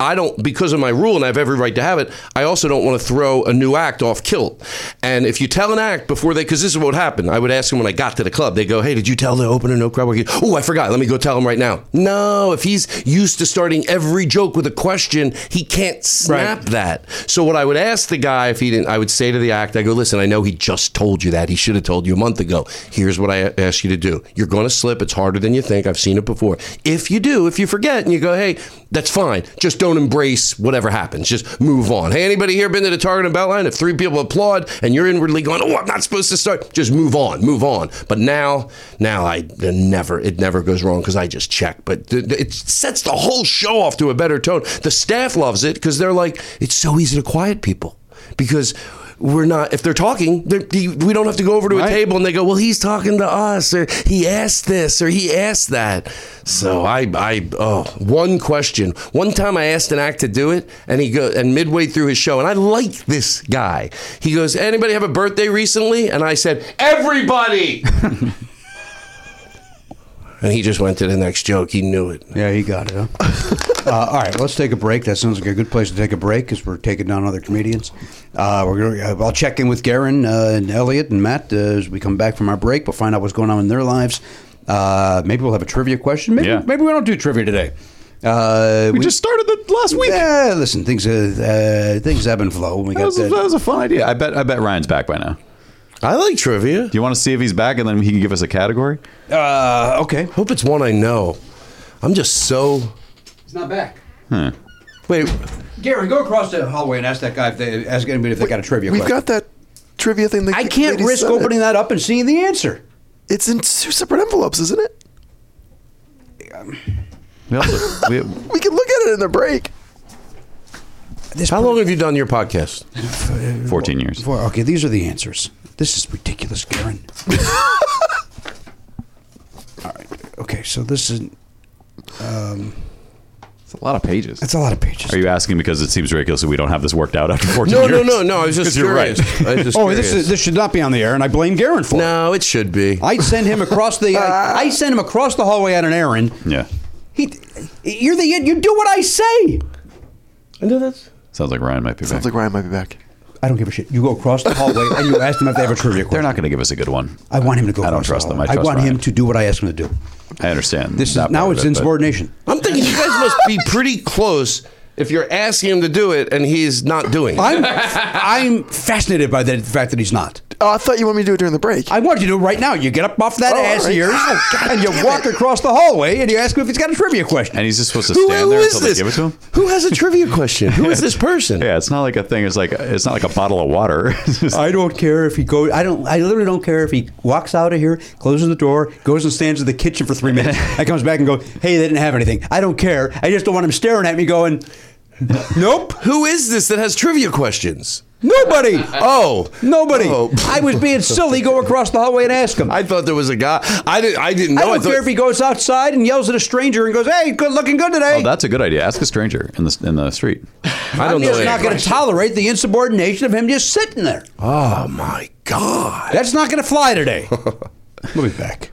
Speaker 10: I don't, because of my rule, and I have every right to have it, I also don't want to throw a new act off kilt. And if you tell an act before they, because this is what happened, I would ask them when I got to the club, they go, hey, did you tell the opener no crowd work? Oh, I forgot. Let me go tell him right now. No, if he's used to starting every joke with a question, he can't snap that. So what I would ask the guy if he didn't, I would say to the act, I go, listen, I know he just told you that. He should have told you a month ago. Here's what I ask you to do. You're going to slip. It's harder than you think. I've seen it before. If you do, if you forget and you go, hey, that's fine. Just don't embrace whatever happens. Just move on. Hey, anybody here been to the Target and Beltline? If three people applaud and you're inwardly going, oh, I'm not supposed to start, just move on, move on. But now, now I it never, it never goes wrong because I just check. But th- th- it sets the whole show off to a better tone. The staff loves it because they're like, it's so easy to quiet people because we're not if they're talking they're, we don't have to go over to a table and they go well he's talking to us or he asked this or he asked that so i i oh one question one time i asked an act to do it and he go and midway through his show and i like this guy he goes anybody have a birthday recently and i said everybody and he just went to the next joke he knew it
Speaker 5: Yeah, he got it. Huh? uh, all right, let's take a break. That sounds like a good place to take a break because we're taking down other comedians. Uh, we're gonna, uh, I'll check in with Garen uh, and Elliot and Matt uh, as we come back from our break. We'll find out what's going on in their lives. Uh, maybe we'll have a trivia question. Maybe,
Speaker 1: Yeah.
Speaker 5: maybe we don't do trivia today. Uh,
Speaker 1: We, just started the last week.
Speaker 5: Yeah, listen, things uh, uh, things ebb and flow. We
Speaker 1: That
Speaker 5: got
Speaker 1: was, that was a fun idea. I bet. I bet Ryan's back by now.
Speaker 10: i like trivia
Speaker 1: Do you want to see if he's back and then he can give us a category?
Speaker 5: Uh, okay,
Speaker 10: hope it's one i know i'm just so
Speaker 5: he's not back.
Speaker 1: Hmm.
Speaker 10: wait
Speaker 5: Garen, go across the hallway and ask that guy if they ask anybody if they got a trivia.
Speaker 8: We've
Speaker 5: question.
Speaker 8: got that trivia thing. That
Speaker 5: I can't risk opening that up and seeing the answer.
Speaker 8: It's in two separate envelopes, isn't it?
Speaker 1: We also- we-
Speaker 8: We can look at it in the break.
Speaker 10: how long have you done your podcast
Speaker 1: 14 years.
Speaker 5: Boy, okay, these are the answers. This is ridiculous, Garen. All right. Okay, so this is
Speaker 7: It's a lot of pages.
Speaker 5: that's a lot of pages.
Speaker 1: Are you asking because it seems ridiculous that we don't have this worked out after 14
Speaker 10: No,
Speaker 1: years?
Speaker 10: no, no, no. I was just
Speaker 1: 'Cause you're
Speaker 10: curious.
Speaker 1: right.
Speaker 10: I was just
Speaker 5: oh, this
Speaker 10: curious.
Speaker 5: is, this should not be on the air, and I blame Garen for it.
Speaker 10: no, it should be.
Speaker 5: I send him across the I, I send him across the hallway on an errand.
Speaker 1: Yeah.
Speaker 5: He, you're the you do what I say.
Speaker 1: Sounds like Ryan might be back.
Speaker 8: Sounds like Ryan might be back.
Speaker 5: I don't give a shit. You go across the hallway and you ask them if they have a trivia question.
Speaker 1: They're not going to give us a good one.
Speaker 5: I want him to go.
Speaker 1: I don't
Speaker 5: across the
Speaker 1: trust them. I
Speaker 5: hallway.
Speaker 1: trust
Speaker 5: want
Speaker 1: Ryan.
Speaker 5: him to do what I ask him to do.
Speaker 1: I understand.
Speaker 5: This is
Speaker 1: that
Speaker 5: now
Speaker 1: part of
Speaker 5: it's
Speaker 1: it, but-
Speaker 5: insubordination.
Speaker 10: I'm thinking you guys must be pretty close if you're asking him to do it and he's not doing it.
Speaker 5: I'm I'm fascinated by the fact that he's not.
Speaker 8: Oh, I thought you wanted me to do it during the break.
Speaker 5: I want you to do it right now. You get up off that
Speaker 8: Oh, all
Speaker 5: ass
Speaker 8: right.
Speaker 5: of yours and you walk across the hallway and you ask him if he's got a trivia question.
Speaker 1: And he's just supposed to
Speaker 10: Who-
Speaker 1: stand
Speaker 10: who
Speaker 1: there
Speaker 10: is
Speaker 1: until they
Speaker 10: this?
Speaker 1: give it to him?
Speaker 10: Who has a trivia question? Who is this person?
Speaker 1: Yeah, it's not like a thing. It's like it's not like a bottle of water. It's just-
Speaker 5: I don't care if he goes. I don't. I literally don't care if he walks out of here, closes the door, goes and stands in the kitchen for three minutes, and comes back and goes, "Hey, they didn't have anything." I don't care. I just don't want him staring at me, going, "Nope,
Speaker 10: Who is this that has trivia questions?
Speaker 5: nobody,
Speaker 10: Oh,
Speaker 5: nobody."
Speaker 10: Oh.
Speaker 5: I was being silly. Go across the hallway and ask him. I,
Speaker 10: I thought there was a guy. I didn't. I didn't know.
Speaker 5: don't
Speaker 10: thought-
Speaker 5: care if he goes outside and yells at a stranger and goes, "Hey, good looking good
Speaker 1: oh,
Speaker 5: today."
Speaker 1: that's a good idea. Ask a stranger in the in the street.
Speaker 10: I
Speaker 5: I'm
Speaker 10: don't know.
Speaker 5: just
Speaker 10: any
Speaker 5: not going to
Speaker 10: question.
Speaker 5: tolerate the insubordination of him just sitting there.
Speaker 10: Oh my god.
Speaker 5: That's not going to fly today. we'll be back.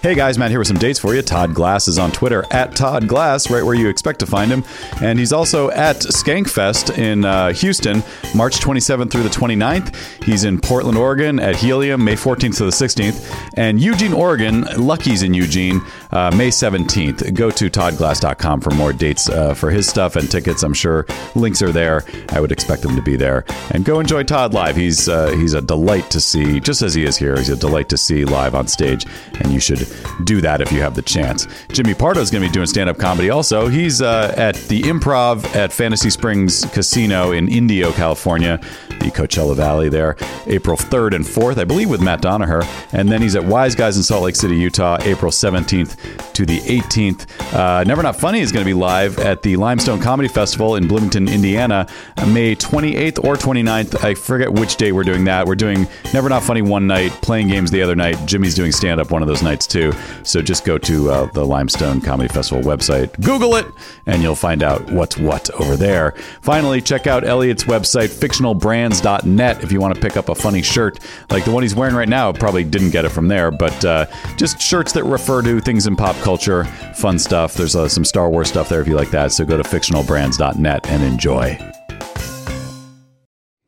Speaker 1: Hey guys, Matt here with some dates for you. Todd Glass is on Twitter at Todd Glass, right where you expect to find him. And he's also at Skankfest in uh, Houston, March 27th through the 29th. He's in Portland, Oregon at Helium, May 14th to the 16th. And Eugene, Oregon, Lucky's in Eugene, uh, May 17th. Go to toddglass.com for more dates uh, for his stuff and tickets. I'm sure links are there. I would expect them to be there. And go enjoy Todd live. He's uh, he's a delight to see, just as he is here. He's a delight to see live on stage, and you should do that if you have the chance. Jimmy Pardo is going to be doing stand up comedy. Also, he's uh, at the Improv at Fantasy Springs Casino in Indio, California, the Coachella Valley there, April 3rd and 4th, I believe, with Matt Donaher. And then he's at Wise Guys in Salt Lake City, Utah, April 17th to the 18th. Uh, Never Not Funny is going to be live at the Limestone Comedy Festival in Bloomington, Indiana, May 28th or 29th. I forget which day we're doing that. We're doing Never Not Funny one night, playing games the other night. Jimmy's doing stand up one of those nights too. So just go to uh, the Limestone Comedy Festival website, Google it, and you'll find out what's what over there. Finally, check out Elliot's website, fictionalbrands.net, if you want to pick up a funny shirt like the one he's wearing right now. Probably didn't get it from there, but uh, just shirts that refer to things in pop culture, fun stuff. There's uh, some Star Wars stuff there if you like that. So go to fictionalbrands.net and enjoy.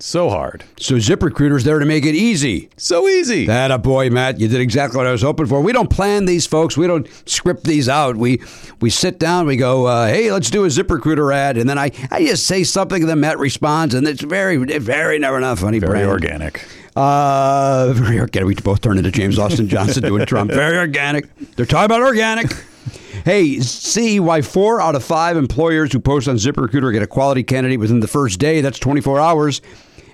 Speaker 1: So hard.
Speaker 5: So ZipRecruiter's there to make it easy.
Speaker 1: So easy.
Speaker 5: That a boy, Matt. You did exactly what I was hoping for. We don't plan these, folks. We don't script these out. We we sit down. We go, uh, hey, let's do a ZipRecruiter ad, and then I, I just say something, and then Matt responds, and it's very very never not funny.
Speaker 1: Very
Speaker 5: brand.
Speaker 1: organic.
Speaker 5: Uh, very organic. We both turned into James Austin Johnson doing Trump. Very organic. They're talking about organic. Hey, see why four out of five employers who post on ZipRecruiter get a quality candidate within the first day. That's 24 hours.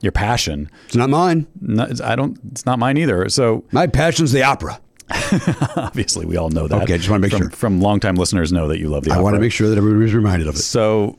Speaker 1: your passion.
Speaker 5: It's not mine.
Speaker 1: No, it's- I don't. It's not mine either. So
Speaker 5: My passion's the opera.
Speaker 1: obviously, we all know that.
Speaker 5: Okay, just wanna make
Speaker 1: from,
Speaker 5: sure.
Speaker 1: from longtime listeners know that you love the.
Speaker 5: I want to
Speaker 1: opera.
Speaker 5: make sure that everybody's reminded of it.
Speaker 1: So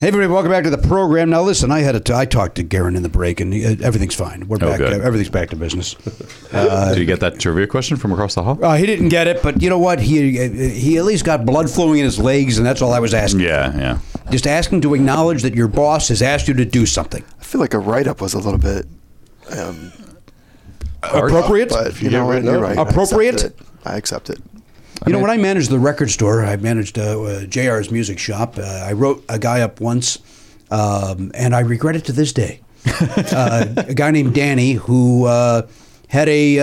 Speaker 5: Hey, everybody, welcome back to the program. Now, listen, I had a t- I talked to Garen in the break, and he- uh, everything's fine. We're back.
Speaker 1: Oh, good.
Speaker 5: uh, Everything's back to business.
Speaker 1: Did you get that trivia question from across the hall?
Speaker 5: Uh, he didn't get it, but you know what? He uh, he at least got blood flowing in his legs, and that's all I was asking.
Speaker 1: yeah, yeah.
Speaker 5: Just ask him to acknowledge that your boss has asked you to do something
Speaker 8: I feel like a write up was a little bit, um,
Speaker 5: appropriate.
Speaker 8: but you know what?
Speaker 9: written
Speaker 8: You're
Speaker 9: up.
Speaker 8: right. I accept
Speaker 5: Appropriate?
Speaker 8: it. I accept it.
Speaker 5: You know, when I managed the record store, I managed uh, uh, JR's music shop. Uh, I wrote a guy up once, um, and I regret it to this day. uh, a guy named Danny who uh, had a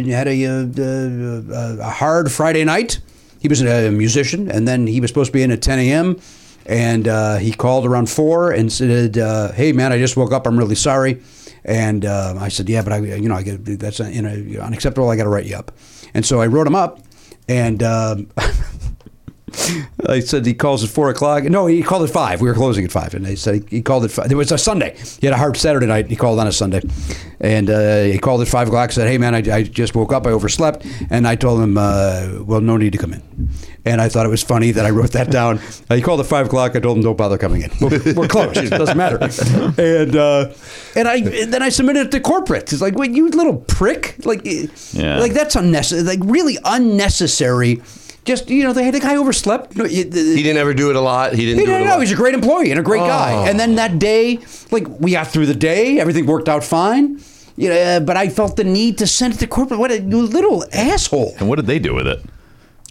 Speaker 5: uh, had a, uh, uh, a hard Friday night. He was a musician, and then he was supposed to be in at 10 a.m. And uh, he called around four and said, uh, "Hey, man, I just woke up. I'm really sorry." And uh, I said, "Yeah, but I, you know, I get, that's uh, you know, unacceptable. I got to write you up." And so I wrote him up, and um, I said he calls at four o'clock. No, he called at five. We were closing at five, and they said he called at five. There was a Sunday. He had a hard Saturday night. He called on a Sunday, and uh, he called at five o'clock. Said, "Hey man, I, I just woke up. I overslept." And I told him, uh, "Well, no need to come in." And I thought it was funny that I wrote that down. Uh, he called at five o'clock. I told him, "Don't bother coming in. We're, we're closed. It doesn't matter." And uh, and I and then I submitted it to corporate. It's like, "Wait, you little prick! Like, eh,
Speaker 1: Yeah.
Speaker 5: like that's unnecessary. Like really unnecessary." Just you know, they had the guy overslept. No, you- the-
Speaker 10: He didn't ever do it a lot. He didn't
Speaker 5: he
Speaker 10: do it
Speaker 5: didn't
Speaker 10: a
Speaker 5: know.
Speaker 10: lot.
Speaker 5: He's a great employee and a great
Speaker 10: Oh.
Speaker 5: guy. And then that day, like we got through the day, everything worked out fine. You know, uh, but I felt the need to send it to corporate. What a you little asshole!
Speaker 1: And what did they do with it?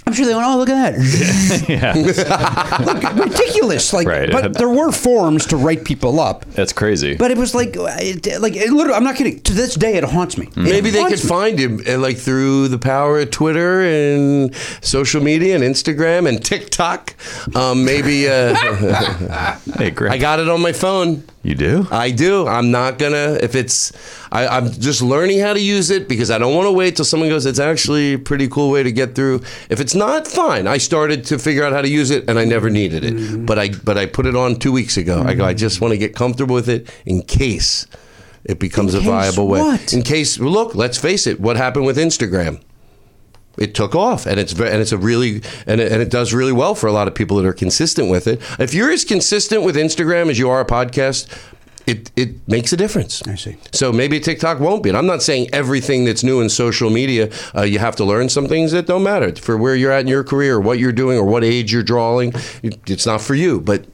Speaker 5: I'm sure they went, "Oh, look at that, look ridiculous!" Like,
Speaker 1: Right.
Speaker 5: but there were forms to write people up.
Speaker 1: That's crazy.
Speaker 5: But it was like, uh, it- like it literally, I'm not kidding. To this day, it haunts me. It
Speaker 10: Maybe they could
Speaker 5: haunts me.
Speaker 10: find him uh, like through the power of Twitter and social media and Instagram and TikTok. Um, maybe uh,
Speaker 1: hey, Greg,
Speaker 10: I got it on my phone.
Speaker 1: you do?
Speaker 10: I do. I'm not gonna. If it's, I, I'm just learning how to use it because I don't want to wait till someone goes. It's actually a pretty cool way to get through. If it's not, fine. I started to figure out how to use it, and I never needed it.
Speaker 5: Mm-hmm.
Speaker 10: But I, but I put it on two weeks ago. I go. I just want to get comfortable with it in case it becomes a
Speaker 5: case
Speaker 10: viable way.
Speaker 5: what?
Speaker 10: In case, well, look, let's face it. What happened with Instagram? it took off and it's ve- and it's a really and it, and it does really well for a lot of people that are consistent with it. If you're as consistent with Instagram as you are a podcast, it it makes a difference. I
Speaker 5: see.
Speaker 10: So maybe TikTok won't be. And I'm not saying everything that's new in social media uh, you have to learn some things that don't matter for where you're at in your career, or what you're doing, or what age you're drawing. It- It's not for you, but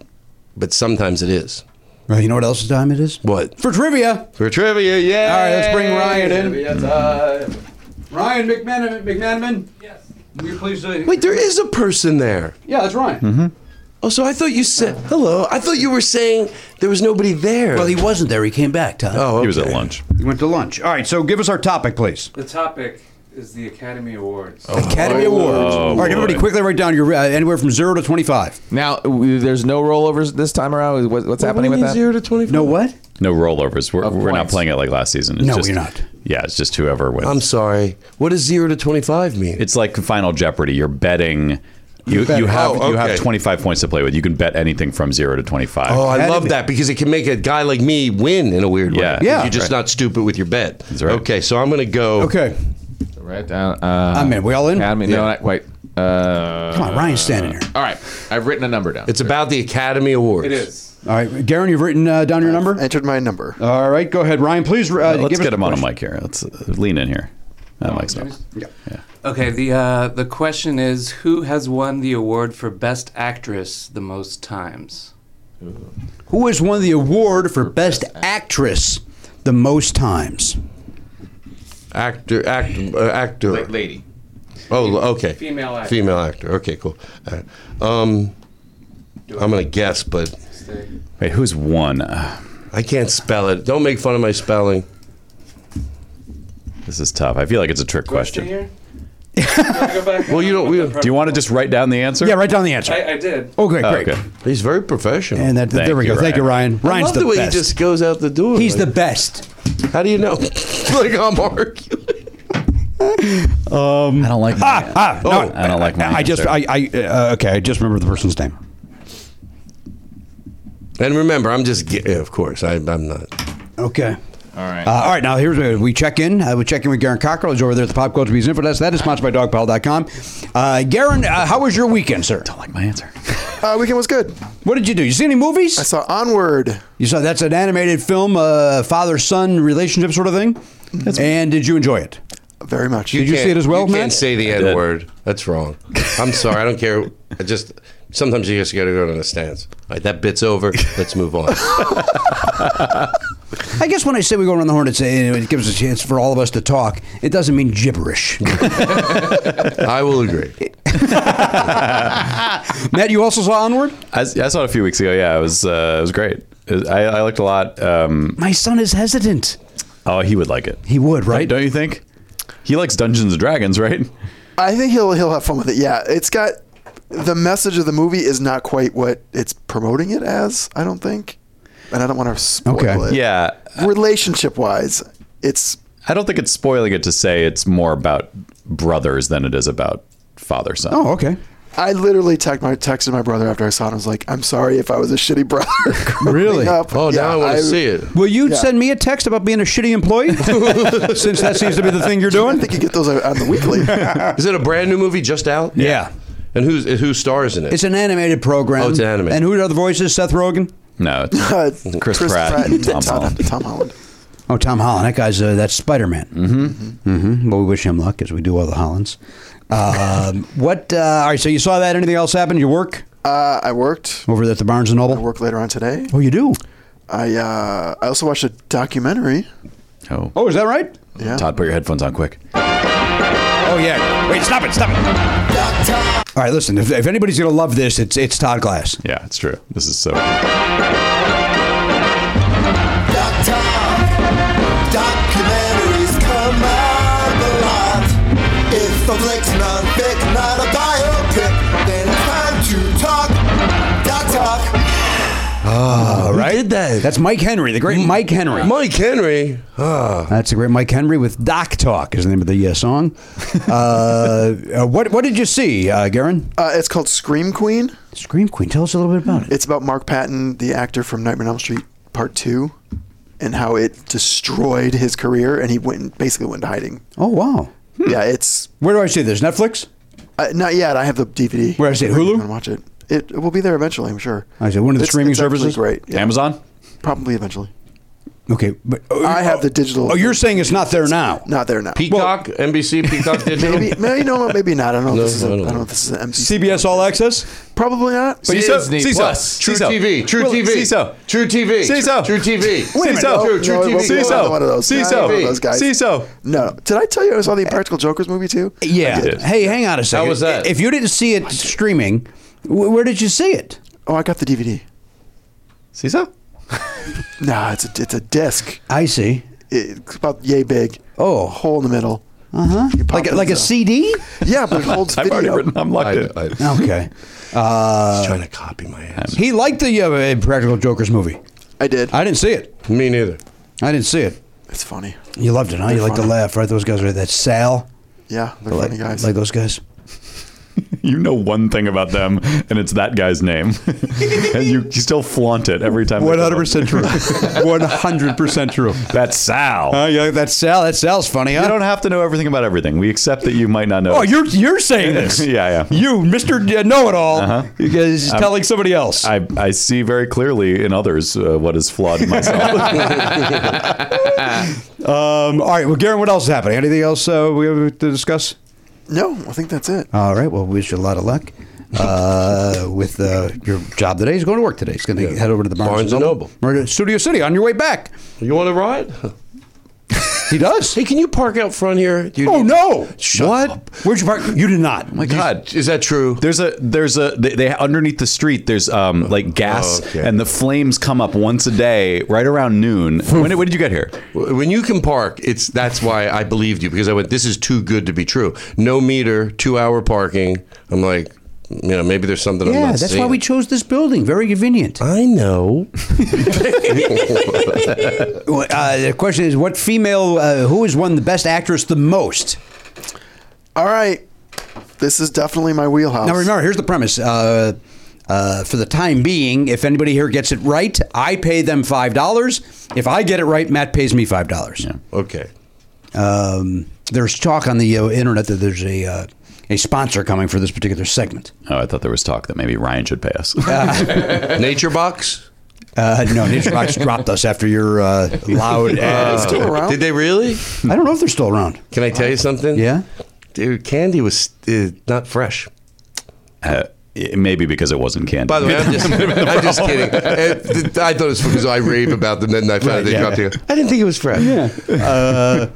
Speaker 10: but sometimes it is.
Speaker 5: Well, you know what else time it is?
Speaker 10: What
Speaker 5: For trivia,
Speaker 10: for trivia? Yeah.
Speaker 5: All right, let's bring Ryan in.
Speaker 7: Trivia time.
Speaker 5: Ryan McManaman. McManaman. Yes. you please? Uh,
Speaker 10: Wait, there is a person there.
Speaker 5: Yeah, that's Ryan.
Speaker 1: Mm-hmm.
Speaker 10: Oh, so I thought you said hello. I thought you were saying there was nobody there.
Speaker 5: Well, he wasn't there. He came back, Tom.
Speaker 10: Oh,
Speaker 1: He was at
Speaker 10: okay.
Speaker 1: lunch.
Speaker 5: He went to lunch. All right, so give us our topic, please.
Speaker 11: The topic is the Academy Awards.
Speaker 7: Oh.
Speaker 5: Academy
Speaker 1: Oh.
Speaker 5: Awards. All right, everybody,
Speaker 1: boy.
Speaker 5: quickly write down your uh, anywhere from zero to twenty-five.
Speaker 7: Now we, there's no rollovers this time around. What, what's happening with that?
Speaker 10: Zero to twenty-five.
Speaker 5: No what?
Speaker 1: No rollovers. We're,
Speaker 7: Of
Speaker 1: we're not
Speaker 7: points.
Speaker 1: playing it like last season. It's
Speaker 5: No,
Speaker 1: just,
Speaker 5: we're not.
Speaker 1: Yeah, it's just whoever wins.
Speaker 10: I'm sorry. What does zero to twenty-five mean?
Speaker 1: it's like Final Jeopardy. You're betting. You,
Speaker 5: betting.
Speaker 1: you have
Speaker 10: Oh,
Speaker 1: you have
Speaker 10: okay.
Speaker 1: 25 points to play with. You can bet anything from zero to 25.
Speaker 10: oh, I
Speaker 5: Academy.
Speaker 10: love that because it can make a guy like me win in a weird
Speaker 1: Yeah.
Speaker 10: way.
Speaker 5: Yeah.
Speaker 10: you're just not stupid with your bet. That's
Speaker 1: right.
Speaker 10: Okay, so I'm gonna go.
Speaker 5: Okay,
Speaker 7: Right down. Uh,
Speaker 5: I'm in. We all in?
Speaker 7: Academy. No, not quite. Uh,
Speaker 5: come on, Ryan's standing here.
Speaker 7: All right, I've written a number down.
Speaker 10: It's about the Academy Awards.
Speaker 11: It is.
Speaker 5: All right, Garen, you've written uh, down your number.
Speaker 8: Entered my number.
Speaker 5: All right, go ahead, Ryan. Please uh,
Speaker 1: Let's
Speaker 5: give us
Speaker 1: get him on a
Speaker 5: question.
Speaker 1: mic here. Let's uh, lean in here. That mic's not.
Speaker 11: Okay, the uh, the question is who has won the award for best actress the most times?
Speaker 5: Who has won the award for best actress the most times?
Speaker 10: Actor, act, uh, actor.
Speaker 7: La- lady.
Speaker 10: Oh, okay.
Speaker 11: Female actor.
Speaker 10: Female actor. Okay, cool. All right. Um, I'm gonna guess, but
Speaker 1: Wait, who's won? Uh,
Speaker 10: I can't spell it. Don't make fun of my spelling.
Speaker 1: this is tough. I feel like it's a trick question. Do
Speaker 10: Well, you don't- we-
Speaker 1: you want to just write down the answer?
Speaker 5: Yeah, write down the answer.
Speaker 11: I, I did.
Speaker 5: Okay,
Speaker 1: Oh,
Speaker 5: great.
Speaker 1: okay.
Speaker 10: He's very professional.
Speaker 5: And that,
Speaker 1: Thank
Speaker 5: there we
Speaker 1: you,
Speaker 5: go. Thank you, Ryan.
Speaker 10: I
Speaker 5: Ryan's
Speaker 10: love the, way
Speaker 5: best.
Speaker 10: he just goes out the door.
Speaker 5: He's the
Speaker 10: like-
Speaker 5: best.
Speaker 10: How do you know? like I'm arguing.
Speaker 5: Um, I don't like. Ah, ah, no,
Speaker 12: Oh,
Speaker 1: Oh.
Speaker 12: I don't like my
Speaker 5: I just, I,
Speaker 12: answer.
Speaker 5: I uh, okay. I just remember the person's name.
Speaker 10: And remember, I'm just. ge- Of course, I, I'm not.
Speaker 5: Okay.
Speaker 7: All right.
Speaker 5: Uh, all right, now here's we check in. Uh, we check in with Garen Cockrell. He's over there at the Pop Culture Museum for That is sponsored by DogPal.com. Uh, Garen, uh, how was your weekend, sir? Don't like my answer.
Speaker 8: Uh, weekend was good.
Speaker 5: What did you do? You see any movies? I
Speaker 8: saw Onward.
Speaker 5: You saw that's an animated film, uh, father son relationship sort of thing. and did you enjoy it?
Speaker 8: Very much.
Speaker 5: Did you, see
Speaker 10: can't-
Speaker 5: it as well,
Speaker 10: You
Speaker 5: Matt?
Speaker 10: can't say the N word. That's wrong. I'm sorry. I don't care. I just sometimes you just got to go on a stance. All right, that bit's over. Let's move on.
Speaker 5: I guess when I say we go around the horn, it's a, it gives us a chance for all of us to talk. It doesn't mean gibberish.
Speaker 10: I will agree.
Speaker 5: Matt, you also saw Onward.
Speaker 1: I, I saw it a few weeks ago. Yeah, it was uh, it was great. It was- I, I liked it a lot. Um,
Speaker 5: My son is hesitant.
Speaker 1: oh, he would like it.
Speaker 5: He would, right?
Speaker 1: Don't, don't you think? He likes Dungeons and Dragons, right?
Speaker 8: I think he'll he'll have fun with it. Yeah, it's got the message of the movie is not quite what it's promoting it as. I don't think, and I don't want to spoil it.
Speaker 1: Yeah,
Speaker 8: relationship wise, it's
Speaker 1: I don't think it's spoiling it to say it's more about brothers than it is about father son.
Speaker 5: Oh, okay.
Speaker 8: I literally text my texted my brother after I saw it. I was like, "I'm sorry if I was a shitty brother." growing
Speaker 5: Really?
Speaker 8: up."
Speaker 10: Oh,
Speaker 1: Oh,
Speaker 8: Yeah,
Speaker 5: Will you
Speaker 8: Yeah.
Speaker 5: send me a text about being a shitty employee? Since that seems to be the thing you're doing.
Speaker 8: I think you get those on the weekly.
Speaker 10: Is it a brand new movie just out?
Speaker 5: Yeah.
Speaker 10: And who's who stars in it?
Speaker 5: It's an animated program.
Speaker 10: Oh, it's an animated.
Speaker 5: And who are the voices? Seth Rogen?
Speaker 1: No, it's
Speaker 8: Uh,
Speaker 1: Chris, Pratt, and Tom Holland.
Speaker 8: Tom Holland.
Speaker 5: Oh, Tom Holland. That guy's uh, that's Spider Man. Mm-hmm. Mm-hmm. Well, we wish him luck as we do all the Hollands. Um, what? Uh, all right. So you saw that. Anything else happen? You work
Speaker 8: Uh, I worked.
Speaker 5: over there at the Barnes and
Speaker 8: I
Speaker 5: Noble.
Speaker 8: work later on today.
Speaker 5: Oh, you do.
Speaker 8: I uh, I also watched a documentary.
Speaker 1: Oh.
Speaker 5: Oh, is that right?
Speaker 8: Yeah.
Speaker 1: Todd, put your headphones on quick.
Speaker 5: Oh yeah. Wait, stop it. Stop it. All right. Listen. If, if anybody's gonna love this, it's it's Todd Glass.
Speaker 1: Yeah, it's true. This is so.
Speaker 4: Documentaries come out a lot. If a flick's not thick, not a biopic, then it's time to talk. Doc talk.
Speaker 5: All right.
Speaker 10: did that?
Speaker 5: That's Mike Henry, the great Mike Henry.
Speaker 10: Mike Henry. Ah,
Speaker 5: That's the great Mike Henry with Doc Talk is the name of the uh, song. Uh, uh, what what did you see, uh, Garen?
Speaker 8: Uh, it's called Scream Queen.
Speaker 5: Scream Queen. Tell us a little bit about it.
Speaker 8: It's about Mark Patton, the actor from Nightmare on Elm Street Part Two, and how it destroyed his career, and he went basically went into hiding.
Speaker 5: Oh wow.
Speaker 8: Yeah, it's
Speaker 5: Where do I see this? Netflix.
Speaker 8: uh, not yet. I have the DVD.
Speaker 5: Where is it?
Speaker 8: I'm
Speaker 5: Hulu?
Speaker 8: gonna watch it. It will be there eventually, I'm sure.
Speaker 5: I see. One of the streaming
Speaker 8: actually
Speaker 5: services?
Speaker 8: Great. Yeah,
Speaker 1: Amazon?
Speaker 8: Probably eventually.
Speaker 5: Okay, but oh,
Speaker 8: I have
Speaker 5: oh,
Speaker 8: the digital-
Speaker 5: Oh, you're saying it's not there now?
Speaker 8: Not there now.
Speaker 10: Peacock, NBC, Peacock Digital.
Speaker 8: Maybe, maybe no, maybe not. I don't know.
Speaker 10: No,
Speaker 8: if this is a,
Speaker 10: I
Speaker 8: I
Speaker 10: don't
Speaker 8: don't
Speaker 10: know.
Speaker 8: know if this is an MC.
Speaker 5: CBS All Access.
Speaker 8: Probably not.
Speaker 1: But
Speaker 7: Disney Plus.
Speaker 10: True TV. True
Speaker 1: Well,
Speaker 10: TV.
Speaker 1: CISO.
Speaker 10: True TV.
Speaker 1: CISO.
Speaker 10: True
Speaker 1: Wait
Speaker 10: TV.
Speaker 1: a minute.
Speaker 10: CISO.
Speaker 1: No,
Speaker 10: True, true
Speaker 8: no, it
Speaker 10: TV.
Speaker 8: won't be
Speaker 10: CISO.
Speaker 8: Oh, one of those.
Speaker 10: CISO.
Speaker 8: Not one of those guys.
Speaker 10: CISO.
Speaker 8: no. Did I tell you I
Speaker 5: Eh.
Speaker 8: saw the Impractical Jokers movie too?
Speaker 5: Yeah. Hey, hang on a second.
Speaker 10: was that?
Speaker 5: If you didn't see it streaming, wh- where did you see it?
Speaker 8: Oh, I got the DVD.
Speaker 1: CISO?
Speaker 8: Nah, it's a, it's a disc.
Speaker 5: I see.
Speaker 8: It's about yay big.
Speaker 5: Oh.
Speaker 8: hole in the middle.
Speaker 5: Uh huh.
Speaker 8: pop
Speaker 5: Like a,
Speaker 8: it
Speaker 5: like a
Speaker 8: up.
Speaker 5: CD.
Speaker 8: Yeah, but it holds
Speaker 1: I've
Speaker 8: video.
Speaker 1: already written. I'm locked in.
Speaker 10: I, I,
Speaker 5: Okay.
Speaker 10: he's trying to copy my ass.
Speaker 5: Uh, He liked the uh, Impractical Jokers movie.
Speaker 8: I did.
Speaker 5: I didn't see it.
Speaker 10: Me neither.
Speaker 5: I didn't see it.
Speaker 8: it's funny.
Speaker 5: You loved it, huh? You like to laugh, right? Those guys are that Sal.
Speaker 8: Yeah, they're
Speaker 5: Like,
Speaker 8: funny guys.
Speaker 5: like those guys.
Speaker 1: You know one thing about them, and it's that guy's name, and you, you still flaunt it every time. they
Speaker 5: One
Speaker 1: come up.
Speaker 5: hundred percent true. One hundred percent true.
Speaker 1: That's Sal.
Speaker 5: Uh, yeah, that's Sal. That Sal's funny, huh?
Speaker 1: you don't have to know everything about everything. We accept that you might not know.
Speaker 5: Oh, you're you're saying this?
Speaker 1: Yeah, yeah.
Speaker 5: You, Mister uh, Know It All, is telling somebody else.
Speaker 1: I, I see very clearly in others uh, what is flawed in myself.
Speaker 5: um, all right. Well, Garen, what else is happening? Anything else uh, we have to discuss?
Speaker 8: no, I think that's it.
Speaker 5: All right. Well, wish you a lot of luck uh, with uh, your job today. He's going to work today. He's going to head over to the Barnes,
Speaker 10: Barnes and Noble.
Speaker 5: We're to Studio City on your way back.
Speaker 10: You want to ride?
Speaker 5: He does.
Speaker 10: Hey, can you park out front here? Do you
Speaker 5: oh
Speaker 10: need-
Speaker 5: no!
Speaker 10: Shut
Speaker 5: what?
Speaker 10: up.
Speaker 5: Where'd you park? You did not.
Speaker 10: My God, is that true?
Speaker 1: there's a there's a they, they underneath the street. There's um like gas,
Speaker 10: Oh, okay.
Speaker 1: and the flames come up once a day, right around noon. when, did- when did you get here?
Speaker 10: When you can park, it's that's why I believed you because I went. This is too good to be true. No meter, two hour parking. I'm like, you know, maybe there's something. I'm
Speaker 5: yeah,
Speaker 10: not
Speaker 5: that's
Speaker 10: seeing.
Speaker 5: why we chose this building. Very convenient.
Speaker 10: I know.
Speaker 5: uh, the question is, what female? Uh, who has won the best actress the most?
Speaker 8: All right, this is definitely my wheelhouse.
Speaker 5: Now remember, here's the premise. Uh, uh, for the time being, if anybody here gets it right, I pay them five dollars. If I get it right, Matt pays me five dollars.
Speaker 10: Okay.
Speaker 5: Um, there's talk on the uh, internet that there's a uh, a sponsor coming for this particular segment.
Speaker 1: Oh, I thought there was talk that maybe Ryan should pay us.
Speaker 10: Nature Box.
Speaker 5: Uh, no, NatureBox dropped us after your uh, loud. ad.
Speaker 10: Did they really?
Speaker 5: I don't know if they're still around.
Speaker 10: Can I tell you something?
Speaker 5: Yeah.
Speaker 10: Dude, candy was uh, not fresh.
Speaker 1: Uh, it- maybe because it wasn't candy.
Speaker 10: By the way, I'm just, I'm just kidding. Uh, th- I thought it was because I rave about them, then I found
Speaker 5: Right,
Speaker 10: they
Speaker 5: yeah.
Speaker 10: dropped it. I didn't think it was fresh.
Speaker 5: Yeah. Uh,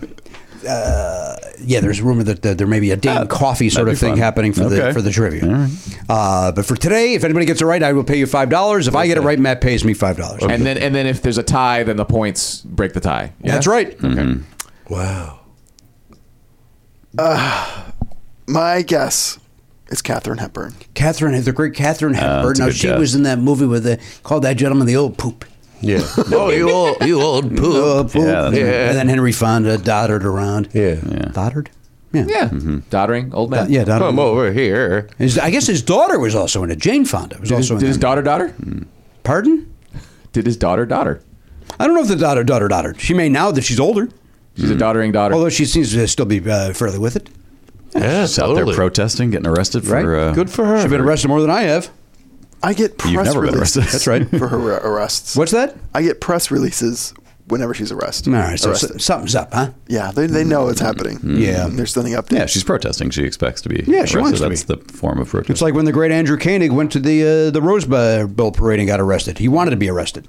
Speaker 5: uh, yeah, there's rumor that uh, there may be a damn coffee sort
Speaker 1: that'd
Speaker 5: of
Speaker 1: be
Speaker 5: thing
Speaker 1: fun.
Speaker 5: happening for the
Speaker 1: Okay.
Speaker 5: for the trivia. Uh, but for today, if anybody gets it right, I will pay you five dollars. If I get it right, Matt pays me five dollars.
Speaker 7: And then and then if there's a tie, then the points break the tie. Yeah?
Speaker 5: That's right.
Speaker 10: Wow.
Speaker 8: my guess is Katherine Hepburn.
Speaker 5: Catherine, the great Catherine Hepburn.
Speaker 1: that's a
Speaker 5: now
Speaker 1: good
Speaker 5: she
Speaker 1: guess.
Speaker 5: was in that movie with the called that gentleman the old poop.
Speaker 10: Yeah. oh, you old, you old
Speaker 5: Uh,
Speaker 10: poop.
Speaker 5: poop.
Speaker 1: Yeah, that's
Speaker 10: right.
Speaker 5: And then Henry Fonda doddered around.
Speaker 10: Yeah.
Speaker 5: Doddard. Yeah.
Speaker 7: Yeah. Doddering old man.
Speaker 5: Yeah,
Speaker 10: Come
Speaker 5: Doddard.
Speaker 10: over here.
Speaker 5: His, I guess his daughter was also in it. Jane Fonda was
Speaker 7: Did his,
Speaker 5: also
Speaker 7: did
Speaker 5: in
Speaker 7: his
Speaker 5: it.
Speaker 7: daughter daughter?
Speaker 5: Pardon?
Speaker 7: Did his daughter daughter?
Speaker 5: I don't know if the daughter, daughter, daughter. She may now that she's older,
Speaker 7: She's a doddering daughter.
Speaker 5: although she seems to still be uh, fairly with it.
Speaker 10: Yeah,
Speaker 1: She's out there
Speaker 10: totally.
Speaker 1: protesting, getting arrested for.
Speaker 5: Right?
Speaker 1: Uh,
Speaker 10: Good for her.
Speaker 5: She's been arrested more than I have.
Speaker 8: I get press
Speaker 1: never been
Speaker 8: releases.
Speaker 1: arrested. That's right.
Speaker 8: for her ar- arrests.
Speaker 5: What's that?
Speaker 8: I get press releases whenever she's arrested.
Speaker 5: All right, so
Speaker 8: Arrested.
Speaker 5: s- something's up, huh?
Speaker 8: yeah, they, they know it's happening.
Speaker 5: Yeah.
Speaker 8: they're sending updates.
Speaker 1: Yeah, she's protesting. She expects to be.
Speaker 5: Yeah, she wants
Speaker 1: arrested.
Speaker 5: to
Speaker 1: That's
Speaker 5: be.
Speaker 1: the form of protest.
Speaker 5: It's like when the great Andrew Koenig went to the uh, the Rose Bowl parade and got arrested. He wanted to be arrested.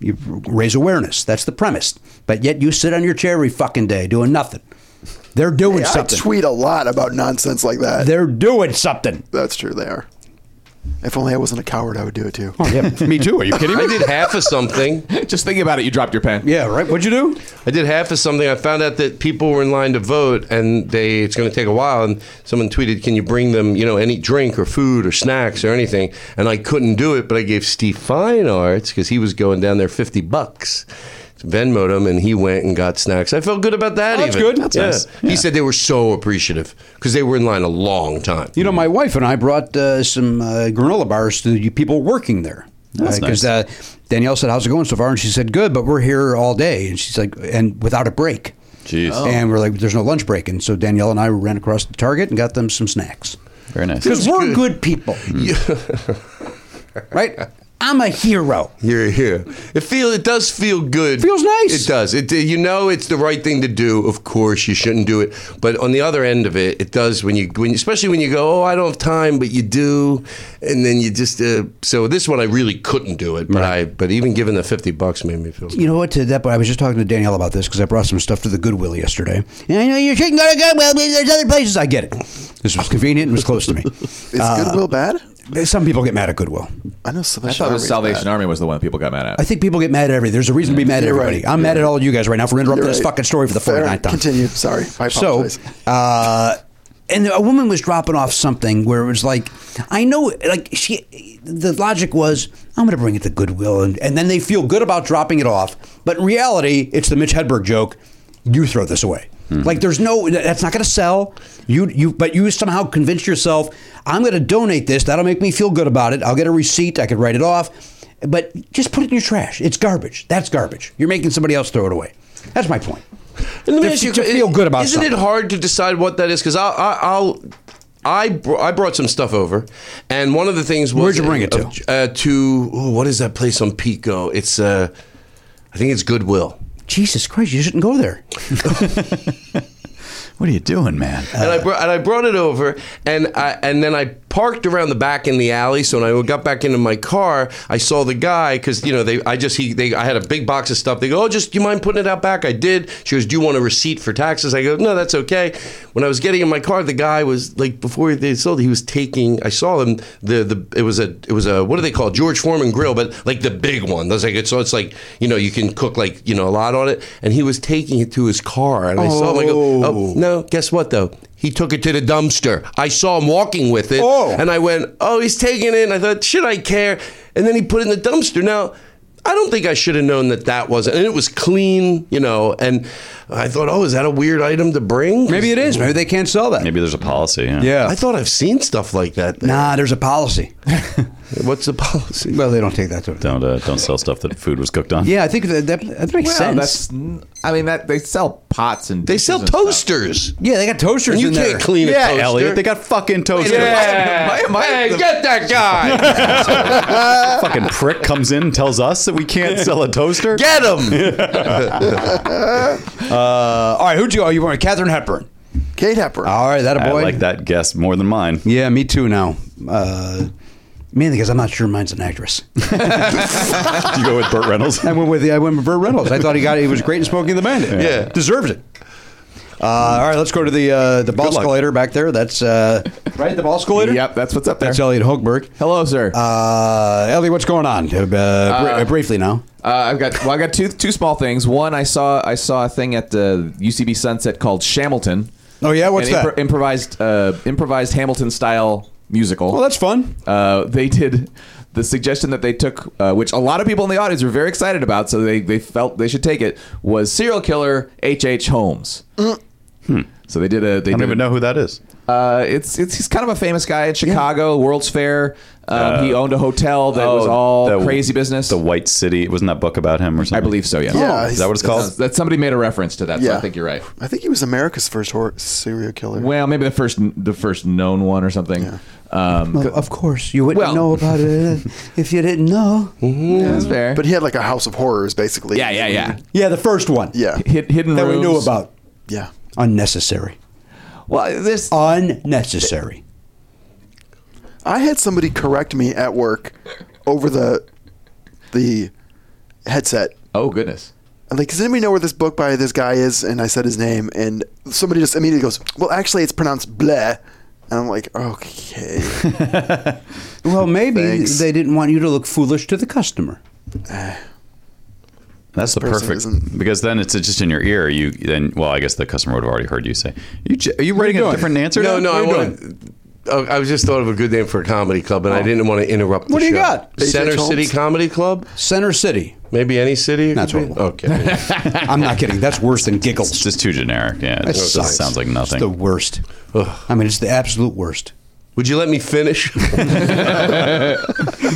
Speaker 5: You raise awareness. That's the premise. But yet you sit on your chair every fucking day doing nothing. They're doing
Speaker 8: Hey, I
Speaker 5: something.
Speaker 8: tweet a lot about nonsense like that.
Speaker 5: They're doing something.
Speaker 8: That's true. They are. If only I wasn't a coward, I would do it too.
Speaker 5: Oh, Yeah, me too. Are you kidding
Speaker 10: I did half of something.
Speaker 7: Just think about it. You dropped your pen.
Speaker 5: Yeah, right. What'd you do?
Speaker 10: I did half of something. I found out that people were in line to vote, and they it's going to take a while. And someone tweeted, "Can you bring them, you know, any drink or food or snacks or anything?" And I couldn't do it, but I gave Steve Fine Arts because he was going down there fifty bucks. Venmoed him, and he went and got snacks. I felt good about that.
Speaker 5: Oh, that's good.
Speaker 10: even.
Speaker 5: That's
Speaker 10: Yeah.
Speaker 5: nice.
Speaker 10: He said they were so appreciative because they were in line a long time.
Speaker 5: You know, my wife and I brought uh, some uh, granola bars to the people working there.
Speaker 1: That's
Speaker 5: Because uh, Danielle said, "How's it going so far?" And she said, "Good, but we're here all day." And she's like, "And without a break."
Speaker 1: Jeez.
Speaker 8: Oh.
Speaker 5: And we're like, "There's no lunch break." And so Danielle and I ran across the Target and got them some snacks
Speaker 1: Very nice.
Speaker 5: because we're good, people,
Speaker 8: Hmm.
Speaker 5: right? I'm a hero.
Speaker 10: You're here. It feel it does feel good.
Speaker 5: Feels nice.
Speaker 10: It does. It you know it's the right thing to do. Of course you shouldn't do it, but on the other end of it, it does when you when especially when you go, oh, I don't have time, but you do, and then you just uh, so this one I really couldn't do it, but I but even given the fifty bucks made me feel. Good.
Speaker 5: You know what? To that point, I was just talking to Danielle about this because I brought some stuff to the Goodwill yesterday. And I know you shouldn't go to Goodwill. but There's other places. I get it. This was convenient and was close to me.
Speaker 8: Is Goodwill bad?
Speaker 5: Some people get mad at Goodwill.
Speaker 8: I know
Speaker 7: I
Speaker 8: Salvation
Speaker 7: thought it was
Speaker 8: Army is
Speaker 7: Salvation Army was the one people got mad
Speaker 5: I
Speaker 7: at.
Speaker 5: think people get mad at everything. There's a reason to be mad at
Speaker 8: Mm-hmm. You're right.
Speaker 5: everybody. I'm mad at all you guys right now for
Speaker 8: bad.
Speaker 5: interrupting
Speaker 8: You're
Speaker 5: this
Speaker 8: right.
Speaker 5: fucking story for the
Speaker 8: Fair.
Speaker 5: 49th time.
Speaker 8: Continue. Sorry. I
Speaker 5: So,
Speaker 8: apologize.
Speaker 5: uh, and a woman was dropping off something where it was like, I know, like she, the logic was, I'm going to bring it to Goodwill, and, and then they feel good about dropping it off. But in reality, it's the Mitch Hedberg joke: you throw this away.
Speaker 8: Hmm.
Speaker 5: Like there's no that's not going to sell. You you but you somehow convince yourself I'm going to donate this. That'll make me feel good about it. I'll get a receipt. I could write it off. But just put it in your trash. It's garbage. That's garbage. You're making somebody else throw it away. That's my point.
Speaker 10: And let me
Speaker 5: To-
Speaker 10: ask you,
Speaker 5: to feel good about
Speaker 10: Isn't it
Speaker 5: something.
Speaker 10: hard to decide what that is? Because I'll, I'll, I, br- I brought some stuff over, and one of the things was
Speaker 5: Where'd you bring it to?
Speaker 10: Uh, to ooh, what is that place on Pico? It's uh, I think it's Goodwill.
Speaker 5: Jesus Christ, you shouldn't go there.
Speaker 1: what are you doing, man?
Speaker 10: and I brought and I brought it over, and I and then I parked around the back in the alley. So when I got back into my car, I saw the guy because you know they I just he they I had a big box of stuff. They go, oh, just do you mind putting it out back? I did. She goes, do you want a receipt for taxes? I go, no, that's okay. When I was getting in my car, the guy was like before they sold, it, he was taking. I saw him the the it was a it was a what do they call it? George Foreman grill, but like the big one. That's like it's so it's like you know you can cook like you know a lot on it, and he was taking it to his car, and I saw him. I go, oh no, guess what though? He took it to the dumpster. I saw him walking with it. Oh. And I went, oh, he's taking it. And I thought, should I care? And then he put it in the dumpster. Now, I don't think I should have known that that wasn't. And it was clean, you know. And I thought, oh, is that a weird item to bring?
Speaker 5: Maybe it is. Maybe they can't sell that.
Speaker 1: Maybe there's a policy. Yeah.
Speaker 10: I thought I've seen stuff like that.
Speaker 5: Nah, there's a policy.
Speaker 10: What's the policy?
Speaker 5: Well, they don't take that to it.
Speaker 1: Don't uh, don't sell stuff that food was cooked on.
Speaker 5: Yeah, I think that, that, that makes
Speaker 7: Well,
Speaker 5: sense.
Speaker 7: that's. n- I mean, that they sell pots and
Speaker 10: They sell toasters.
Speaker 5: yeah, they got toasters
Speaker 10: And you
Speaker 5: in
Speaker 10: can't
Speaker 5: there.
Speaker 10: clean a
Speaker 1: Yeah,
Speaker 10: toaster.
Speaker 1: Elliot, they got fucking toasters.
Speaker 7: Yeah. Hey,
Speaker 10: get that guy.
Speaker 1: fucking prick comes in and tells us that we can't sell a toaster.
Speaker 10: get him.
Speaker 5: Uh, all right, who'd you? Oh, you want Catherine Hepburn?
Speaker 8: Kate Hepburn.
Speaker 5: All right, that a
Speaker 1: I
Speaker 5: boy.
Speaker 1: like that guess more than mine.
Speaker 5: Yeah, me too. Now, uh, mainly because I'm not sure mine's an actress.
Speaker 1: You go with Burt Reynolds.
Speaker 5: I went with I went with Burt Reynolds. I thought he got he was great in Smoking the Bandit.
Speaker 10: Yeah.
Speaker 5: deserved it. Uh, all right, let's go to the uh, the ball
Speaker 1: luck.
Speaker 5: escalator back there. That's uh, right, the ball escalator.
Speaker 7: Yep, that's what's up there.
Speaker 5: That's Elliot Hochberg.
Speaker 7: Hello, sir. Uh,
Speaker 5: Uh, Elliot, what's going on? Uh, br- uh, briefly now.
Speaker 7: I've got well, I got two two small things. One, I saw I saw a thing at the UCB Sunset called Shamilton.
Speaker 5: Oh, yeah? What's
Speaker 7: an
Speaker 5: that?
Speaker 7: improvised uh, improvised Hamilton style musical.
Speaker 5: Well, that's fun.
Speaker 7: uh, they did the suggestion that they took, uh, which a lot of people in the audience were very excited about, so they, they felt they should take it, was serial killer H.H. H. Holmes.
Speaker 5: Uh-huh.
Speaker 7: So they did a. They
Speaker 1: Hmm. I don't
Speaker 7: did
Speaker 1: even
Speaker 7: a-
Speaker 1: know who that is.
Speaker 7: Uh, it's it's he's kind of a famous guy in Chicago, World's Fair. Um, he owned a hotel that was
Speaker 1: Uh, Oh,
Speaker 7: all
Speaker 1: the-
Speaker 7: crazy business.
Speaker 1: The White City. Wasn't that book about him or something?
Speaker 7: I believe so. Yeah.
Speaker 8: Yeah,
Speaker 1: Is that what it's
Speaker 7: That
Speaker 1: called?
Speaker 7: sounds- That somebody made a reference to that. So
Speaker 8: Yeah.
Speaker 7: I think you're right.
Speaker 8: I think he was America's first hor- serial killer.
Speaker 7: Well, maybe the first the first known one or something. Um,
Speaker 5: Well, of course, you wouldn't
Speaker 7: Well-
Speaker 5: know about it uh, if you didn't know.
Speaker 7: that's fair.
Speaker 8: But he had like a house of horrors, basically.
Speaker 7: yeah, yeah, yeah.
Speaker 5: Yeah, the first one.
Speaker 8: Yeah.
Speaker 7: Hid, hidden
Speaker 5: that we knew
Speaker 7: Rooms.
Speaker 5: about.
Speaker 8: Yeah.
Speaker 5: Unnecessary.
Speaker 7: Well, this
Speaker 5: Unnecessary.
Speaker 8: I had somebody correct me at work over the the headset.
Speaker 7: Oh goodness.
Speaker 8: I'm like, does anybody know where this book by this guy is? And I said his name, and somebody just immediately goes, "Well, actually, it's pronounced bleh." And I'm like, okay,
Speaker 5: Well, maybe
Speaker 8: Thanks.
Speaker 5: they didn't want you to look foolish to the customer.
Speaker 1: That's the
Speaker 8: person
Speaker 1: perfect
Speaker 8: isn't-
Speaker 1: because then it's just in your ear. You then well, I guess the customer would have already heard you say. You j- are you writing a
Speaker 5: doing?
Speaker 1: different answer?
Speaker 10: No,
Speaker 1: down?
Speaker 10: no,
Speaker 1: What
Speaker 10: I
Speaker 1: are you
Speaker 10: want.
Speaker 1: doing?
Speaker 10: to oh, I was just thought of a good name for a comedy club, and I didn't want to interrupt. The
Speaker 5: Oh. What do you
Speaker 10: show.
Speaker 5: got?
Speaker 10: Center City Comedy Club?
Speaker 5: Center City.
Speaker 10: Maybe any city. it
Speaker 5: That's
Speaker 10: could be?
Speaker 5: horrible.
Speaker 10: Okay.
Speaker 5: I'm not kidding. That's worse than giggles.
Speaker 1: It's just too generic. Yeah, it
Speaker 5: That
Speaker 1: just
Speaker 5: sucks.
Speaker 1: sounds like nothing.
Speaker 5: It's the worst. I mean, it's the absolute worst.
Speaker 10: Would you let me finish?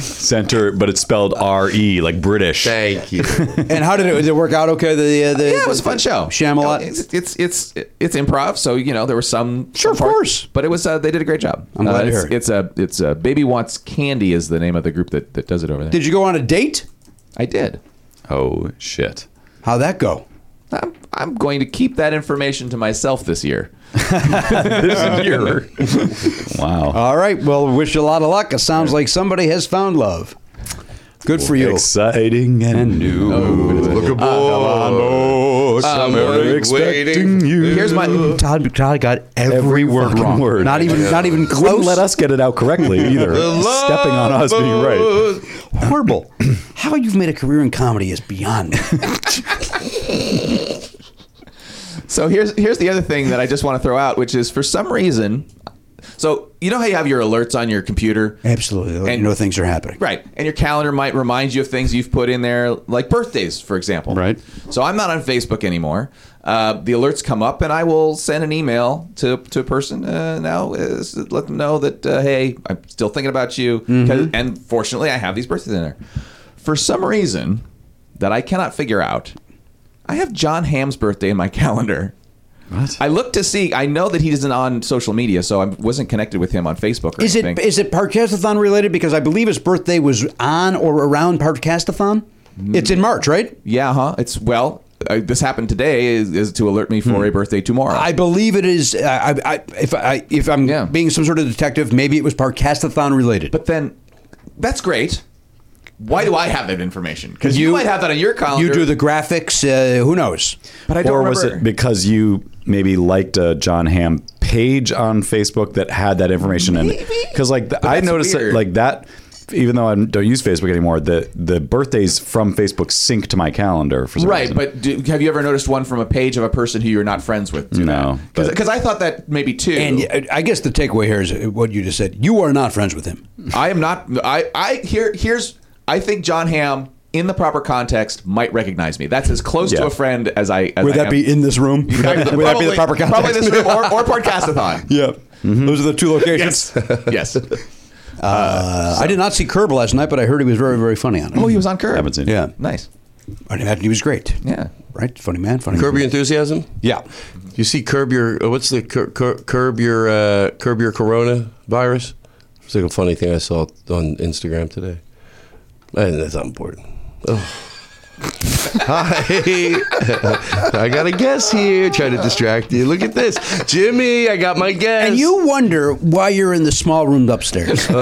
Speaker 1: Center, but it's spelled R E, like British.
Speaker 10: Thank you.
Speaker 5: And how did it, did it work out? Okay, the, uh, the
Speaker 7: Yeah, it was a fun show. You know,
Speaker 5: Shamalot.
Speaker 7: It's it's it's, it's improv, so you know there were some.
Speaker 5: Sure, of
Speaker 7: some parts-
Speaker 5: course.
Speaker 7: But it was uh, they did a great job.
Speaker 5: I'm glad
Speaker 7: uh,
Speaker 5: to
Speaker 7: it's,
Speaker 5: hear it.
Speaker 7: It's a it's a baby wants candy is the name of the group that, that does it over there.
Speaker 5: Did you go on a date?
Speaker 7: I did.
Speaker 1: Oh shit.
Speaker 5: How'd that go?
Speaker 7: I'm I'm going to keep that information to myself this year.
Speaker 1: Here. wow.
Speaker 5: All right. Well, wish you a lot of luck. It sounds like somebody has found love. Good for you.
Speaker 1: Exciting and new. Oh,
Speaker 10: Look aboard.
Speaker 1: Some are expecting
Speaker 10: waiting.
Speaker 1: you.
Speaker 7: Here's my
Speaker 5: Todd, Todd got every,
Speaker 1: every word
Speaker 5: fucking
Speaker 1: wrong.
Speaker 5: word. Not even not even
Speaker 1: He wouldn't
Speaker 5: close.
Speaker 1: let us get it out correctly either. Stepping on us being right.
Speaker 5: Horrible. How you've made a career in comedy is beyond me.
Speaker 7: so here's here's the other thing that I just want to throw out, which is for some reason. So you know how you have your alerts on your computer,
Speaker 5: Absolutely. Let you
Speaker 7: And-
Speaker 5: know things are happening.
Speaker 7: Right. And your calendar might remind you of things you've put in there, like birthdays, for example.
Speaker 1: Right.
Speaker 7: So I'm not on Facebook anymore. Uh, the alerts come up, and I will send an email to, to a person uh, now, uh, s- let them know that, uh, hey, I'm still thinking about you.
Speaker 1: Mm-hmm.
Speaker 7: 'Cause- And fortunately, I have these birthdays in there. For some reason that I cannot figure out, I have John Hamm's birthday in my calendar.
Speaker 1: What?
Speaker 7: I looked to see. I know that he isn't on social media, so I wasn't connected with him on Facebook. Or
Speaker 5: Is
Speaker 7: anything.
Speaker 5: it is it Parkastathon related? Because I believe his birthday was on or around Parkastathon. It's in March, right?
Speaker 7: Mm. Yeah, huh? It's well, uh, this happened today is, is to alert me for a birthday tomorrow.
Speaker 5: I believe it is. I, I- I if I if I'm
Speaker 7: Yeah.
Speaker 5: being some sort of detective, maybe it was Parkastathon related.
Speaker 7: but then that's great. Why do I have that information? Because you, might have that on your calendar.
Speaker 5: you do the graphics. Uh, who knows?
Speaker 7: but I don't
Speaker 1: or
Speaker 7: remember.
Speaker 1: was it because you maybe liked a John Hamm page on Facebook that had that information in it? Because like the, I
Speaker 7: that's
Speaker 1: noticed that
Speaker 7: weird.
Speaker 1: like that even though I don't use Facebook anymore, the the birthdays from Facebook sync to my calendar for some
Speaker 7: right,
Speaker 1: reason.
Speaker 7: but do, have you ever noticed one from a page of a person who you're not friends with?
Speaker 1: no, but
Speaker 7: Because I thought that maybe two.
Speaker 5: And uh, I guess the takeaway here is what you just said. You are not friends with him.
Speaker 7: I am not. I I here here's. I think John Hamm in the proper context might recognize me. That's as close to
Speaker 5: Yeah.
Speaker 7: a friend as I. As
Speaker 12: Would
Speaker 7: I
Speaker 12: that
Speaker 7: am.
Speaker 12: be in this room? Would that, would that be the proper
Speaker 7: Probably-
Speaker 12: context?
Speaker 7: Probably this room or, or podcastathon.
Speaker 12: yeah.
Speaker 5: Mm-hmm.
Speaker 12: Those are the two locations.
Speaker 7: Yes.
Speaker 5: Uh, I did not see Curb last night, but I heard he was very, very funny on it.
Speaker 7: Oh, he was on Curb.
Speaker 1: haven't seen. it.
Speaker 5: Yeah,
Speaker 7: nice.
Speaker 5: I imagine he was great.
Speaker 7: Yeah,
Speaker 5: right. Funny man. Funny.
Speaker 10: Curb your enthusiasm.
Speaker 5: Yeah.
Speaker 10: You see, curb your uh, what's the cur, cur, curb your uh, curb your corona virus? It's like a funny thing I saw on Instagram today. And that's not important. Oh. Hi, I got a guest here. Trying to distract you. Look at this, Jimmy. I got my guest.
Speaker 5: And you wonder why you're in the small room upstairs.
Speaker 7: Uh.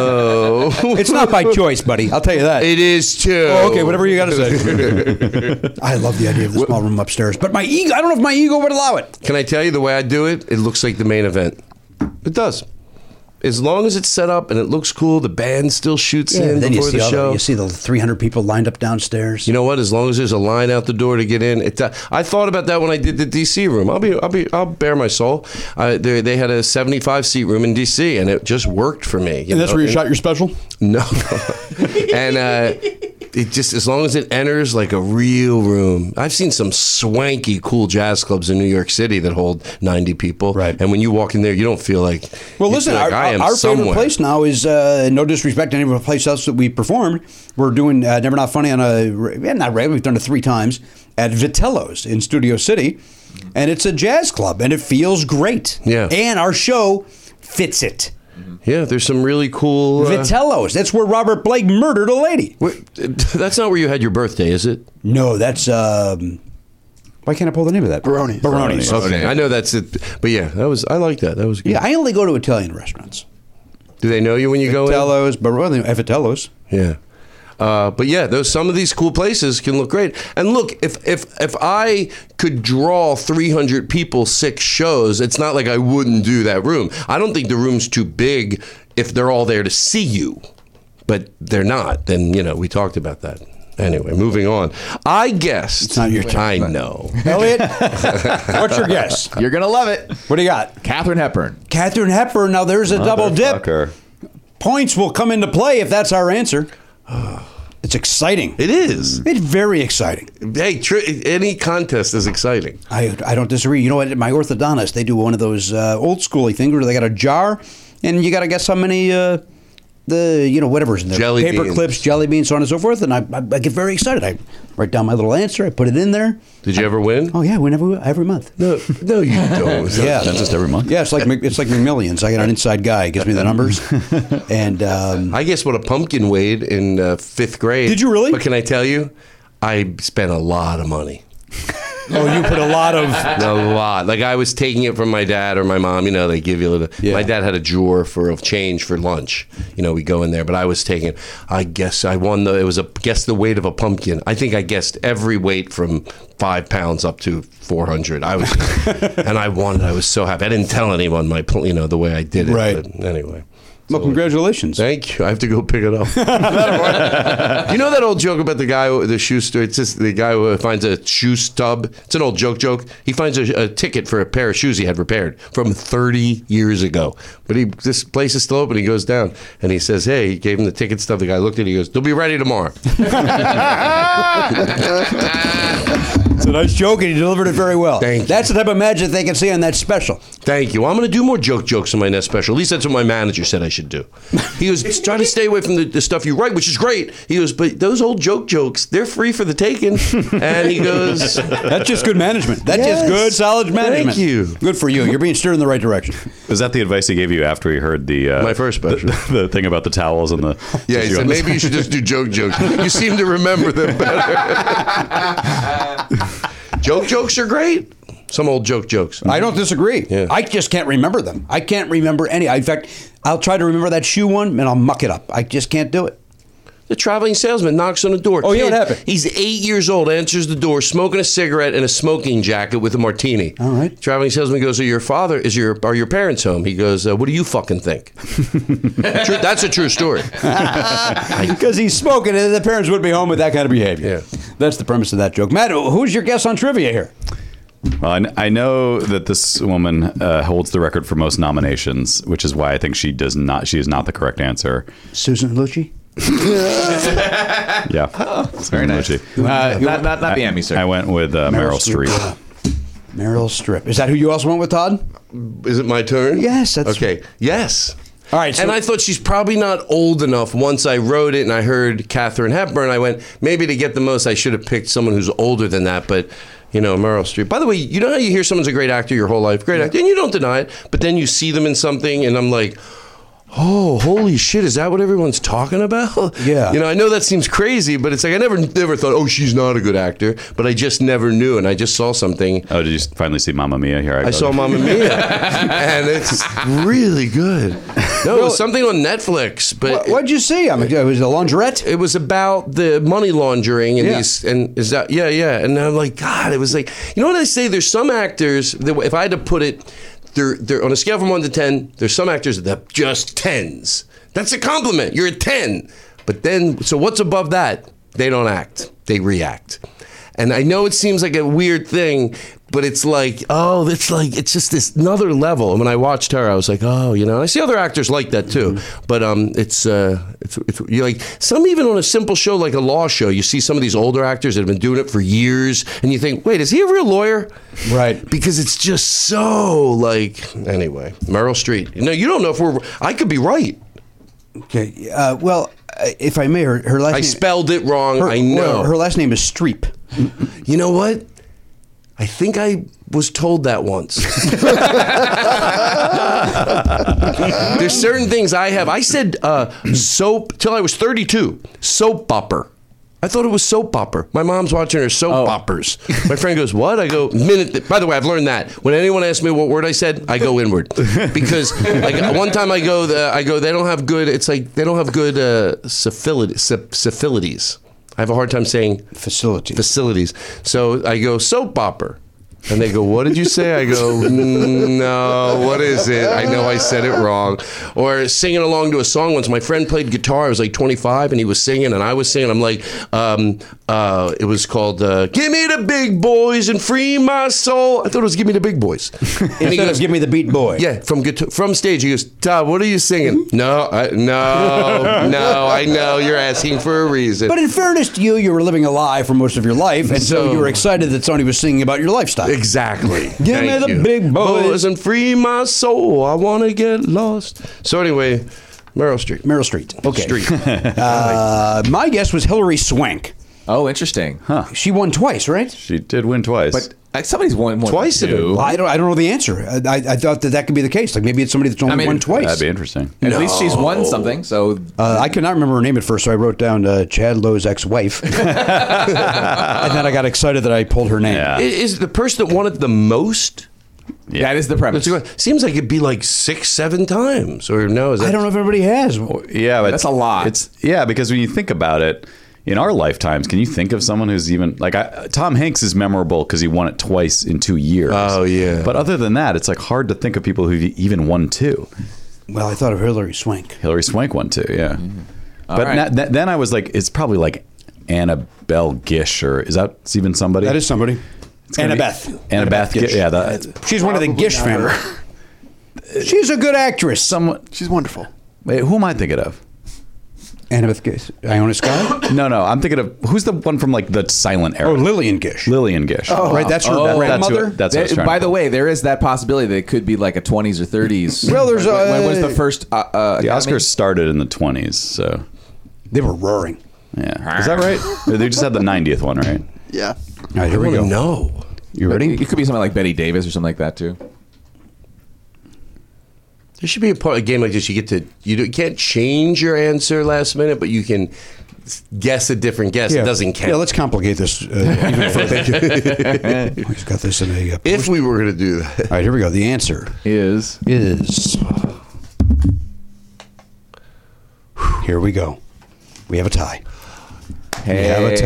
Speaker 10: Oh,
Speaker 5: it's not by choice, buddy. I'll tell you that.
Speaker 10: It is too.
Speaker 5: Oh, okay, whatever you got to say. I love the idea of the small room upstairs, but my ego—I don't know if my ego would allow it.
Speaker 10: Can I tell you the way I do it? It looks like the main event. It does. As long as it's set up and it looks cool, the band still shoots in
Speaker 5: then you
Speaker 10: before
Speaker 5: see,
Speaker 10: the
Speaker 5: all
Speaker 10: show.
Speaker 5: the, you see the 300 people lined up downstairs.
Speaker 10: You know what? As long as there's a line out the door to get in, it, I thought about that when I did the DC room. I'll be, I'll be, I'll bare my soul. Uh, they, they had a 75 seat room in DC, and it just worked for me. you
Speaker 12: and that's
Speaker 10: know?
Speaker 12: where you
Speaker 10: And-
Speaker 12: shot your special?
Speaker 10: No, and uh, it just as long as it enters like a real room. I've seen some swanky, cool jazz clubs in New York City that hold 90 people. Right, and when you walk in there, you don't feel like
Speaker 5: Well,
Speaker 10: you
Speaker 5: listen,
Speaker 10: feel like
Speaker 5: our,
Speaker 10: I am
Speaker 5: our favorite
Speaker 10: somewhere.
Speaker 5: place now is uh, no disrespect to any place else that we performed. We're doing uh, Never Not Funny on a yeah, not regular. We've done it three times at Vitello's in Studio City, and it's a jazz club, and it feels great.
Speaker 10: Yeah.
Speaker 5: and our show fits it.
Speaker 10: Yeah, there's some really cool uh,
Speaker 5: Vitello's. That's where Robert Blake murdered a lady.
Speaker 10: That's not where you had your birthday, is it?
Speaker 5: No, that's. Um, why can't I pull the name of that? Baroni. Baroni's.
Speaker 10: Okay, I know that's it, but yeah, that was I like that. That was good.
Speaker 5: Yeah, I only go to Italian restaurants.
Speaker 10: Do they know you when you go in?
Speaker 5: Vitello's, Baroni, Vitello's.
Speaker 10: Yeah. Uh, but yeah, those some of these cool places can look great. And look, if if if I could draw 300 people six shows, it's not like I wouldn't do that room. I don't think the room's too big if they're all there to see you. But they're not. Then, you know, we talked about that. Anyway, moving on. I guessed. It's not your time. I know.
Speaker 5: Elliot, what's your guess?
Speaker 7: You're gonna love it.
Speaker 5: What do you got?
Speaker 7: Catherine Hepburn.
Speaker 5: Catherine Hepburn. Now there's a double dip.
Speaker 1: Motherfucker.
Speaker 5: Points will come into play if that's our answer. It's exciting.
Speaker 10: It is.
Speaker 5: It's very exciting.
Speaker 10: Hey, tr- any contest is exciting.
Speaker 5: I, I don't disagree. You know what? My orthodontist, they do one of those uh, old schooly things where they got a jar and you got to guess how many, uh, the you know, whatever's in there.
Speaker 10: Jelly
Speaker 5: Paper
Speaker 10: beans.
Speaker 5: clips, jelly beans, so on and so forth. And I, I, I get very excited. I write down my little answer, I put it in there.
Speaker 10: Did you ever win?
Speaker 5: Oh, yeah, whenever, every month.
Speaker 10: No, no, you don't.
Speaker 5: Yeah.
Speaker 1: That's just every month.
Speaker 5: Yeah, it's like Mc- it's like McMillions. I got an inside guy. He gives me the numbers. And um,
Speaker 10: I guess what a pumpkin weighed in uh, fifth grade.
Speaker 5: Did you really?
Speaker 10: But can I tell you, I spent a lot of money.
Speaker 5: oh, you put a lot of
Speaker 10: a lot. Like I was taking it from my dad or my mom. You know, they give you a little. My dad had a drawer for of change for lunch. You know, we go in there, but I was taking. I guess I won the. It was a guess the weight of a pumpkin. I think I guessed every weight from five pounds up to four hundred. I was, and I won. I was so happy. I didn't tell anyone my. pl- You know the way I did it.
Speaker 5: Right.
Speaker 10: But anyway.
Speaker 5: well, congratulations.
Speaker 10: Thank you. I have to go pick it up. you know that old joke about the guy, with the shoe store? It's just the guy who finds a shoe stub. It's an old joke joke. He finds a, a ticket for a pair of shoes he had repaired from 30 years ago. But he this place is still open. He goes down and he says, Hey, he gave him the ticket stub. The guy looked at it. He goes, They'll be ready tomorrow.
Speaker 5: It's a nice joke, and you delivered it very well.
Speaker 10: Thank you.
Speaker 5: That's the type of magic they can see on that special.
Speaker 10: Thank you. I'm going to do more joke jokes in my next special. At least that's what my manager said I should do. He goes, "Just try to stay away from the, the stuff you write, which is great. He goes, but those old joke jokes, they're free for the taking. And he goes,
Speaker 5: That's just good management. That's just
Speaker 10: Yes.
Speaker 5: good, solid management.
Speaker 10: Thank you.
Speaker 5: Good for you. You're being steered in the right direction.
Speaker 1: Was that the advice he gave you after he heard the uh,
Speaker 10: My first special.
Speaker 1: the, the thing about the towels and the
Speaker 10: Yeah, he said, maybe you should just do joke jokes. You seem to remember them better. joke jokes are great. Some old joke jokes.
Speaker 5: I don't disagree.
Speaker 10: Yeah.
Speaker 5: I just can't remember them. I can't remember any. In fact, I'll try to remember that shoe one, and I'll muck it up. I just can't do it.
Speaker 10: The traveling salesman knocks on the door.
Speaker 12: Oh, yeah, what
Speaker 10: Kid,
Speaker 12: happened?
Speaker 10: He's eight years old, answers the door, smoking a cigarette and a smoking jacket with a martini. All right. Traveling salesman goes, "Are your father is your are your parents home?" He goes, uh, "What do you fucking think?" True- that's a true story.
Speaker 5: Because he's smoking, and the parents would be home with that kind of behavior. That's the premise of that joke. Matt, who's your guest on trivia here?
Speaker 1: Well, I kn- I know that this woman uh, holds the record for most nominations, which is why I think she does not. She is not the correct answer.
Speaker 5: Susan Lucci?
Speaker 1: Yeah,
Speaker 7: Oh,
Speaker 1: it's very nice.
Speaker 7: Uh, not- not- not the Emmy, sir.
Speaker 1: I went with uh, Meryl,
Speaker 5: Meryl
Speaker 1: Streep.
Speaker 5: Meryl Streep. Is that who you also went with, Todd?
Speaker 10: Is it my turn?
Speaker 5: Yes. That's
Speaker 10: okay. Yes.
Speaker 5: All right. So
Speaker 10: and I thought she's probably not old enough. Once I wrote it and I heard Katherine Hepburn, I went, maybe to get the most, I should have picked someone who's older than that. But, you know, Meryl Streep. By the way, you know how you hear someone's a great actor your whole life, great actor, and you don't deny it, but then you see them in something, and I'm like, Oh, holy shit! Is that what everyone's talking about?
Speaker 5: Yeah.
Speaker 10: You know, I know that seems crazy, but it's like I never, never thought. Oh, she's not a good actor, but I just never knew, and I just saw something.
Speaker 1: Oh, did you finally see Mamma Mia? Here I,
Speaker 10: I
Speaker 1: go.
Speaker 10: saw Mamma Mia, and it's really good. No, it was something on Netflix. But
Speaker 5: What'd you see? I mean, it was a laundrette.
Speaker 10: It was about the money laundering and
Speaker 5: Yeah.
Speaker 10: these and is that yeah yeah. And I'm like, God, it was like you know what I say. There's some actors that if I had to put it, they're they're on a scale from one to ten. There's some actors that just tens. That's a compliment. You're a ten. But then, so what's above that? They don't act. They react. And I know it seems like a weird thing, but it's like, oh, it's like it's just this another level. And when I watched her, I was like, oh, you know. And I see other actors like that too,
Speaker 5: Mm-hmm.
Speaker 10: but um, it's uh, it's it's you like some even on a simple show like a law show, you see some of these older actors that have been doing it for years, and you think, wait, is he a real lawyer?
Speaker 5: Right.
Speaker 10: Because it's just so like anyway. Meryl Streep. No, you don't know if we're. I could be right.
Speaker 5: Okay. Uh, well, uh, if I may, her, her last
Speaker 10: I
Speaker 5: name.
Speaker 10: spelled it wrong.
Speaker 5: her,
Speaker 10: I know.
Speaker 5: well, her last name is Streep.
Speaker 10: You know what? I think I was told that once. There's certain things I have. I said uh, soap till I was 32. Soap opera. I thought it was soap opera. My mom's watching her soap operas. My friend goes, "What?" I go, "Minute." By the way, I've learned that when anyone asks me what word I said, I go inward because like one time I go, the, I go, they don't have good. It's like they don't have good uh, syphilid- syph- syphilides. I have a hard time saying
Speaker 5: facilities.
Speaker 10: Facilities. So I go soap opera. And they go, What did you say? I go, "Mm, No, what is it? I know I said it wrong. Or singing along to a song once. My friend played guitar. I was like 25 and he was singing and I was singing. I'm like, um, uh, It was called uh, Give Me the Big Boys and Free My Soul. I thought it was Give Me the Big Boys. And
Speaker 5: Instead of Give Me the Beat Boy.
Speaker 10: Yeah, from guitar, from stage, he goes, Todd, what are you singing? No, I, no, no, I know. You're asking for a reason.
Speaker 5: But in fairness to you, you were living a lie for most of your life, and so,
Speaker 10: So-
Speaker 5: you were excited that somebody was singing about your lifestyle.
Speaker 10: Exactly.
Speaker 5: Give me
Speaker 10: Thank
Speaker 5: the
Speaker 10: you.
Speaker 5: big boys.
Speaker 10: and free my soul. I want to get lost. So anyway, Meryl Streep.
Speaker 5: Meryl Streep. Okay.
Speaker 10: Streep.
Speaker 5: Uh, my guess was Hillary Swank.
Speaker 7: Oh, interesting.
Speaker 5: She won twice, right?
Speaker 1: She did win twice.
Speaker 7: But uh, somebody's won more
Speaker 10: Twice
Speaker 7: than
Speaker 10: in a
Speaker 7: two.
Speaker 5: Well, I don't. I don't know the answer. I, I, I thought that that could be the case. Like maybe it's somebody that's only
Speaker 7: I mean,
Speaker 5: won twice.
Speaker 1: That'd be interesting.
Speaker 7: At least she's won something. So
Speaker 5: Uh, I cannot remember her name at first, so I wrote down uh, Chad Lowe's ex-wife, and then I got excited that I pulled her name.
Speaker 1: Yeah.
Speaker 10: Is the person that wanted the most?
Speaker 7: that is the premise.
Speaker 10: Seems like it'd be like six, seven times. Or no, is that?
Speaker 5: I don't know if everybody has.
Speaker 1: Yeah, but
Speaker 7: That's a lot.
Speaker 1: It's yeah, because when you think about it, in our lifetimes, can you think of someone who's even like I, Tom Hanks is memorable because he won it twice in two years.
Speaker 10: Oh, yeah.
Speaker 1: But other than that, it's like hard to think of people who even won two.
Speaker 5: Well, I thought of Hillary Swank.
Speaker 1: Hillary Swank won two, yeah. But
Speaker 7: right.
Speaker 1: na- th- then I was like, it's probably like Annabelle Gish or is that even somebody?
Speaker 5: That is somebody.
Speaker 1: It's gonna be-
Speaker 5: Annabeth.
Speaker 1: Annabeth Gish. Yeah, that,
Speaker 5: She's one of the
Speaker 8: Probably
Speaker 5: Gish
Speaker 8: not
Speaker 5: family. She's a good actress.
Speaker 1: someone.
Speaker 8: She's wonderful.
Speaker 1: Wait, who am I thinking of?
Speaker 5: Annabeth Gish. Iona Scott.
Speaker 1: No, no, I'm thinking of who's the one from like the silent era?
Speaker 5: oh, Lillian Gish.
Speaker 1: Lillian Gish.
Speaker 5: Oh, right. That's her
Speaker 1: That- that's who-
Speaker 5: grandmother.
Speaker 1: That's, who I was
Speaker 7: There-
Speaker 1: trying
Speaker 7: by
Speaker 1: to
Speaker 7: the
Speaker 1: think.
Speaker 7: way, there is that possibility that it could be like a 20s or 30s.
Speaker 5: Well, there's,
Speaker 7: when, when was
Speaker 5: uh,
Speaker 7: the first uh, uh,
Speaker 1: The
Speaker 7: Academy?
Speaker 1: Oscars started in the 20s, so
Speaker 5: they were roaring.
Speaker 1: yeah. Is that right? Or they just had the 90th one, right?
Speaker 8: Yeah.
Speaker 5: All right, here we go.
Speaker 10: No.
Speaker 5: You ready?
Speaker 7: It could be something like Betty Davis or something like that too.
Speaker 10: There should be a, part, a game like this. You get to you, do, you can't change your answer last minute, but you can s- guess a different guess. It doesn't count.
Speaker 5: Yeah, let's complicate this uh, even further. We've got this in a. Uh,
Speaker 10: if we were going to do that.
Speaker 5: all right, here we go. The answer
Speaker 7: Is
Speaker 5: is. Here we go. We have a tie.
Speaker 7: Hey,
Speaker 5: We have a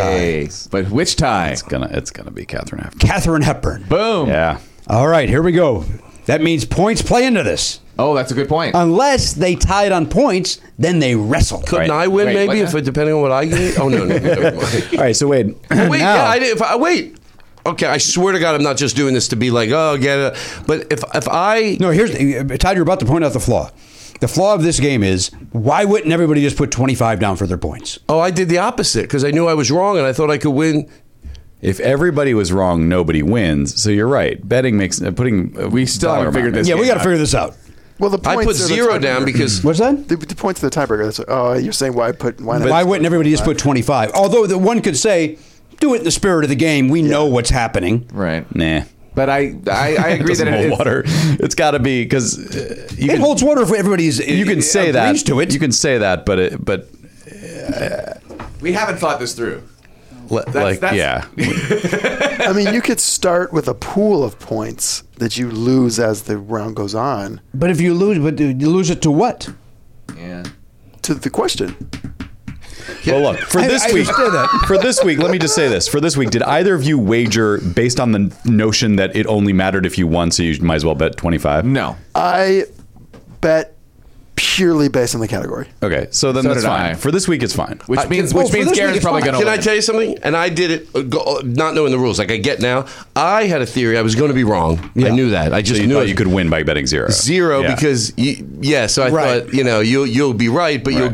Speaker 5: tie.
Speaker 7: But which tie? It's
Speaker 1: gonna it's gonna be Catherine Hepburn.
Speaker 5: Catherine Hepburn.
Speaker 7: Boom.
Speaker 1: Yeah.
Speaker 5: All right, here we go. That means points play into this.
Speaker 7: Oh, that's a good point.
Speaker 5: Unless they tied on points, then they wrestle.
Speaker 10: Couldn't I win? maybe if it, depending on what I get. Oh no, no, no, no.
Speaker 1: All right, so Wade.
Speaker 10: wait, yeah, I, did- if I, wait. Okay, I swear to God, I'm not just doing this to be like, oh, get it. But if if I
Speaker 5: no, here's Todd. You're about to point out the flaw. The flaw of this game is why wouldn't everybody just put 25 down for their points?
Speaker 10: oh, I did the opposite because I knew I was wrong and I thought I could win.
Speaker 1: If everybody was wrong, nobody wins. So you're right. Betting makes uh, putting. uh,
Speaker 7: We still
Speaker 1: dollar
Speaker 7: haven't figured
Speaker 1: amount
Speaker 7: this
Speaker 1: in.
Speaker 5: yeah, we got to figure this out.
Speaker 8: Well, the
Speaker 10: I
Speaker 8: points
Speaker 10: put
Speaker 8: are the
Speaker 10: zero down
Speaker 8: tiebreaker.
Speaker 10: because
Speaker 5: What's that?
Speaker 8: The, the points are the tiebreaker. That's oh, you're saying why I put why not?
Speaker 5: Why wouldn't everybody just put 25? Although the one could say, do it in the spirit of the game. We know what's happening.
Speaker 7: Right.
Speaker 1: Nah.
Speaker 7: But I I, I agree that
Speaker 1: Doesn't
Speaker 7: it,
Speaker 1: hold
Speaker 7: it's-
Speaker 1: water. It's got to be because uh, you
Speaker 5: it
Speaker 1: can
Speaker 5: holds water if everybody's uh,
Speaker 1: you can say that
Speaker 5: agrees to it.
Speaker 1: You can say that, but it, but
Speaker 7: we haven't thought this through.
Speaker 1: le- like
Speaker 7: that's-
Speaker 1: yeah,
Speaker 8: I mean, you could start with a pool of points that you lose as the round goes on
Speaker 5: But if you lose, but you lose it to what?
Speaker 7: Yeah.
Speaker 8: to the question.
Speaker 1: Well, look for
Speaker 5: I-
Speaker 1: this
Speaker 5: I
Speaker 1: week.
Speaker 5: understand that.
Speaker 1: For this week, let me just say this: for this week, did either of you wager based on the notion that it only mattered if you won, so you might as well bet twenty five?
Speaker 7: No.
Speaker 8: I bet purely based on the category.
Speaker 1: Okay, so then
Speaker 7: So
Speaker 1: that's
Speaker 7: did I.
Speaker 1: fine. For this week, it's fine.
Speaker 7: Which
Speaker 1: I-
Speaker 7: means
Speaker 5: well,
Speaker 7: which
Speaker 5: for
Speaker 7: means
Speaker 5: this
Speaker 7: Garen's
Speaker 5: week,
Speaker 7: probably
Speaker 5: it's
Speaker 7: gonna
Speaker 10: Can
Speaker 7: win.
Speaker 10: I tell you something? And I did it uh, go- uh, not knowing the rules, like I get now. I had a theory. I was going to be wrong. I knew that. I just
Speaker 1: so you
Speaker 10: knew
Speaker 1: thought
Speaker 10: it.
Speaker 1: you could win by betting zero.
Speaker 10: zero
Speaker 1: Yeah.
Speaker 10: because you, yeah. So I
Speaker 5: Right.
Speaker 10: thought you know you'll you'll be right, but you'll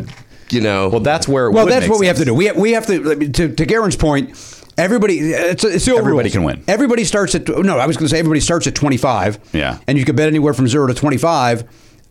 Speaker 10: you know.
Speaker 1: Well, that's where. It
Speaker 5: Well,
Speaker 1: would
Speaker 5: that's
Speaker 1: make
Speaker 5: what we have
Speaker 1: sense.
Speaker 5: to do. We have, we have to, to, to Garen's point, everybody, it's, it's the old
Speaker 1: Everybody
Speaker 5: rules.
Speaker 1: can win.
Speaker 5: Everybody starts at, no, I was going to say everybody starts at 25.
Speaker 1: Yeah.
Speaker 5: And you can bet anywhere from zero to 25.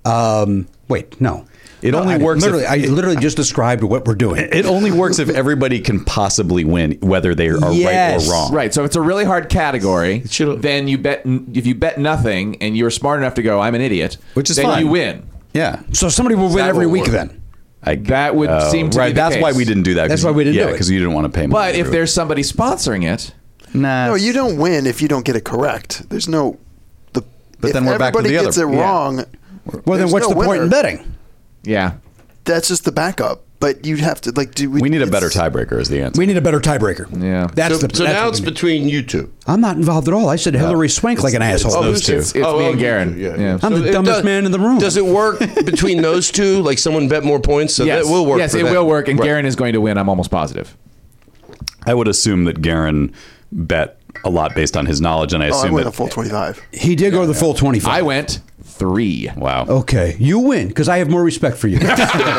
Speaker 5: Um, wait, no.
Speaker 1: It
Speaker 5: No,
Speaker 1: only
Speaker 5: I
Speaker 1: works if-
Speaker 5: Literally, I literally just described what we're doing.
Speaker 1: It only works if everybody can possibly win, whether they are right
Speaker 5: Yes.
Speaker 1: or wrong.
Speaker 7: Right, so if it's a really hard category,
Speaker 10: should've-
Speaker 7: then you bet if you bet nothing and you're smart enough to go, I'm an idiot,
Speaker 1: Which is
Speaker 7: then
Speaker 1: fine.
Speaker 7: you win.
Speaker 1: Yeah.
Speaker 5: So somebody will win
Speaker 10: That
Speaker 5: every
Speaker 10: will
Speaker 5: week
Speaker 10: work.
Speaker 5: then.
Speaker 1: I,
Speaker 7: That would
Speaker 1: Oh,
Speaker 7: seem to
Speaker 1: right.
Speaker 7: be the
Speaker 1: that's why
Speaker 7: case.
Speaker 1: we didn't do that. 'cause
Speaker 5: That's
Speaker 1: you-
Speaker 5: why we didn't
Speaker 1: yeah,
Speaker 5: do it.
Speaker 1: because you didn't want to pay. money
Speaker 7: But if
Speaker 1: through it.
Speaker 7: there's somebody sponsoring it,
Speaker 1: nah,
Speaker 8: No, you don't win if you don't get it correct. There's no the.
Speaker 1: But
Speaker 8: if
Speaker 1: then we're back to
Speaker 8: everybody
Speaker 1: the other-
Speaker 8: gets it
Speaker 1: yeah.
Speaker 8: wrong.
Speaker 5: Well, then
Speaker 8: there's
Speaker 5: what's
Speaker 8: no
Speaker 5: the point
Speaker 8: winner.
Speaker 5: in betting?
Speaker 7: yeah,
Speaker 8: That's just the backup. But you have to like do.
Speaker 1: we need a better
Speaker 8: it's-
Speaker 1: tiebreaker. Is the answer?
Speaker 5: We need a better tiebreaker.
Speaker 7: Yeah.
Speaker 5: That's
Speaker 10: so,
Speaker 5: the
Speaker 10: so
Speaker 5: that's
Speaker 10: now
Speaker 5: what
Speaker 10: it's
Speaker 5: we need.
Speaker 10: between you two.
Speaker 5: I'm not involved at all. I said Hillary Swank like an asshole.
Speaker 1: those two.
Speaker 7: it's, it's
Speaker 10: Oh,
Speaker 7: me
Speaker 10: oh,
Speaker 7: and
Speaker 10: you
Speaker 7: Garen.
Speaker 10: do, yeah,
Speaker 7: yeah.
Speaker 5: I'm the
Speaker 10: It
Speaker 5: dumbest
Speaker 10: does-
Speaker 5: man in the room.
Speaker 10: Does it work between those two? Like someone bet more points, so
Speaker 7: yes,
Speaker 10: that will work.
Speaker 7: yes,
Speaker 10: for
Speaker 7: it
Speaker 10: them.
Speaker 7: will work, and
Speaker 10: Right.
Speaker 7: Garen is going to win. I'm almost positive.
Speaker 1: I would assume that Garin bet a lot based on his knowledge, and I
Speaker 8: Oh, I
Speaker 1: assume
Speaker 8: win
Speaker 1: that
Speaker 8: a full twenty-five.
Speaker 5: he did go to the full 25.
Speaker 7: I went three.
Speaker 1: wow,
Speaker 5: Okay, you win because I have more respect for you.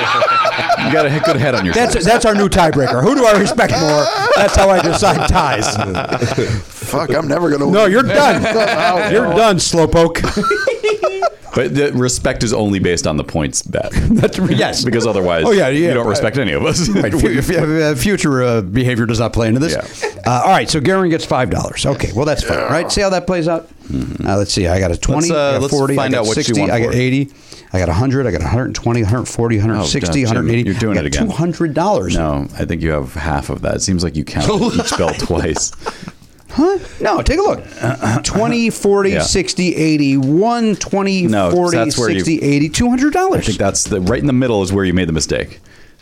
Speaker 1: you got a good head on your. shoulders.
Speaker 5: That's that's our new tiebreaker. Who do I respect more? That's how I decide ties.
Speaker 8: Fuck, I'm never gonna.
Speaker 5: No,
Speaker 8: win.
Speaker 5: you're done. You're done, slowpoke.
Speaker 1: But the respect is only based on the points bet.
Speaker 5: That's, yes.
Speaker 1: because otherwise,
Speaker 5: Oh, yeah, yeah.
Speaker 1: you don't respect any of us.
Speaker 5: Right, fu- fu- uh, future uh, behavior does not play into this.
Speaker 1: Yeah.
Speaker 5: Uh, all right, so Garen gets five dollars. Okay, well that's fine. Right, see how that plays out. Uh, let's see. I got a 20
Speaker 1: Let's, uh,
Speaker 5: I got
Speaker 1: let's
Speaker 5: forty.
Speaker 1: find
Speaker 5: I got
Speaker 1: out what you
Speaker 5: sixty.
Speaker 1: want
Speaker 5: I
Speaker 1: for
Speaker 5: got
Speaker 1: it.
Speaker 5: eighty. I got hundred. I got 120, 140, 160,
Speaker 1: Oh, God, Jim,
Speaker 5: 180.
Speaker 1: you're doing
Speaker 5: I
Speaker 1: it
Speaker 5: got
Speaker 1: again.
Speaker 5: Two hundred dollars.
Speaker 1: no, I think you have half of that. It seems like you count each bell twice.
Speaker 5: Huh? No, take a look. 20, 40,
Speaker 1: Yeah.
Speaker 5: 60, 80, 1, 20,
Speaker 1: No,
Speaker 5: 40,
Speaker 1: that's where you-
Speaker 5: 60, 80, $200.
Speaker 1: I think that's the right in the middle is where you made the mistake.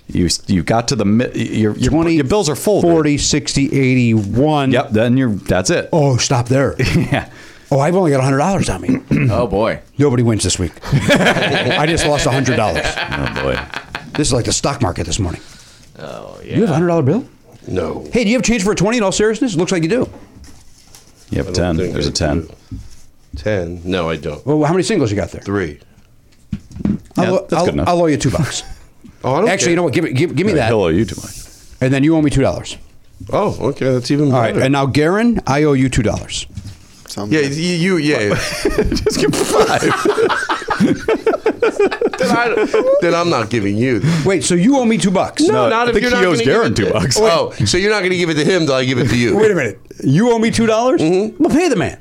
Speaker 1: You you got to the mi- your your,
Speaker 5: 20,
Speaker 1: your bills are full. dude.
Speaker 5: 40, 60, 80, 1.
Speaker 1: Yep. Then you're that's it.
Speaker 5: Oh, stop there.
Speaker 1: Yeah.
Speaker 5: oh, I've only got $100 on me.
Speaker 7: Oh boy.
Speaker 5: Nobody wins this week. I just lost $100.
Speaker 1: Oh boy.
Speaker 5: This is like the stock market this morning. Oh, yeah. You have a $100 bill?
Speaker 10: No.
Speaker 5: Hey, do you have change for a 20 in all seriousness? Looks like you do.
Speaker 1: You have
Speaker 10: I
Speaker 1: ten.
Speaker 10: don't think
Speaker 1: There's
Speaker 10: I
Speaker 1: a ten.
Speaker 10: do. Ten? No, I don't.
Speaker 5: Well, how many singles you got there?
Speaker 10: Three.
Speaker 1: Yeah,
Speaker 5: I'll,
Speaker 1: that's
Speaker 5: I'll,
Speaker 1: good enough.
Speaker 5: I'll owe you two bucks.
Speaker 10: Oh, I don't
Speaker 5: Actually,
Speaker 10: care.
Speaker 5: you know what? Give, it- give, give me that.
Speaker 1: He'll owe you too much.
Speaker 5: And then you owe me $2.
Speaker 10: Oh, okay, that's even
Speaker 5: All
Speaker 10: better.
Speaker 5: right. And now, Garen, I owe you $2.
Speaker 8: Sounds
Speaker 10: yeah,
Speaker 8: good.
Speaker 10: you, you yeah.
Speaker 1: Just give him five.
Speaker 10: then, I, then I'm not giving you.
Speaker 5: Wait, so you owe me two bucks?
Speaker 10: No,
Speaker 1: No,
Speaker 10: not
Speaker 1: I
Speaker 10: if
Speaker 1: think
Speaker 10: you're
Speaker 1: he
Speaker 10: not
Speaker 1: owes
Speaker 10: gonna
Speaker 1: Darren
Speaker 10: give it
Speaker 1: two
Speaker 10: to-
Speaker 1: bucks.
Speaker 10: Oh, so you're not going to give it to him till I give it to you.
Speaker 5: Wait a minute. You owe me two dollars? Well, pay the man.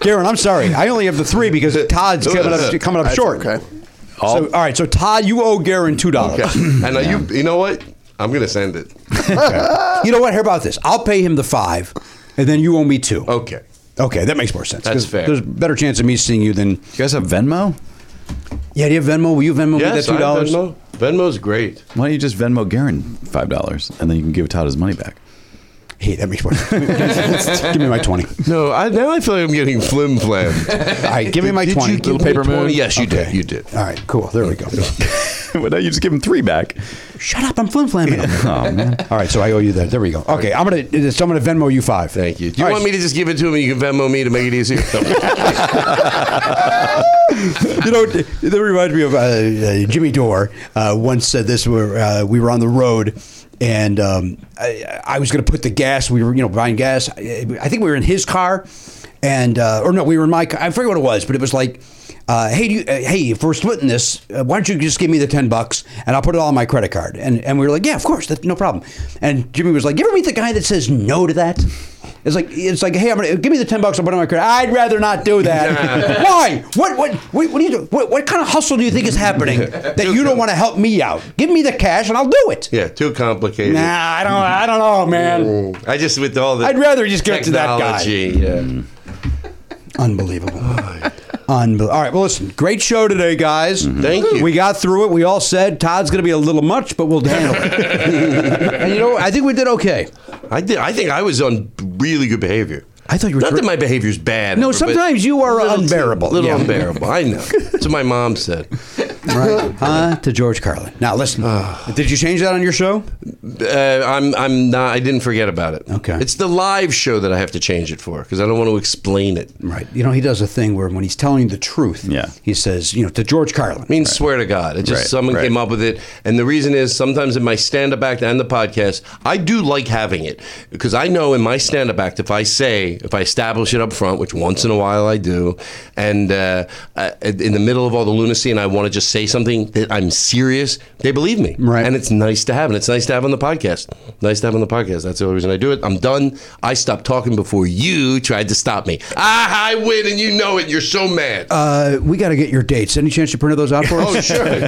Speaker 5: Garen, I'm sorry. I only have the three because Todd's coming up coming up
Speaker 8: That's
Speaker 5: short.
Speaker 8: okay.
Speaker 5: So, all right. So Todd, you owe Garen two dollars.
Speaker 10: Okay. And uh, you, you know what? I'm going to send it.
Speaker 5: You know what? How about this? I'll pay him the five, and then you owe me two.
Speaker 10: Okay.
Speaker 5: Okay, that makes more sense.
Speaker 10: Oh. That's
Speaker 5: 'cause
Speaker 10: fair.
Speaker 5: There's a better chance of me seeing you than
Speaker 1: You guys have Venmo?
Speaker 5: Yeah, do you have Venmo? Will you Venmo
Speaker 1: Yes,
Speaker 5: me that
Speaker 1: I
Speaker 5: two dollars?
Speaker 1: Venmo.
Speaker 13: Venmo's great.
Speaker 1: Why don't you just Venmo Garen five dollars and then you can give Todd his money back?
Speaker 5: Hey, that makes more. give me my twenty.
Speaker 10: No, I, now I feel like I'm getting flim flam.
Speaker 5: All right, give me my
Speaker 10: Did you
Speaker 5: twenty.
Speaker 10: give Little me paper 20? moon? Yes, you did.
Speaker 1: You did.
Speaker 5: All right, cool. There we go.
Speaker 1: Why don't you just give him three back?
Speaker 5: Shut up! I'm flim flamming.
Speaker 1: Oh man.
Speaker 5: All right, so I owe you that. There we go. Okay, I'm gonna. So I'm gonna Venmo you five. Thank
Speaker 10: you want me to just give it to him? and You can Venmo me to make it easier.
Speaker 5: you know, that reminds me of uh, uh, Jimmy Dore uh, once said this. Where uh, we were on the road, and um, I, I was going to put the gas. We were, you know, buying gas. I, I think we were in his car, and uh, or no, we were in my. car. I forget what it was, but it was like. Uh, hey, do you, uh, hey! If we're splitting this, uh, why don't you just give me the ten bucks and I'll put it all on my credit card? And and we were like, yeah, of course, that's no problem. And Jimmy was like, you ever meet the guy that says no to that? It's like it's like, hey, I'm gonna give me the ten bucks. I'll put it on my credit. I'd rather not do that. Why? What what what, what do you do? What, what kind of hustle do you think is happening that you don't want to help me out? Give me the cash and I'll do it.
Speaker 10: yeah, too complicated.
Speaker 5: Nah, I don't I don't know, man.
Speaker 10: Mm. I just with all the.
Speaker 5: I'd rather just give it to that guy.
Speaker 10: technology, Yeah.
Speaker 5: Unbelievable. Unbel- all right, well, listen, great show today, guys.
Speaker 10: Thank you.
Speaker 5: We got through it. We all said Todd's going to be a little much, but we'll handle it. and you know, I think we did okay.
Speaker 10: I did. I think I was on really good behavior.
Speaker 5: I thought you were.
Speaker 10: Not that my behavior's bad.
Speaker 5: No,
Speaker 10: ever, but
Speaker 5: sometimes you are unbearable.
Speaker 10: A little
Speaker 5: Yeah.
Speaker 10: unbearable. I know. That's what my mom said.
Speaker 5: Right. Huh? To George Carlin. Now, listen, did you change that on your show?
Speaker 10: Uh, I'm. I'm not. I didn't forget about it.
Speaker 5: Okay.
Speaker 10: It's the live show that I have to change it for because I don't want to explain it.
Speaker 5: Right. You know, he does a thing where when he's telling the truth, yeah. he says, you know, to George Carlin.
Speaker 10: I mean, swear to God, it just
Speaker 5: Right,
Speaker 10: someone
Speaker 5: right.
Speaker 10: came up with it, and the reason is sometimes in my stand-up act and the podcast, I do like having it because I know in my stand-up act, if I say, if I establish it up front, which once in a while I do, and uh, uh, in the middle of all the lunacy, and I want to just say something that I'm serious, they believe me, right? And it's nice to have, and it's nice to have on the podcast. Nice to have on the podcast. That's the only reason I do it. I'm done. I stopped talking before you tried to stop me. Ah, I win, and you know it. You're so mad.
Speaker 5: Uh, we got to get your dates. Any chance you printed those out for us?
Speaker 10: Oh, sure.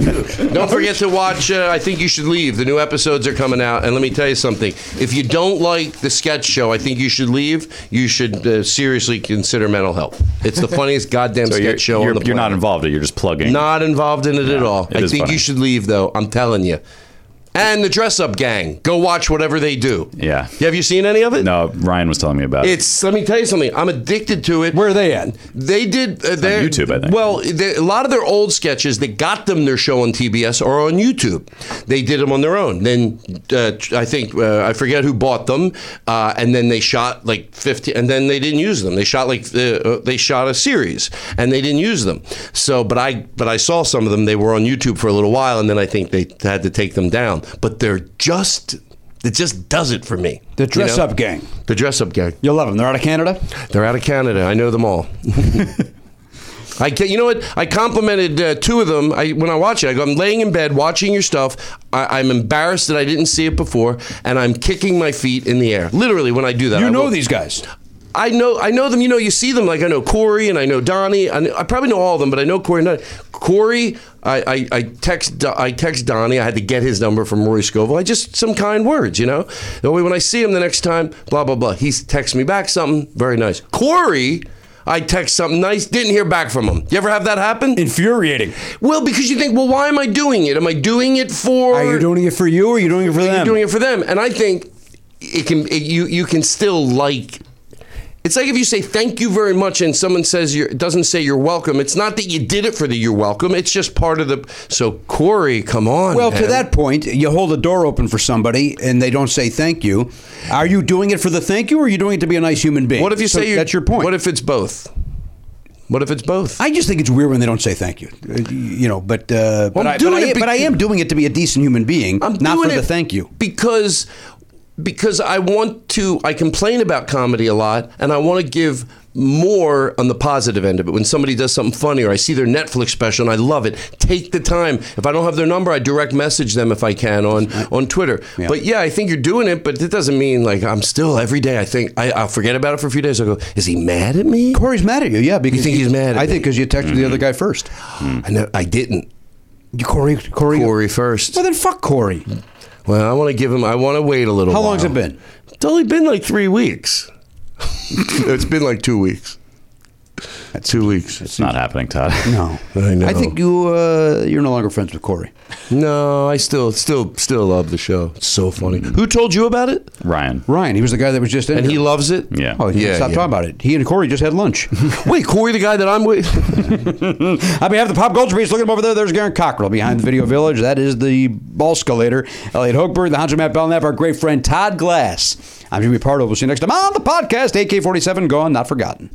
Speaker 10: don't forget to watch uh, I Think You Should Leave. The new episodes are coming out. And let me tell you something. If you don't like the sketch show, I Think You Should Leave, you should uh, seriously consider mental health. It's the funniest goddamn
Speaker 1: So
Speaker 10: sketch
Speaker 1: you're,
Speaker 10: show
Speaker 1: you're,
Speaker 10: on the
Speaker 1: you're not
Speaker 10: planet.
Speaker 1: involved. You're just plugging.
Speaker 10: Not involved in it at all.
Speaker 1: it
Speaker 10: I
Speaker 1: is
Speaker 10: Think
Speaker 1: funny.
Speaker 10: You Should Leave, though. I'm telling you. And the dress up gang. Go watch whatever they do.
Speaker 1: Yeah.
Speaker 10: Have you seen any of it?
Speaker 1: No, Ryan was telling me about it.
Speaker 10: It's let me tell you something. I'm addicted to it. Where
Speaker 5: are they at?
Speaker 10: They did uh, their
Speaker 1: YouTube, I think.
Speaker 10: Well, they, a lot of their old sketches that got them their show on TBS are on YouTube. They did them on their own. Then uh, tr- I think uh, I forget who bought them, uh, and then they shot like 50, and then they didn't use them. They shot like uh, uh, they shot a series, and they didn't use them. So, but I but I saw some of them. They were on YouTube for a little while, and then I think they had to take them down. But they're just it just does it for me.
Speaker 5: The
Speaker 10: you
Speaker 5: dress
Speaker 10: know?
Speaker 5: up gang.
Speaker 10: The dress up gang.
Speaker 5: You'll love them. They're out of Canada?
Speaker 10: They're out of Canada. I know them all. I can, you know what? I complimented uh, two of them. I, when I watch it, I go, I'm laying in bed watching your stuff. I, I'm embarrassed that I didn't see it before, and I'm kicking my feet in the air. Literally, when I do that,
Speaker 5: You
Speaker 10: I
Speaker 5: know
Speaker 10: will-
Speaker 5: these guys.
Speaker 10: I know, I know them. You know, you see them. Like I know Corey and I know Donnie. I, know, I probably know all of them, but I know Corey. And Donnie. Corey, I, I, I text, Do- I text Donnie. I had to get his number from Rory Scovel. I just some kind words, you know. That way, when I see him the next time, blah blah blah. He texts me back something very nice. Corey. I text something nice, didn't hear back from him. You ever have that happen?
Speaker 5: Infuriating.
Speaker 10: Well, because you think, well, why am I doing it? Am I doing it for?
Speaker 5: Are you doing it for you or are you doing it for them?
Speaker 10: You're doing it for them, and I think it can. It, you you can still like. It's like if you say thank you very much and someone says you're doesn't say you're welcome. It's not that you did it for the you're welcome. It's just part of the. So Corey, come on.
Speaker 5: well, to
Speaker 10: man.
Speaker 5: that point, you hold a door open for somebody and they don't say thank you. Are you doing it for the thank you or are you doing it to be a nice human being?
Speaker 10: What if you
Speaker 5: So
Speaker 10: say you,
Speaker 5: that's your point?
Speaker 10: What if it's both? What if it's both?
Speaker 5: I just think it's weird when they don't say thank you. Uh, You know, but uh, but,
Speaker 10: I'm
Speaker 5: I, but,
Speaker 10: doing
Speaker 5: I,
Speaker 10: it
Speaker 5: but I
Speaker 10: bec-
Speaker 5: am doing it to be a decent human being,
Speaker 10: I'm
Speaker 5: not
Speaker 10: doing
Speaker 5: for the
Speaker 10: it
Speaker 5: thank you.
Speaker 10: because because I want to. I complain about comedy a lot, and I want to give more on the positive end of it. When somebody does something funny, or I see their Netflix special and I love it, take the time. If I don't have their number, I direct message them if I can on on Twitter. But yeah, I think you're doing it, but it doesn't mean like I'm still every day. I think I, I'll forget about it for a few days. I go, is he mad at me?
Speaker 5: Corey's mad at you, yeah. Because
Speaker 10: think he's mad at
Speaker 5: I
Speaker 10: me? Mm-hmm.
Speaker 5: think because you texted the other guy first.
Speaker 10: I, know, I didn't.
Speaker 5: You, Corey, Corey.
Speaker 10: Corey first.
Speaker 5: Well, then fuck Corey.
Speaker 10: Well, I want to give him. I want to wait a little.
Speaker 5: How
Speaker 10: while.
Speaker 5: long's it been?
Speaker 10: It's only been like three weeks. it's been like two weeks.
Speaker 5: That's
Speaker 10: two weeks. It's
Speaker 1: not happening, Todd.
Speaker 5: No,
Speaker 10: I know.
Speaker 5: I think you uh, you're no longer friends with Corey.
Speaker 10: No, I still, still, still love the show. It's so funny.
Speaker 5: Mm-hmm.
Speaker 10: Who told you about it?
Speaker 1: Ryan.
Speaker 5: Ryan. He was the guy that was just in.
Speaker 10: And
Speaker 5: here.
Speaker 10: he loves it.
Speaker 1: Yeah.
Speaker 5: Oh, he
Speaker 10: Yeah,
Speaker 5: Stop
Speaker 10: yeah.
Speaker 5: talking about it. He and Corey just had lunch.
Speaker 10: Wait, Corey, the guy that I'm with.
Speaker 5: I behalf of the Pop Culture Beast, look at him over there. There's Garen Cockrell behind the Video Village. That is the ball escalator. Elliot Hochberg, the Hounds of Matt Belknap, our great friend Todd Glass. I'm Jimmy Pardo. We'll see you next time on the podcast. AK 47 Gone, Not Forgotten.